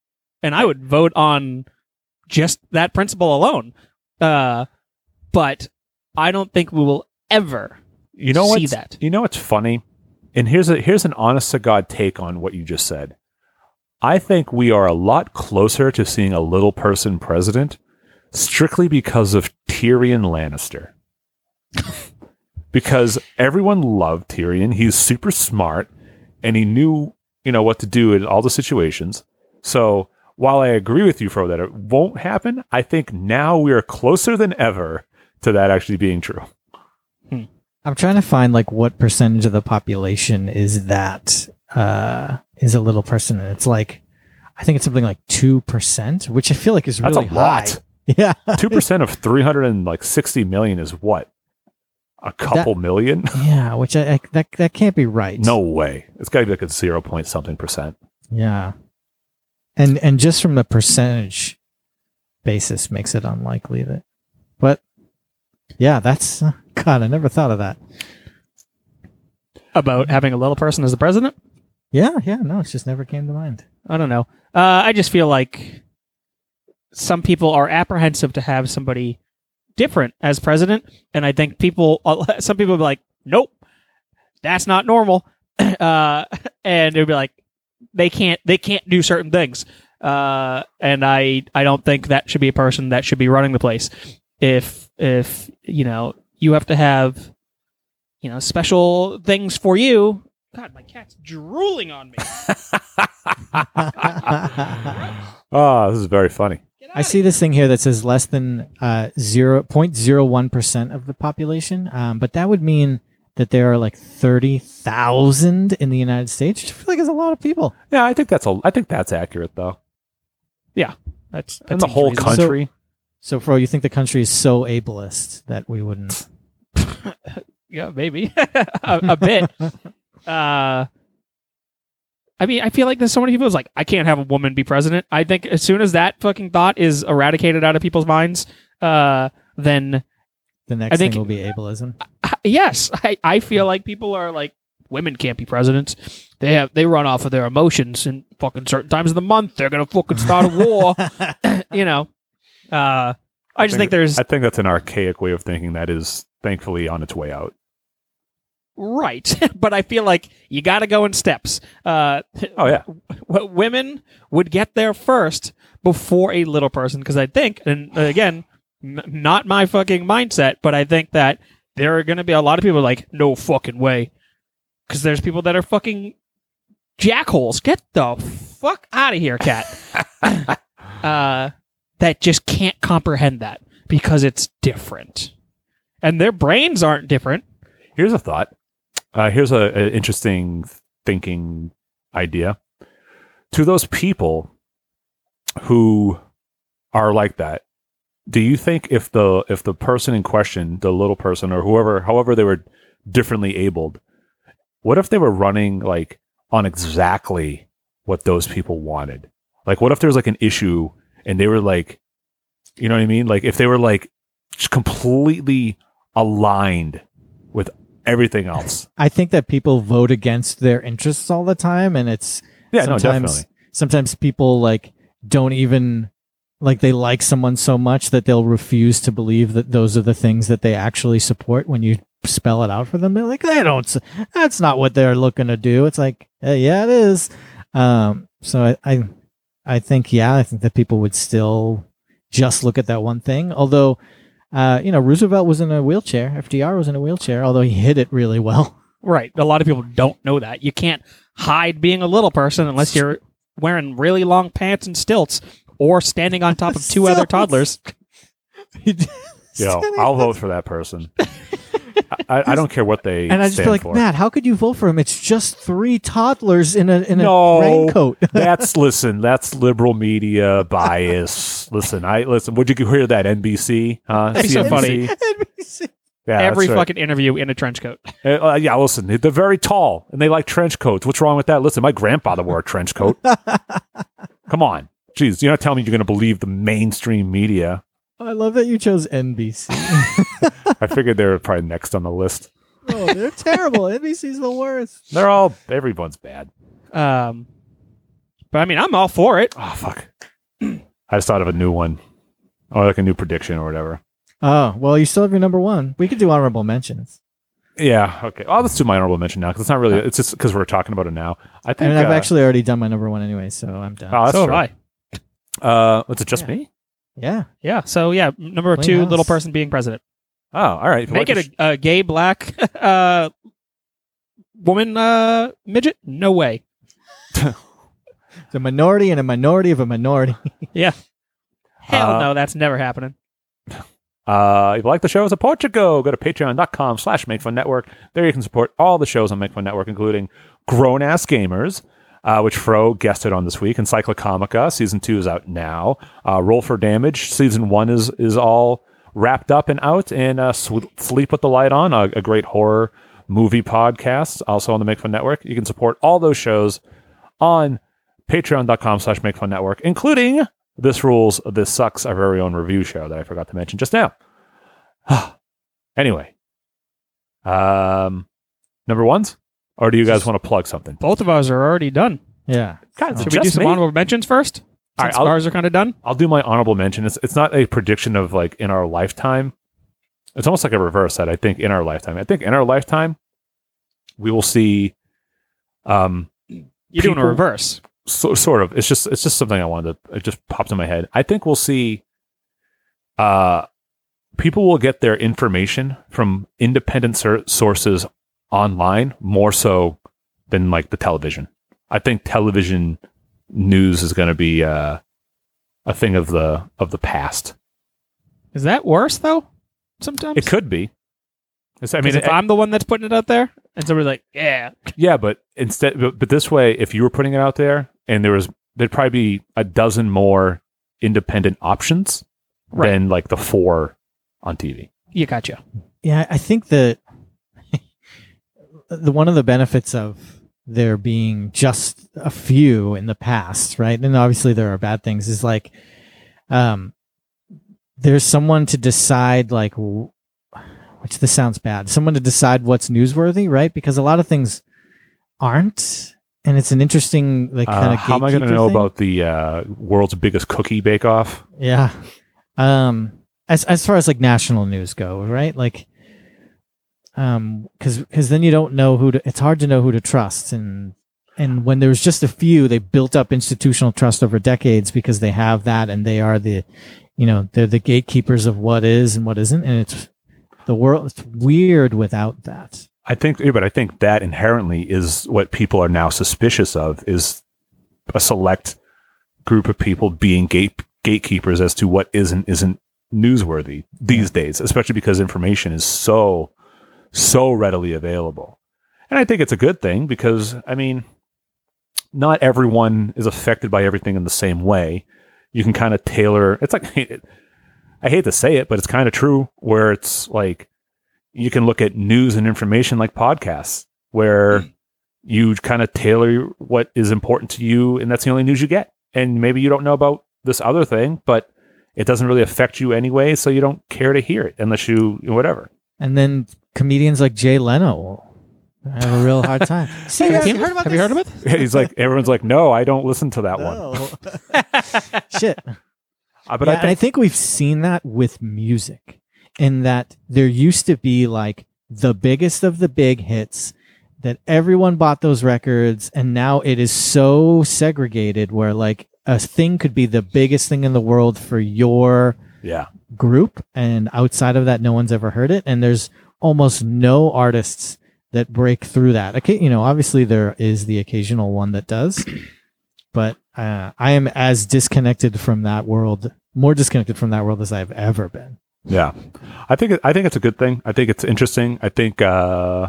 and I would vote on just that principle alone. Uh, but I don't think we will ever.
you know
see
what's-
that.
You know what's funny? And here's a here's an honest to God take on what you just said. I think we are a lot closer to seeing a little person president strictly because of Tyrion Lannister. because everyone loved Tyrion. He's super smart and he knew, you know, what to do in all the situations. So while I agree with you, Fro, that it won't happen, I think now we are closer than ever to that actually being true.
I'm trying to find like what percentage of the population is that uh is a little person and it's like I think it's something like two percent, which I feel like is
That's
really
a lot.
high. Yeah.
two percent of three hundred and like sixty million is what a couple million.
Yeah, which I, I that that can't be right.
No way. It's got to be like a zero point something percent.
Yeah. And and just from the percentage basis makes it unlikely that but yeah, that's god, I never thought of that.
About having a little person as the president?
Yeah, yeah, no, it just never came to mind.
I don't know. Uh, I just feel like some people are apprehensive to have somebody different as president, and I think people, some people be like, "Nope, that's not normal," uh, and it'd be like they can't they can't do certain things, uh, and I I don't think that should be a person that should be running the place. If if you know you have to have you know special things for you. God, my cat's drooling on me.
I
Ah, this is very funny.
Get outta
see this thing here that says less than uh, 0.01% of the population, um, but that would mean that there are like 30,000 in the United States. I feel like it's a lot of people.
Yeah, I think that's a. I think that's accurate though.
That's that
That's a
seems
whole
reasonable.
country.
So, Fro, you think the country is so ableist that we wouldn't?
yeah, maybe a, a bit. Uh, I mean, I feel like there's so many people who's like, I can't have a woman be president. I think as soon as that fucking thought is eradicated out of people's minds, uh, then
The next
I think-
thing will be ableism.
yes, I, I feel like people are like, women can't be presidents. They have they run off of their emotions, and fucking certain times of the month they're gonna fucking start a war. you know, uh, I just think there's
I think that's an archaic way of thinking that is thankfully on its way out.
Right, but I feel like you got to go in steps. Uh,
Oh yeah,
w- women would get there first before a little person because I think, and uh, again, n- not my fucking mindset, but I think that there are going to be a lot of people like, no fucking way, because there's people that are fucking jackholes. Get the fuck out of here, cat. uh, that just can't comprehend that because it's different, and their brains aren't different.
Here's a thought. Uh, here's a, a interesting thinking idea. To those people who are like that, do you think if the if the person in question, the little person or whoever, however they were differently abled, what if they were running like on exactly what those people wanted? Like, what if there was like an issue and they were like, you know what I mean? Like, if they were like just completely aligned with everything else.
I think that people vote against their interests all the time, and it's
Yeah,
sometimes
no, definitely.
sometimes people like don't even like they like someone so much that they'll refuse to believe that those are the things that they actually support when you spell it out for them. They're like, they don't. s- That's not what they're looking to do. It's like, eh, yeah, it is. Um, so I, I, I think, yeah, I think that people would still just look at that one thing, although. Uh, you know, Roosevelt was in a wheelchair. FDR was in a wheelchair, although he hit it really well.
Right. A lot of people don't know that. You can't hide being a little person unless you're wearing really long pants and stilts or standing on top of two other
Stilts.
toddlers.
He did-
You know, I'll vote for that person. I, I don't care what they
And I just
stand
feel like,
for.
Matt, how could you vote for him? It's just three toddlers in a in a
No.
raincoat.
that's listen. That's liberal media bias. listen, I listen. Would you hear that NBC? Huh?
That'd be so
CNBC?
funny.
Yeah, that's
Every
right.
fucking interview in a trench coat.
Uh, uh, yeah, listen, they're very tall and they like trench coats. What's wrong with that? Listen, my grandfather wore a trench coat. Come on. Jeez, you're not telling me you're going to believe the mainstream media.
Oh, I love that you chose NBC.
I figured they were probably next on the list.
Oh, they're terrible. NBC's the worst.
They're all, everyone's bad.
Um, but I mean, I'm all for it.
Oh, fuck. I just thought of a new one or like a new prediction or whatever.
Oh well, you still have your number one. We could do honorable mentions.
Yeah. Okay. Well, let's do my honorable mention now because it's not really, it's just because we're talking about it now. I
I
think,
mean, I've
uh,
actually already done my number one anyway, so I'm done.
oh, that's
so
true.
have I.
Uh, was it just
Yeah.
me?
yeah,
Yeah. So yeah, m- number
Clean
two,
house.
little person being president.
Oh, all right. If you
Make
like
it
the
a, a gay black uh, woman uh, midget. No way.
the minority and a minority of a minority.
Hell
Uh,
no, that's never happening.
Uh, if you like the show, support your go. Go to patreon.com slash Make Fun Network. There you can support all the shows on Make Fun Network, including Grown Ass Gamers, uh, which Fro guested on this week, Encyclocomica. Season 2 is out now. Uh, Roll for Damage. Season 1 is is all wrapped up and out. And uh, Sw- Sleep with the Light On, a, a great horror movie podcast, also on the Make Fun Network. You can support all those shows on patreon.com slash Make Fun Network, including... This rules. This sucks. Our very own review show that I forgot to mention just now. Anyway, um, number ones, or do you guys want to plug something?
Both of ours are already done.
Yeah,
God,
Should we do some honorable mentions first? Since
Oh. All right, I'll-
ours are kind of done.
I'll do my honorable mention. It's it's not a prediction of like in our lifetime. It's almost like a reverse that I think in our lifetime. I think in our lifetime, we will see. Um,
You're doing a
People-
reverse.
so, sort of. It's just it's just something I wanted to. It just popped in my head. I think we'll see. Uh, people will get their information from independent sur- sources online more so than like the television. I think television news is going to be uh, a thing of the of the past.
Is that worse though? Sometimes
It could be. It's- I mean,
if
it-
I'm the one that's putting it out there, and somebody's like, "Yeah,
Yeah, but instead, but, but this way, if you were putting it out there, and there was, there'd probably be a dozen more independent options
Right.
than like the four on TV.
you gotcha."
yeah. I think that the one of the benefits of there being just a few in the past, right? And obviously there are bad things. Is like, um, there's someone to decide like, w- which this sounds bad. Someone to decide what's newsworthy, right? Because a lot of things aren't, and it's an interesting like kind
Uh,
of.
how am I going to
gatekeeper
know
thing.
about the uh, world's biggest cookie bake off?
Yeah. Um as as far as like national news go, right? Like um cuz cuz then you don't know who to it's hard to know who to trust and and when there's just a few, they built up institutional trust over decades because they have that and they are the you know, they're the gatekeepers of what is and what isn't and it's the world it's weird without that.
I think, yeah, but I think that inherently is what people are now suspicious of is a select group of people being gate gatekeepers as to what is and isn't newsworthy these days, especially because information is so so readily available. And I think it's a good thing because I mean, not everyone is affected by everything in the same way. You can kind of tailor. It's like I hate to say it, but it's kind of true. Where it's like you can look at news and information like podcasts, where you kind of tailor what is important to you, and that's the only news you get. And maybe you don't know about this other thing, but it doesn't really affect you anyway, so you don't care to hear it unless you whatever.
And then comedians like Jay Leno I have a real hard time. See,
Have
guys,
you heard about
have you
this?
heard of it?
He's like everyone's like, no, I don't listen to that one.
No.
Shit.
Uh,
But
But
yeah,
I
and I
think
think we've seen that with music, in that there used to be like the biggest of the big hits that everyone bought those records, and now it is so segregated where like a thing could be the biggest thing in the world for your
yeah,
group, and outside of that, no one's ever heard it, and there's almost no artists that break through that. Okay, you know, obviously there is the occasional one that does, but uh, I am as disconnected from that world, more disconnected from that world as I've ever been.
yeah. I think it- I think it's a good thing. I think it's interesting. I think uh,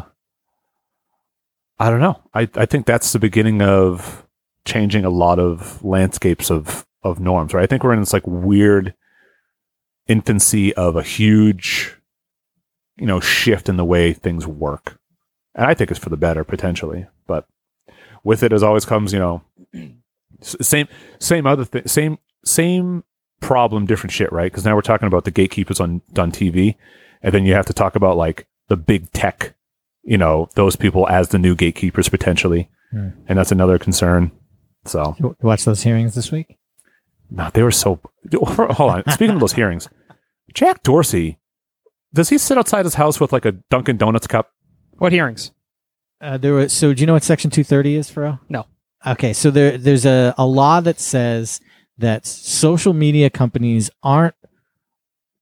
I don't know. I I think that's the beginning of changing a lot of landscapes of of norms. Right. I think we're in this like weird infancy of a huge, you know, shift in the way things work, and I think it's for the better potentially. But with it, as always, comes you know, s- same same other thing, same same problem, different shit, right? Because now we're talking about the gatekeepers on on TV, and then you have to talk about like the big tech, you know, those people as the new gatekeepers potentially,
Hmm.
and that's another concern. So,
You watch those hearings this week?
no, they were so. Hold on. Speaking of those hearings, Jack Dorsey, does he sit outside his house with like a Dunkin' Donuts cup?
What hearings?
Uh, there was so. Do you know what Section two thirty is, Fro?
No.
Okay, so there there's a, a law that says that social media companies aren't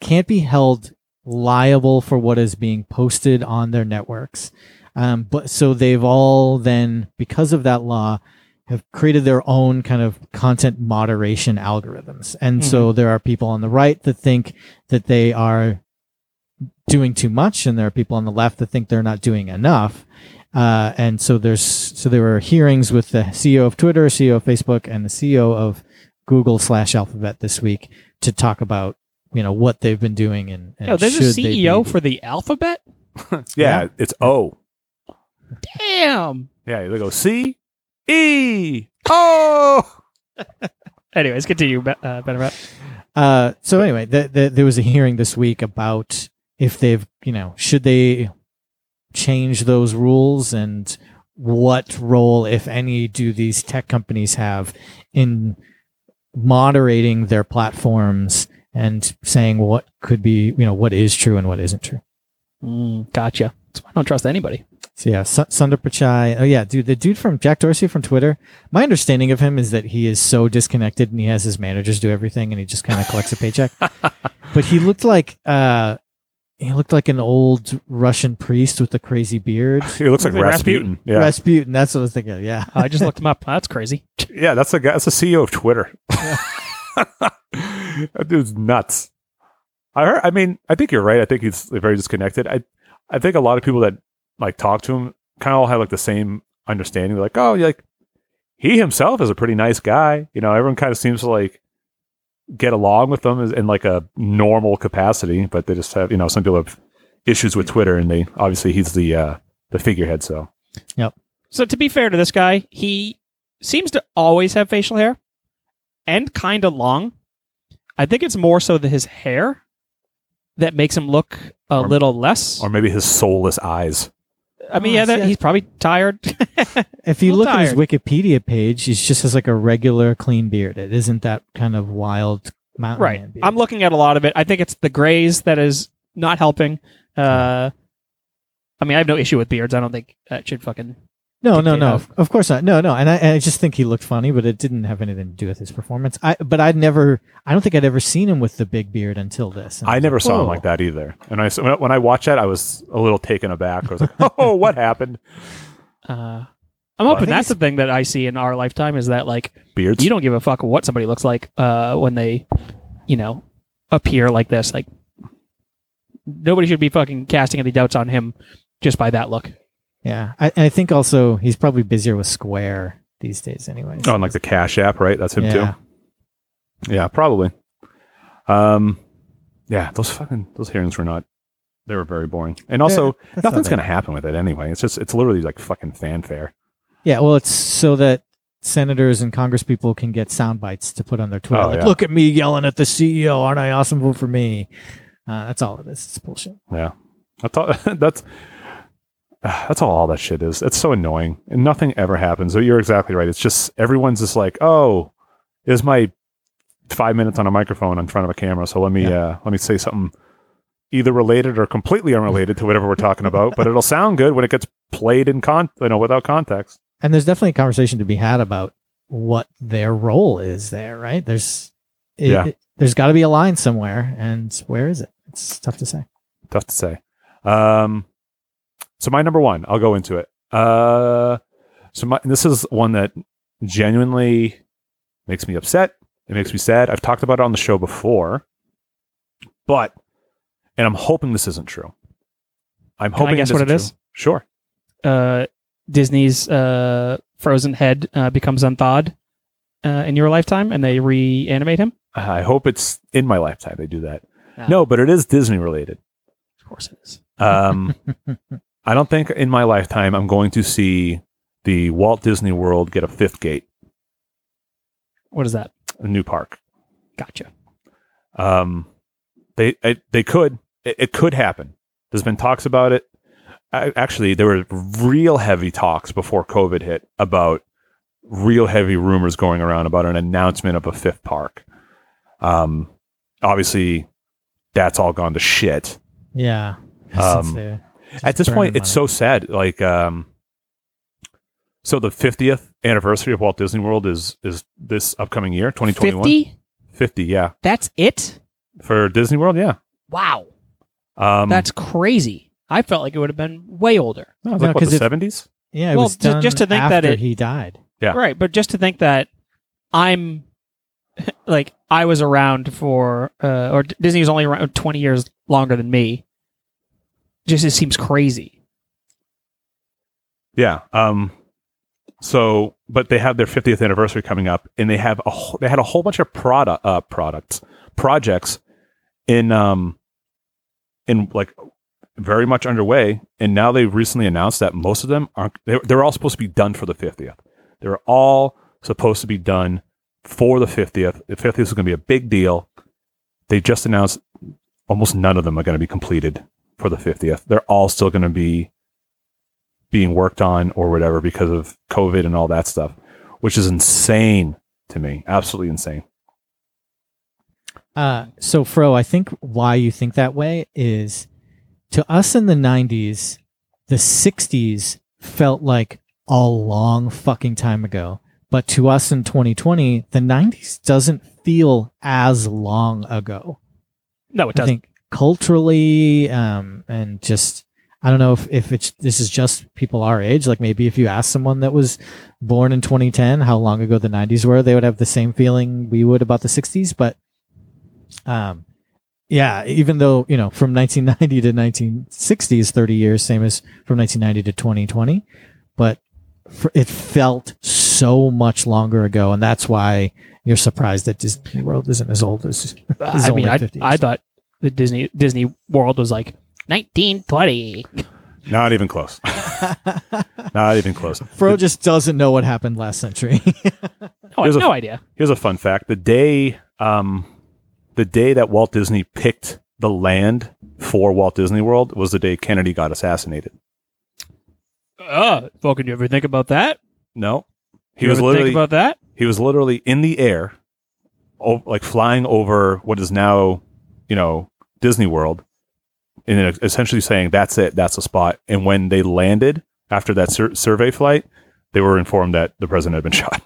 can't be held liable for what is being posted on their networks. Um, but so they've all then because of that law have created their own kind of content moderation algorithms. And
Mm-hmm.
so there are people on the right that think that they are doing too much and there are people on the left that think they're not doing enough uh, and so there's so there were hearings with the CEO of Twitter, CEO of Facebook, and the CEO of Google slash Alphabet this week to talk about you know what they've been doing and, and
Yo, there's a
should they be-
CEO for the alphabet?
Yeah, it's O.
Damn.
Yeah, they go C E O.
Anyways, continue, Be- uh, Ben Rep.
Uh, so anyway, th th there was a hearing this week about if they've you know should they change those rules and what role, if any, do these tech companies have in moderating their platforms and saying what could be you know what is true and what isn't true.
Mm, gotcha. That's why I don't trust anybody.
So yeah, Su- Sundar Pichai. Oh yeah, dude, the dude from Jack Dorsey from Twitter. My understanding of him is that he is so disconnected and he has his managers do everything and he just kind of collects a paycheck. But he looked like uh, he looked like an old Russian priest with a crazy beard.
It looks like
Like
Rasputin. Yeah,
Rasputin. That's what I was thinking. of, Yeah.
I just looked him up. That's crazy.
yeah, that's the guy. That's the CEO of Twitter. that dude's nuts. I heard. I mean, I think you're right. I think he's very disconnected. I, I think a lot of people that like talk to him kind of all have like the same understanding. They're like, oh, like he himself is a pretty nice guy. You know, everyone kind of seems to like get along with them in like a normal capacity, but they just have you know some people have issues with Twitter, and they obviously he's the uh the figurehead. So
So to be fair to this guy, he seems to always have facial hair and kind of long. I think it's more so that his hair that makes him look a
Or-
little less.
or maybe his soulless eyes.
I mean, yeah,
Oh,
that,
shit.
he's probably tired.
If you
I'm
look at his Wikipedia page, he just has like a regular clean beard. It isn't that kind of wild mountain
right.
man beard.
I'm looking at a lot of it. I think it's the grays that is not helping. Uh, I mean, I have no issue with beards. I don't think that should fucking.
No,
think
no,
they
no.
have.
Of course not. No, no. And I, and I just think he looked funny, but it didn't have anything to do with his performance. I, but I'd never, I don't think I'd ever seen him with the big beard until this. And
I
was
never
like,
saw him
"Whoa."
like that either. And I s- when I- when I watched that, I was a little taken aback. I was like, "Oh, what happened?"
Uh, I'm
Well, I
hoping
think
that's the thing that I see in our lifetime is that like
Beards.
you don't give a fuck what somebody looks like uh, when they, you know, appear like this. Like nobody should be fucking casting any doubts on him just by that look.
Yeah, I, and I think also he's probably busier with Square these days, anyway.
Oh, and like the Cash App, right? That's him
yeah.
too. Yeah, probably. Um, yeah, those fucking those hearings were not. They were very boring, and also
That's not
nothing's
bad.
going to happen with it anyway. It's just it's literally like fucking fanfare.
Yeah, well, it's so that senators and congresspeople can get sound bites to put on their Twitter.
Oh,
like,
yeah.
look at me yelling at the CEO, aren't I awesome? Vote for me. Uh, that's all it is. It's bullshit.
Yeah, that's all, that's that's all, all that shit is. It's so annoying, and nothing ever happens. So you're exactly right. It's just everyone's just like, oh, is my five minutes on a microphone in front of a camera. So let me uh, let me say something either related or completely unrelated to whatever we're talking about, but it'll sound good when it gets played in con you know without context.
And there's definitely a conversation to be had about what their role is there, right? There's, it,
Yeah.
it- there's got to be a line somewhere, and where is it? It's tough to say.
Tough to say. Um, so my number one, I'll go into it. Uh, so my this is one that genuinely makes me upset. It makes me sad. I've talked about it on the show before, but and I'm hoping this isn't true. I'm
Can I
hoping.
guess
it
what
isn't
it
true.
is?
Sure.
Uh, Disney's uh, frozen head uh, becomes unthawed uh, in your lifetime, and they reanimate him.
I hope it's in my lifetime they do that.
Ah.
No, but it is Disney related.
Of course it is.
Um, I don't think in my lifetime I'm going to see the Walt Disney World get a fifth gate,
What is that?
a new park.
Gotcha.
Um, they it, they could it, it could happen. There's been talks about it. I, actually, there were real heavy talks before COVID hit about real heavy rumors going around about an announcement of a fifth park. Um, obviously, that's all gone to shit
Yeah.
Um,
Since they're just
at this
burning
point it's so sad like um so the 50th anniversary of Walt Disney World is is this upcoming year 2021
Fifty.
50 yeah
That's it.
for Disney World yeah
Wow,
um
that's crazy. I felt like it would have been way older.
no, it's like,
No,
what,
'cause
the 70s
if- money. Yeah, it
well,
was
ju-
done
just to think that
after
it-
he died.
Yeah.
Right, but just to think that I'm like I was around for uh, or D- Disney was only around 20 years longer than me. Just it seems crazy.
yeah um so but they have their 50th anniversary coming up and they have a wh- they had a whole bunch of product uh products projects in um in like very much underway and now they've recently announced that most of them aren't they're, they're all supposed to be done for the 50th they're all supposed to be done for the 50th the 50th is going to be a big deal they just announced almost none of them are going to be completed for the 50th they're all still going to be being worked on or whatever because of covid and all that stuff which is insane to me absolutely insane
Uh, so, Fro, I think why you think that way is to us in the 90s, the 60s felt like a long fucking time ago. But to us in 2020, the 90s doesn't feel as long ago.
No, it
I
doesn't.
think culturally um, and just I don't know if, if it's this is just people our age. Like maybe if you ask someone that was born in 2010 how long ago the 90s were, they would have the same feeling we would about the 60s. But um, yeah, even though you know from 1990 to 1960 is 30 years, same as from 1990 to 2020, but for, it felt so much longer ago, and that's why you're surprised that Disney World isn't as old as It's
Uh, I mean,
only
I,
50
I
years.
thought the Disney Disney World was like 1920.
Not even close. Not even close.
Fro just doesn't know what happened last century.
No, I have
Here's a-
no idea.
Here's a fun fact: the day, um, the day that Walt Disney picked the land for Walt Disney World was the day Kennedy got assassinated.
Uh, fucking, you ever think about that?
No, he
You
was
ever
literally
think about that.
he was literally in the air, o- like flying over what is now, you know, Disney World, and then essentially saying, "That's it, that's the spot." And when they landed after that sur- survey flight, they were informed that the president had been shot.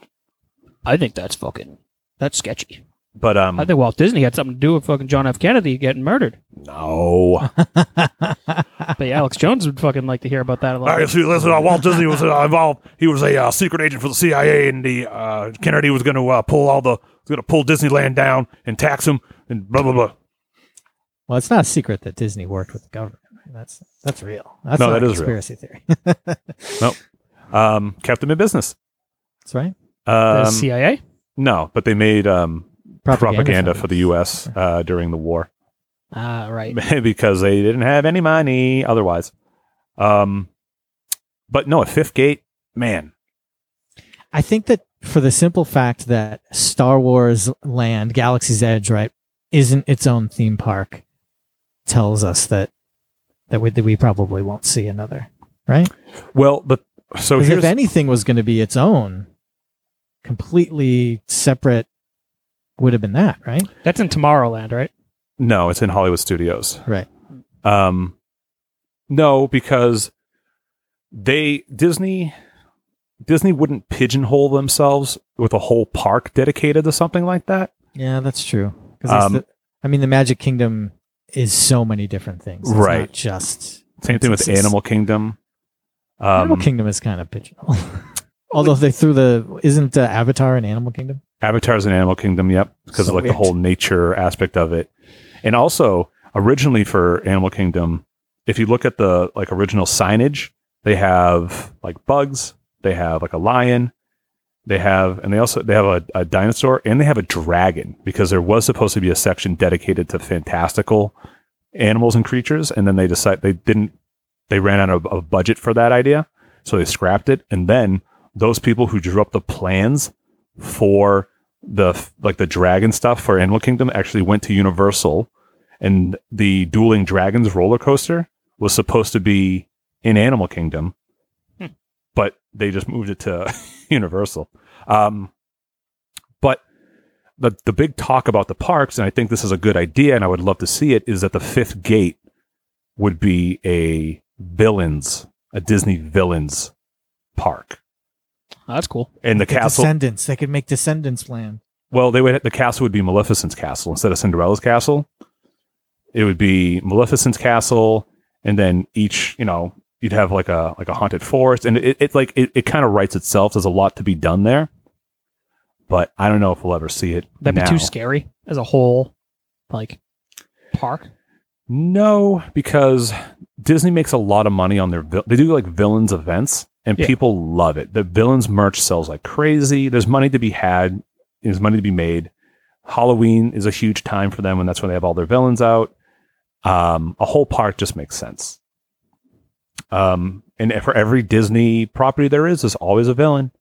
I think that's fucking that's sketchy.
But um,
I think Walt Disney had something to do with fucking John F. Kennedy getting murdered.
no.
But yeah, Alex Jones would fucking like to hear about that a lot.
All right, so listen, uh, Walt Disney was uh, involved. He was a uh, secret agent for the CIA, and the uh, Kennedy was going to uh, pull all the was going to pull Disneyland down and tax him and blah blah blah.
Well, it's not a secret that Disney worked with the government. That's that's real. That's
No,
not
that
a
is real.
conspiracy theory.
Um, kept him in business.
that's right.
The
Um,
CIA.
no, but they made um, propaganda, for the U.S. Uh, during the war
Ah, right.
because they didn't have any money otherwise. Um, but no, a Fifth Gate man.
I think that for the simple fact that Star Wars Land, Galaxy's Edge, right, isn't its own theme park, tells us that that we, that we probably won't see another.
Well, the so
'Cause
here's
if anything was going to be its own, completely separate, would have been that, right?
That's in Tomorrowland, right?
No, it's in Hollywood Studios.
Right.
Um no, because they Disney Disney wouldn't pigeonhole themselves with a whole park dedicated to something like that.
Yeah, that's true. 'Cause it's
Um,
the- I mean, the Magic Kingdom is so many different things. It's
Right.
Not just
Same thing with
It's- it's-
Animal Kingdom. Um,
Animal Kingdom is kind of pigeonhole. Although they threw the isn't uh, Avatar an Animal Kingdom?
Avatar's in Animal Kingdom, yep, because
So
of like
weird.
the whole nature aspect of it. And also, originally for Animal Kingdom, if you look at the like original signage, they have like bugs, they have like a lion, they have and they also they have a, a dinosaur and they have a dragon because there was supposed to be a section dedicated to fantastical animals and creatures and then they decide they didn't they ran out of, of budget for that idea so they scrapped it and then those people who drew up the plans for the f- like the dragon stuff for Animal Kingdom actually went to Universal, and the Dueling Dragons roller coaster was supposed to be in Animal Kingdom,
Hmm.
but they just moved it to Universal. Um, but the the big talk about the parks, and I think this is a good idea, and I would love to see it, is that the Fifth Gate would be a villains, a Disney villains park,
Oh, that's cool.
and the
Like
castle.
Descendants. They could make Descendants land.
Well, they would the castle would be Maleficent's castle instead of Cinderella's castle. It would be Maleficent's castle, and then each you know you'd have like a like a haunted forest, and it, it like it, it kind of writes itself. There's a lot to be done there, but I don't know if we'll ever see it.
That'd
now.
be too scary as a whole, like park.
No, because Disney makes a lot of money on their vil- they do like villains events and
Yeah.
people love it. The villains merch sells like crazy. There's money to be had. There's money to be made. Halloween is a huge time for them, and that's when they have all their villains out. Um, a whole park just makes sense. Um, and for every Disney property there is, there's always a villain.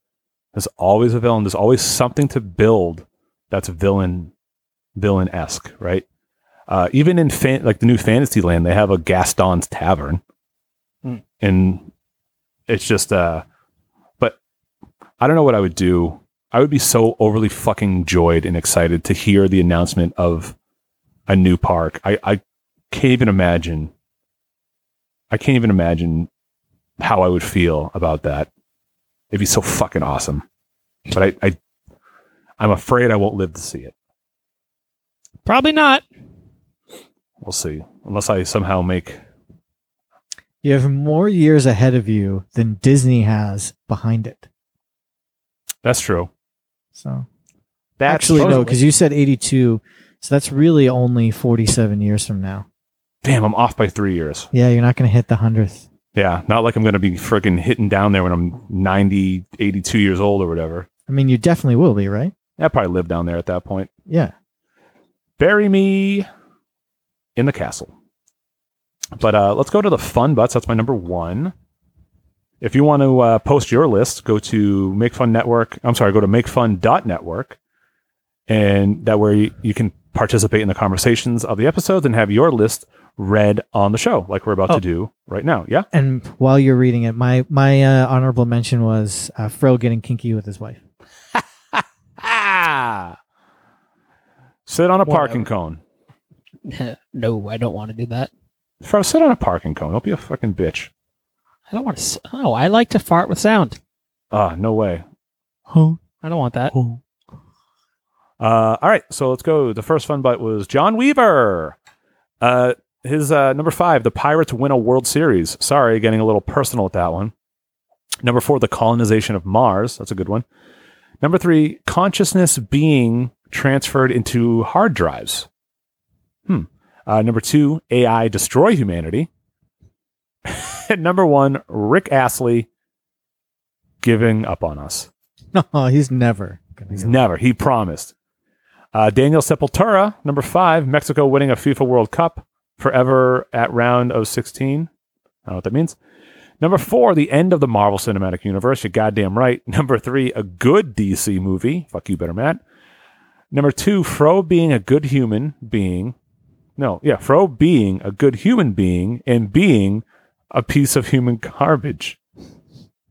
There's always a villain. There's always something to build that's villain villain esque, right? Uh, even in fan- like the new Fantasyland, they have a Gaston's Tavern,
Hmm.
and it's just uh. But I don't know what I would do. I would be so overly fucking joyed and excited to hear the announcement of a new park. I I can't even imagine. I can't even imagine how I would feel about that. It'd be so fucking awesome, but I, I I'm afraid I won't live to see it.
Probably not.
We'll see. Unless I somehow make
You have more years ahead of you than Disney has behind it.
that's true.
So
That's
actually, no,
totally-
because you said eighty-two, so that's really only forty-seven years from now.
damn, I'm off by three years.
Yeah, you're not going to hit the hundredth.
Yeah, not like I'm gonna be freaking hitting down there when I'm 90, 82 years old or whatever.
I mean, you definitely will be, right?
I probably live down there at that point.
Yeah.
Bury me in the castle. But uh, let's go to the fun butts. That's my number one. If you want to uh, post your list, go to Make Fun Network. I'm sorry, go to makefun.network. And that way you can participate in the conversations of the episodes and have your list read on the show, like we're about
Oh.
to do right now. Yeah.
And while you're reading it, my my uh, honorable mention was uh, Fro getting kinky with his wife.
Ah. Sit on a
Whatever.
parking cone.
no, I don't want to do that.
Fro, sit on a parking cone. Don't be a fucking bitch.
I don't want to. Oh, I like to fart with sound.
Ah, no way.
Huh? I don't want that.
Uh, all right, so let's go. The first fun bite was John Weaver. Uh, his uh, number five, the Pirates win a World Series. Sorry, getting a little personal with that one. Number four, the colonization of Mars. That's a good one. Number three, consciousness being transferred into hard drives. Hmm. Uh, number two, AI destroy humanity. and number one, Rick Astley giving up on us.
No, he's never. Gonna
He's
go.
never. He promised. Uh, Daniel Sepultura, number five, Mexico winning a FIFA World Cup forever at round of 16. I don't know what that means. Number four, the end of the Marvel Cinematic Universe. You're goddamn right. Number three, a good DC movie. Fuck you, better Matt. Number two, Fro being a good human being. No, yeah, Fro being a good human being and being a piece of human garbage.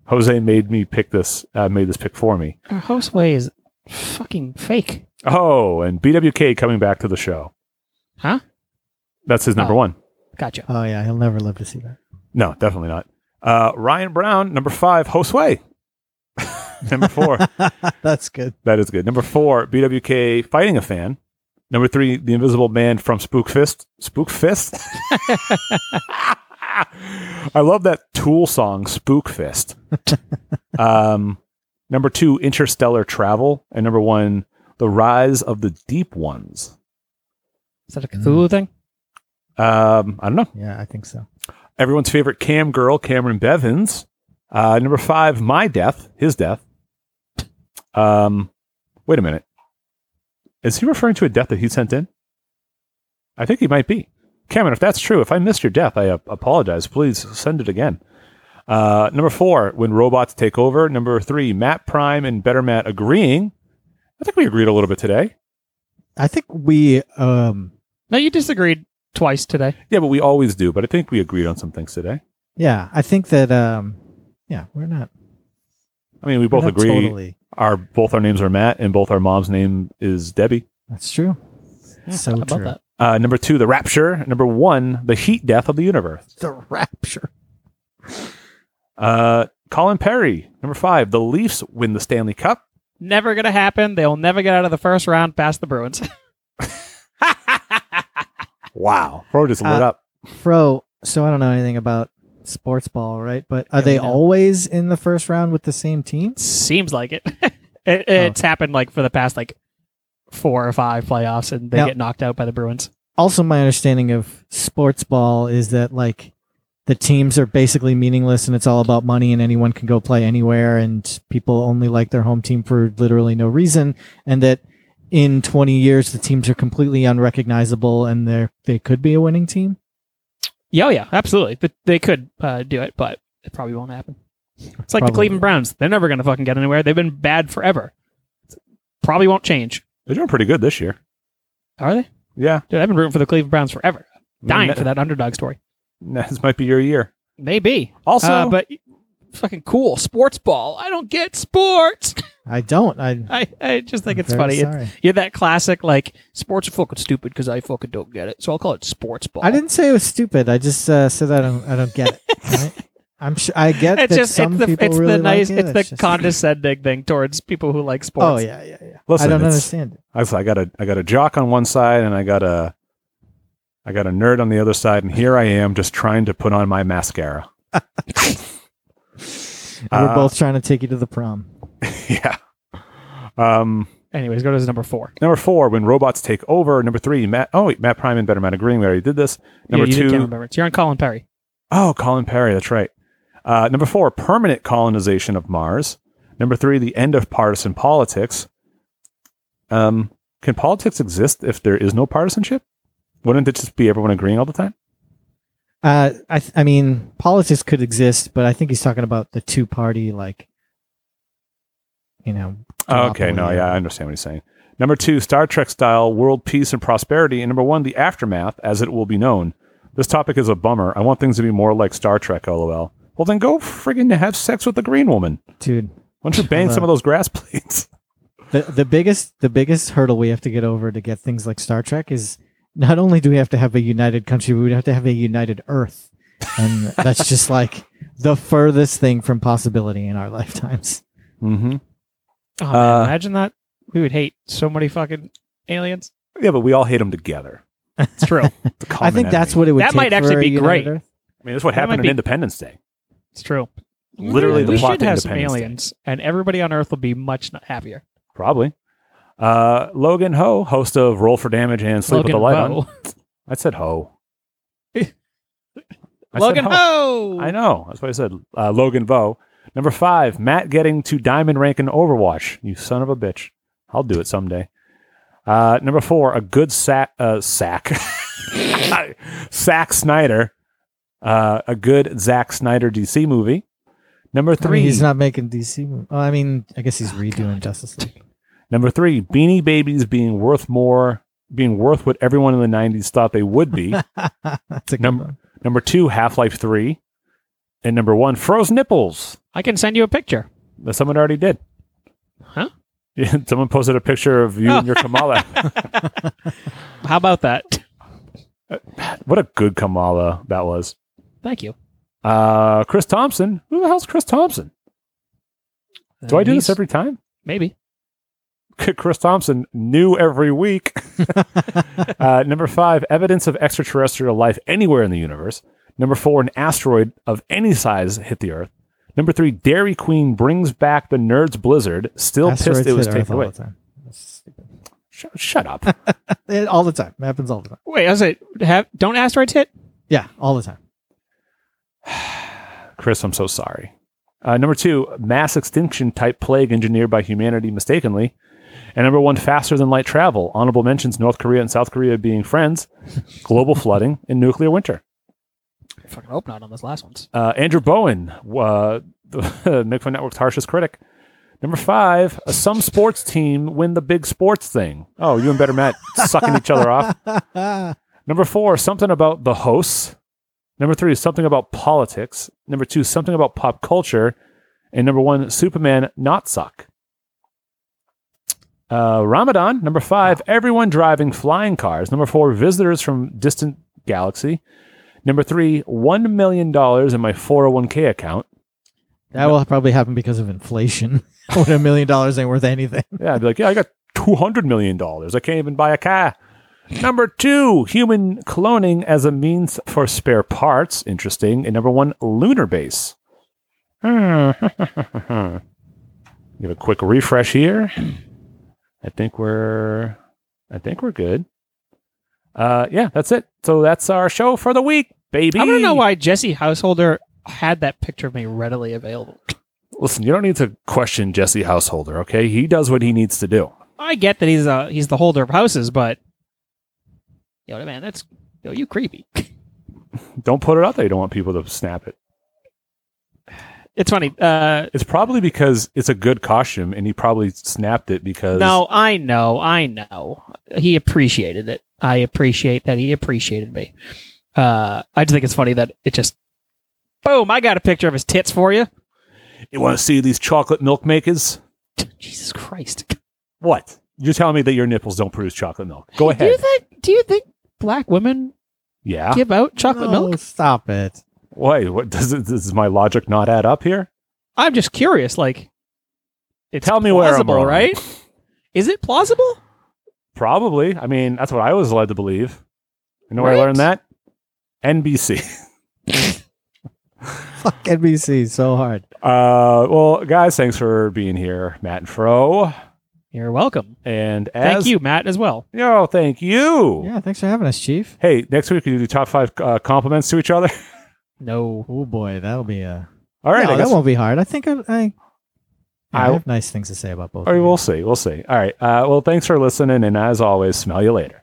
Jose made me pick this. Uh, made this pick for me.
Our hostway is fucking fake.
Oh, and BWK coming back to the show.
Huh?
That's his number
Oh.
one.
Gotcha.
Oh yeah, he'll never live to see that.
No, definitely not. Uh, Ryan Brown, number five, Josue. number four,
That's good.
that is good. Number four, BWK fighting a fan. Number three, the Invisible Man from Spook Fist. Spook Fist. I love that Tool song, Spook Fist. um, number two, Interstellar Travel, and number one, The Rise of the Deep Ones.
Is that a Cthulhu thing?
Um, I don't know.
Yeah, I think so.
everyone's favorite cam girl, Cameron Bevins. Uh, number five, my death, his death. Um, wait a minute. Is he referring to a death that he sent in? I think he might be. Cameron, if that's true, if I missed your death, I uh, apologize. Please send it again. Uh, number four, when robots take over. Number three, Matt Prime and Better Matt agreeing. I think we agreed a little bit today.
I think we um
No, you disagreed twice today.
Yeah, but we always do. But I think we agreed on some things today.
yeah, I think that um yeah, we're not
I mean, we both
we're not
agree.
totally.
our both our names are Matt, and both our mom's name is Debbie.
That's true. so
How about
true.
that?
Uh, number two, the Rapture. Number one, the heat death of the universe.
The rapture.
Uh, Colin Perry. Number five, the Leafs win the Stanley Cup.
Never gonna happen. They'll never get out of the first round past the Bruins.
Wow, bro, just lit
Uh,
up.
Fro, so I don't know anything about sports ball, right? But are
Yeah,
they
we know.
always in the first round with the same team?
Seems like it. it it's happened like for the past like four or five playoffs, and they
Now-
get knocked out by the Bruins.
Also my understanding of sports ball is that like the teams are basically meaningless and it's all about money and anyone can go play anywhere and people only like their home team for literally no reason and that in 20 years the teams are completely unrecognizable and they they could be a winning team.
Yeah, oh, yeah, absolutely. But they could uh, do it, but it probably won't happen. It's like the
Probably.
Cleveland Browns. They're never gonna fucking get anywhere. They've been bad forever. Probably won't change.
They're doing pretty good this year.
Are they?
Yeah,
Dude, I've been rooting for the Cleveland Browns forever. Dying
Ne-
for that underdog story.
This might be your year.
Maybe.
Also,
uh, but fucking cool sports ball. I don't get sports.
I don't. I
I, I just think
I'm
it's
very
funny. It's,
sorry.
you're that classic like sports are fucking stupid because I fucking don't get it. So I'll call it sports ball.
I didn't say it was stupid. I just uh, said I don't. I don't get it. right? I'm sure I get
It's
that
just
some
it's the
people
it's
really
the nice
like it.
it's the
just-
condescending thing towards people who like
Oh
sports.
yeah, yeah, yeah.
listen,
I don't
it's-
understand it.
I said, I got a I got a jock on one side, and I got a I got a nerd on the other side, and here I am just trying to put on my mascara.
We're
Uh,
both trying to take you to the prom.
yeah. Um.
Anyways, go to his number four.
Number four, when robots take over. Number three, Matt. Oh wait, Matt Prime and Better Matt agreeing. We already did this. Number
yeah, you
two,
did Cameron Burns. You're on Colin Perry.
oh, Colin Perry. That's right. Uh, number four, permanent colonization of Mars. Number three, the end of partisan politics. Um, can politics exist if there is no partisanship? Wouldn't it just be everyone agreeing all the time?
Uh, I th- I mean, politics could exist, but I think he's talking about the two party like, you know.
Oh, Okay, no,
duopoly.
yeah, I understand what he's saying. Number two, Star Trek style world peace and prosperity, and number one, the aftermath as it will be known. This topic is a bummer. I want things to be more like Star Trek. LOL. Well, then go friggin' to have sex with the green woman.
dude.
Why don't you bang some of those grass plates?
The the biggest the biggest hurdle we have to get over to get things like Star Trek is not only do we have to have a united country, we would have to have a united Earth, and that's just like the furthest thing from possibility in our lifetimes.
mm-hmm.
Oh, man,
Uh,
imagine that we would hate so many fucking aliens.
Yeah, but we all hate them together.
It's true.
It's a
I
common
think that's
enemy.
what it would.
That
take
might actually
for
be
a United
great.
Earth.
I mean, that's what
that
happened
might
in
be-
Independence Day.
It's true.
Literally the
we
plot
should
to
have some
Independence Day.
aliens, and everybody on Earth will be much not happier.
Probably. Uh, Logan Ho, host of Roll for Damage and Sleep
Logan
with the Light
Ho.
On. I said Ho. I said
Logan Ho.
I know. That's what I said. Uh, Logan Vo. Number five, Matt getting to diamond rank in Overwatch. You son of a bitch. I'll do it someday. Uh, number four, a good sack. Uh, sack. Sack Snyder. Uh, a good Zack Snyder DC movie. Number
I mean,
three,
he's not making DC. mo- Oh, I mean, I guess he's redoing Justice League.
number three, Beanie Babies being worth more, being worth what everyone in the '90s thought they would be.
That's a good
Number-
one.
number two, Half Life Three, and number one, Froze Nipples.
I can send you a picture.
that someone already did.
Huh?
Yeah, someone posted a picture of you and your Kamala.
How about that?
what a good Kamala that was.
Thank you.
Uh, Chris Thompson. Who the hell's Chris Thompson? Do I do this
He's-
every time?
Maybe.
Chris Thompson, new every week. uh, number five, evidence of extraterrestrial life anywhere in the universe. Number four, an asteroid of any size hit the Earth. Number three, Dairy Queen brings back the Nerds Blizzard. Still
Asteroids
pissed it
hit
was
Earth
taken
all
away.
the time. That's stupid.
Shut, shut up.
It- all the time. It happens all the time.
Wait, I was like, have don't asteroids hit?
Yeah, all the time.
Chris, I'm so sorry. Uh, number two, mass extinction type plague engineered by humanity mistakenly. And number one, faster than light travel. Honorable mentions North Korea and South Korea being friends, global flooding, and nuclear winter.
I fucking hope not on this last one's.
Uh, Andrew Bowen, uh, the McFun Network's harshest critic. Number five, uh, some sports team win the big sports thing. Oh, you and Better Matt sucking each other off. Number four, something about the hosts. Number three, something about politics. Number two, something about pop culture. And number one, Superman not suck. Uh, Ramadan, number five, everyone driving flying cars. Number four, visitors from distant galaxy. Number three, $1 million in my 401k account.
That will probably happen because of inflation. when a million dollars ain't worth anything.
Yeah, I'd be like, yeah, I got $200 million. I can't even buy a car. Number two, human cloning as a means for spare parts. Interesting. And number one, lunar base. Give a quick refresh here. I think we're, I think we're good. Uh, yeah, that's it. So that's our show for the week, baby.
I don't know why Jesse Householder had that picture of me readily available.
Listen, you don't need to question Jesse Householder. Okay, he does what he needs to do.
I get that he's uh he's the holder of houses, but yo man, that's yo you creepy.
Don't put it out there. You don't want people to snap it.
It's funny. Uh,
It's probably because it's a good costume, and he probably snapped it because
no, I know, I know. He appreciated it. I appreciate that he appreciated me. Uh, I just think it's funny that it just boom. I got a picture of his tits for you.
you want to see these chocolate milk makers.
Jesus Christ.
What you're telling me that your nipples don't produce chocolate milk? Go
Do you
ahead.
think? Do you think black women
Yeah.
give out chocolate
No,
milk?
Stop it.
Why? What does it, does my logic not add up here?
I'm just curious. Like, it's
Tell me where I'm
plausible,
wrong.
right? Is it plausible?
Probably. I mean, that's what I was led to believe. You know where I
Right?
learned that? NBC.
Fuck NBC so hard.
Uh, well, guys, thanks for being here, Matt and Fro.
You're welcome.
And as
Thank you, Matt, as well.
Yo, thank you.
Yeah, thanks for having us, Chief.
Hey, next week we do top five uh, compliments to each other.
No,
Oh boy, that'll be a.
All right,
no,
I
that
guess
won't be hard. I think I. I, I,
I-
have nice things to say about
All
both. of
right,
you.
we'll see. We'll see. All right. Uh, well, thanks for listening. And as always, smell you later.